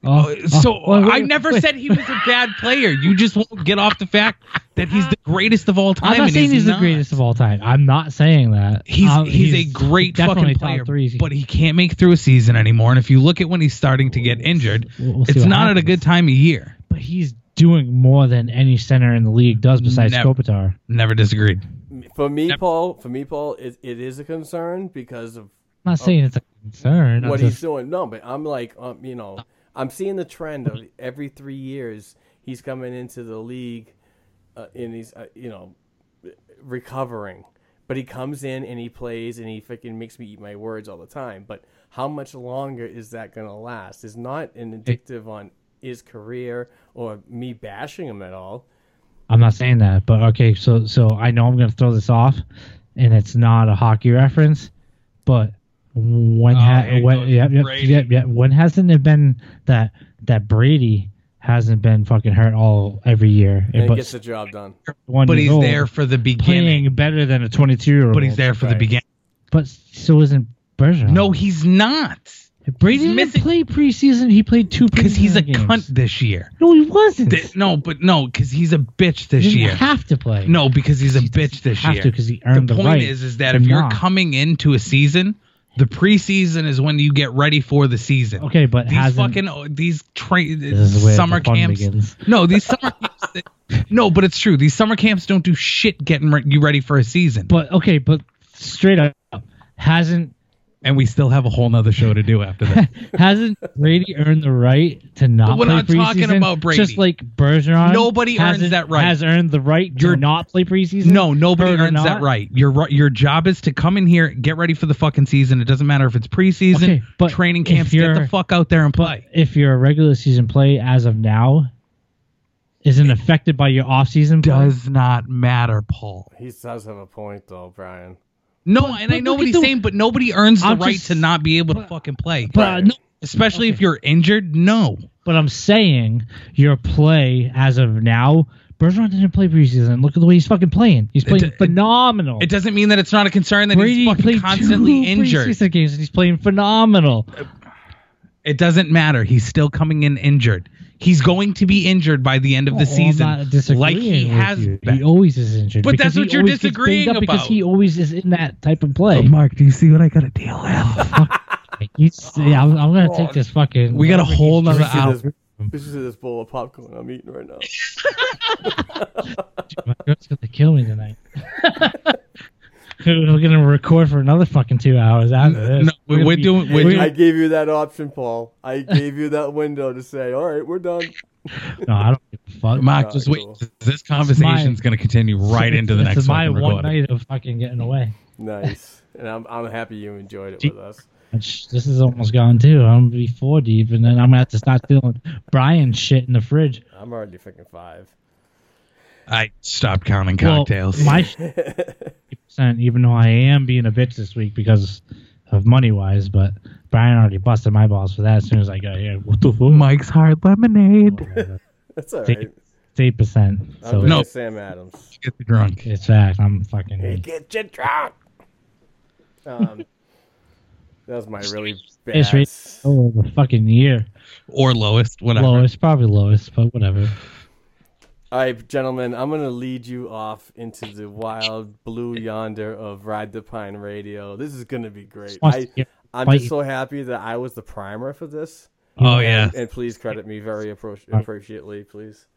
Oh,
so
oh, wait,
I never
wait.
said he was a bad player. You just won't get off the fact that he's
*gasps*
the greatest of all time.
I'm not
and
saying he's, the
not.
greatest of all time. I'm not saying that.
He's
Um,
he's, a great fucking
definitely top
player,
three.
but he can't make through a season anymore. And if you look at when he's starting to get injured,
We'll- we'll see
it's
what
not at a good time of year.
But he's doing more than any center in the league does besides
Never.
Kopitar.
Never disagreed.
For me, Paul. For me, Paul. It, it is a concern because of
I'm not
Oh.
saying it's a concern. I'm
what
just-
he's doing. No, but I'm like, um, you know, I'm seeing the trend of every three years he's coming into the league, uh, and he's, uh, you know, recovering. But he comes in and he plays and he freaking makes me eat my words all the time. But how much longer is that going to last? Is not an indicative on his career or me bashing him at all.
I'm not saying that, but okay. So so I know I'm going to throw this off, and it's not a hockey reference, but when
Oh,
ha-
here
when
goes
yep, yep,
Brady.
yep, yep, when hasn't it been that that Brady hasn't been fucking hurt all every year,
And he
but
gets the job done.
one
But
year
he's
old,
there for the beginning.
playing better than a 22 year old.
But he's there for the beginning.
But so isn't Bergeron.
No, he's not.
Brady didn't
missing-
play preseason. He played two
Because he's a
preseason games.
cunt this year.
No, he wasn't.
Th- no, but no, because he's a bitch this
he didn't
year.
have to play.
No, because he's a bitch this
have
year.
to 'cause he earned the
point
right
is, is that
to
if you're
not.
coming into a season, the preseason is when you get ready for the season.
Okay, but
these
hasn't-
fucking oh, these train
is where
summer
the fun
camps.
begins.
No, these summer camps. that- *laughs* no, but it's true. These summer camps don't do shit getting re- you ready for a season,
But okay, but straight up, hasn't *laughs*
and we still have a whole nother show to do after that.
hasn't Brady earned the right to not?
But we're
play
not talking
preseason?
about Brady.
Just like Bergeron,
Nobody earns
hasn't-
that right.
Has earned the right to
You're-
not play preseason.
No, nobody
Heard or
earns that
not?
right. Your ri- your job is to come in here, get ready for the fucking season. It doesn't matter if it's preseason,
Okay, but
training
if
camps. Get the
you're-
fuck out there and play.
If your regular season play as of now isn't affected by your off season play,
Does not matter, Paul.
He does have a point though, Brian.
No, and I
but
know
look
what
at
he's
the-
saying, but nobody earns the
I'm
right
just-
to not be able to fucking play.
but uh, no,
Especially if you're injured. No.
but I'm saying your play as of now. Bergeron didn't play preseason. Look at the way he's fucking playing. He's playing
d- it-
phenomenal.
It doesn't mean that it's not a concern that
Brady
he's fucking
played
constantly
two
injured.
*laughs* preseason games and he's playing phenomenal. Oh,
It doesn't matter. He's still coming in injured. He's going to be injured by the end of the
Well, Oh, I'm
season.
not disagreeing
like he
with
has
you.
been.
He always is injured.
But
because
that's what
he
you're
always gets banged
disagreeing
up Because
about.
he always is in that type of play.
Mark, do you see what I got to deal with?
Like, he's- yeah, I'm, I'm gonna take this fucking.
We got a whole
Whatever
nother
he's
hour.
This, this is this bowl of popcorn I'm eating right now.
doing, My girl's gonna kill me tonight. *laughs* We're gonna record for another fucking two hours after this.
no, we're
gonna
doing- we're
gonna-
I gave you that option, Paul. I gave you that window to say, "All right, we're done."
No, I don't give a fuck.
Mark, just wait. This conversation's going to continue right into the
This
next
is my
fucking
one
recording.
night of fucking getting away.
Nice, and I'm I'm happy you enjoyed it with us.
Which- This is almost gone too. I'm gonna be four deep, and then I'm gonna have to start stealing Brian's shit in the fridge.
I'm already freaking five.
I stopped counting
Well,
cocktails.
my sh- percent, even though I am being a bitch this week because of money wise, but Brian already busted my balls for that as soon as I got here. What the fuck? Oh,
Mike's hard lemonade.
That's all
Take
right.
Eight percent.
I'm
So
no.
No.
Sam Adams.
Get the drunk.
it's fact. I'm fucking.
Get you drunk. Um, that was my really bad.
It's rate oh the fucking year.
or lowest, whatever.
Lowest, probably lowest, but whatever.
All right, gentlemen, I'm going to lead you off into the wild blue yonder of Ride the Pine Radio. This is going to be great.
Must-
I,
yeah,
I'm
fight
just
you.
so happy that I was the primer for this.
Oh,
And-
yeah.
And please credit me very appro- appreciately, please.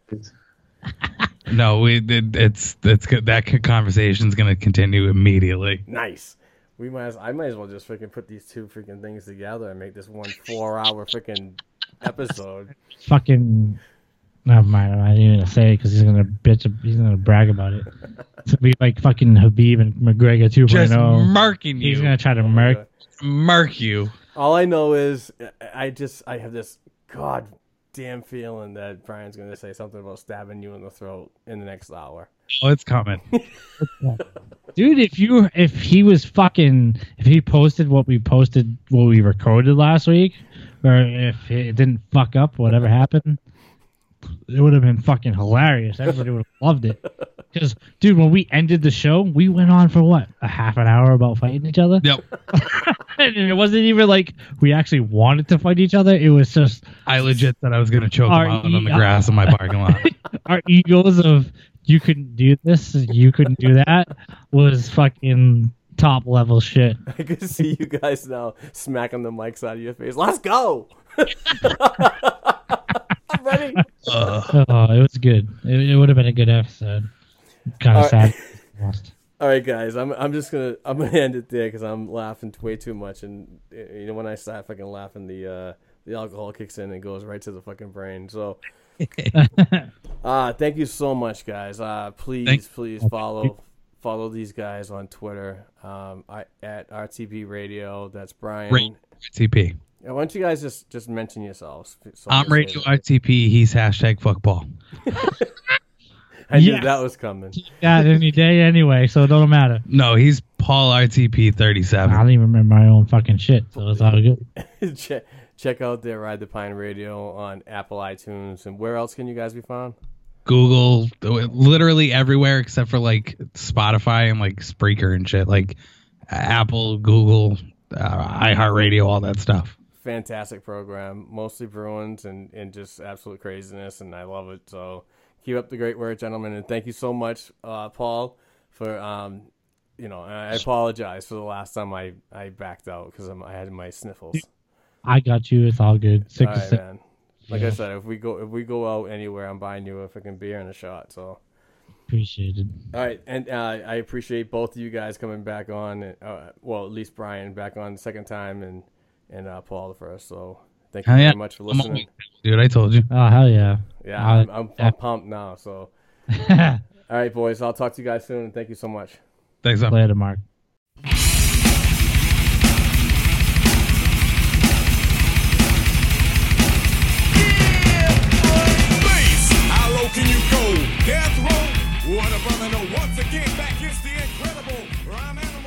No, we it, it's it's good. that co- conversation's gonna continue immediately.
Nice. We might as I might as well just freaking put these two freaking things together and make this one four hour freaking episode.
fucking. Never mind. I didn't even say it because he's gonna bitch. He's gonna brag about it. It's gonna be like fucking Habib and McGregor 2.0.
Just marking you.
He's gonna try to murk.
Mark you.
All I know is I- I just I have this god damn feeling that Brian's gonna say something about stabbing you in the throat in the next hour. *laughs*
Oh, it's coming.
Dude, if you if he was fucking if he posted what we posted what we recorded last week, or if it didn't fuck up whatever happened, it would have been fucking hilarious. Everybody would have loved it. Because dude, when we ended the show, we went on for what a half an hour about fighting
*laughs*
each other.
Yep.
and it wasn't even like we actually wanted to fight each other. It was just
I legit thought I was gonna choke
Are
him out on the
you-
grass in my parking
*laughs*
lot.
our egos of you couldn't do this, you couldn't do that was fucking top level shit.
I can see you guys now smacking the mics out of your face. Let's go. I'm ready.
Oh, it was good. It, it would have been a good episode. Kind of
All right.
sad. Lost.
All right, guys. I'm I'm just gonna I'm gonna end it there because I'm laughing way too much, and uh, you know when I start fucking laughing, the uh, the alcohol kicks in and goes right to the fucking brain.
*laughs*
So, uh thank you so much, guys. Uh, please,
Thank-
please follow follow these guys on Twitter. Um, I, at RTB Radio. That's Brian.
Right. TP.
Yeah, why don't you guys just just mention yourselves? So
I'm
can say
Radio
that.
ITP. He's hashtag fuckball.
I knew
Yes.
that was coming. *laughs*
That any day anyway, so it don't matter.
No, he's Paul RTP
I
37.
don't even remember my own fucking shit, so it's all good.
check, check out their Ride the Pine Radio on Apple iTunes and where else can you guys be found?
Google, literally everywhere except for like Spotify and like Spreaker and shit, like Apple, Google, uh, iHeartRadio, all that stuff.
fantastic program, mostly Bruins and, and just absolute craziness, and I love it. So keep up the great work, gentlemen, and thank you so much, uh, Paul, for um, you know, and I apologize for the last time I I backed out because I had my
*laughs*
sniffles.
I got you. It's all good.
All
Six to
right,
six.
man. Like I
Yeah.
said, if we go if we go out anywhere, I'm buying you a freaking beer and a shot. So
Appreciated.
all right, and uh, I appreciate both of you guys coming back on. Uh, well, at least Brian back on the second time, and and uh, Paul the first. So thank you
Oh, yeah.
very much for
I'm
listening.
always- dude, I told you.
Oh hell yeah.
Yeah,
Uh,
I'm, I'm, I'm pumped now. So, all right, boys, I'll talk to you guys soon. and Thank you so much.
Thanks, man.
Later, Mark.
Face, how low can you go? Death row? What a brother, no. Once again, back is the incredible Ryan Adams.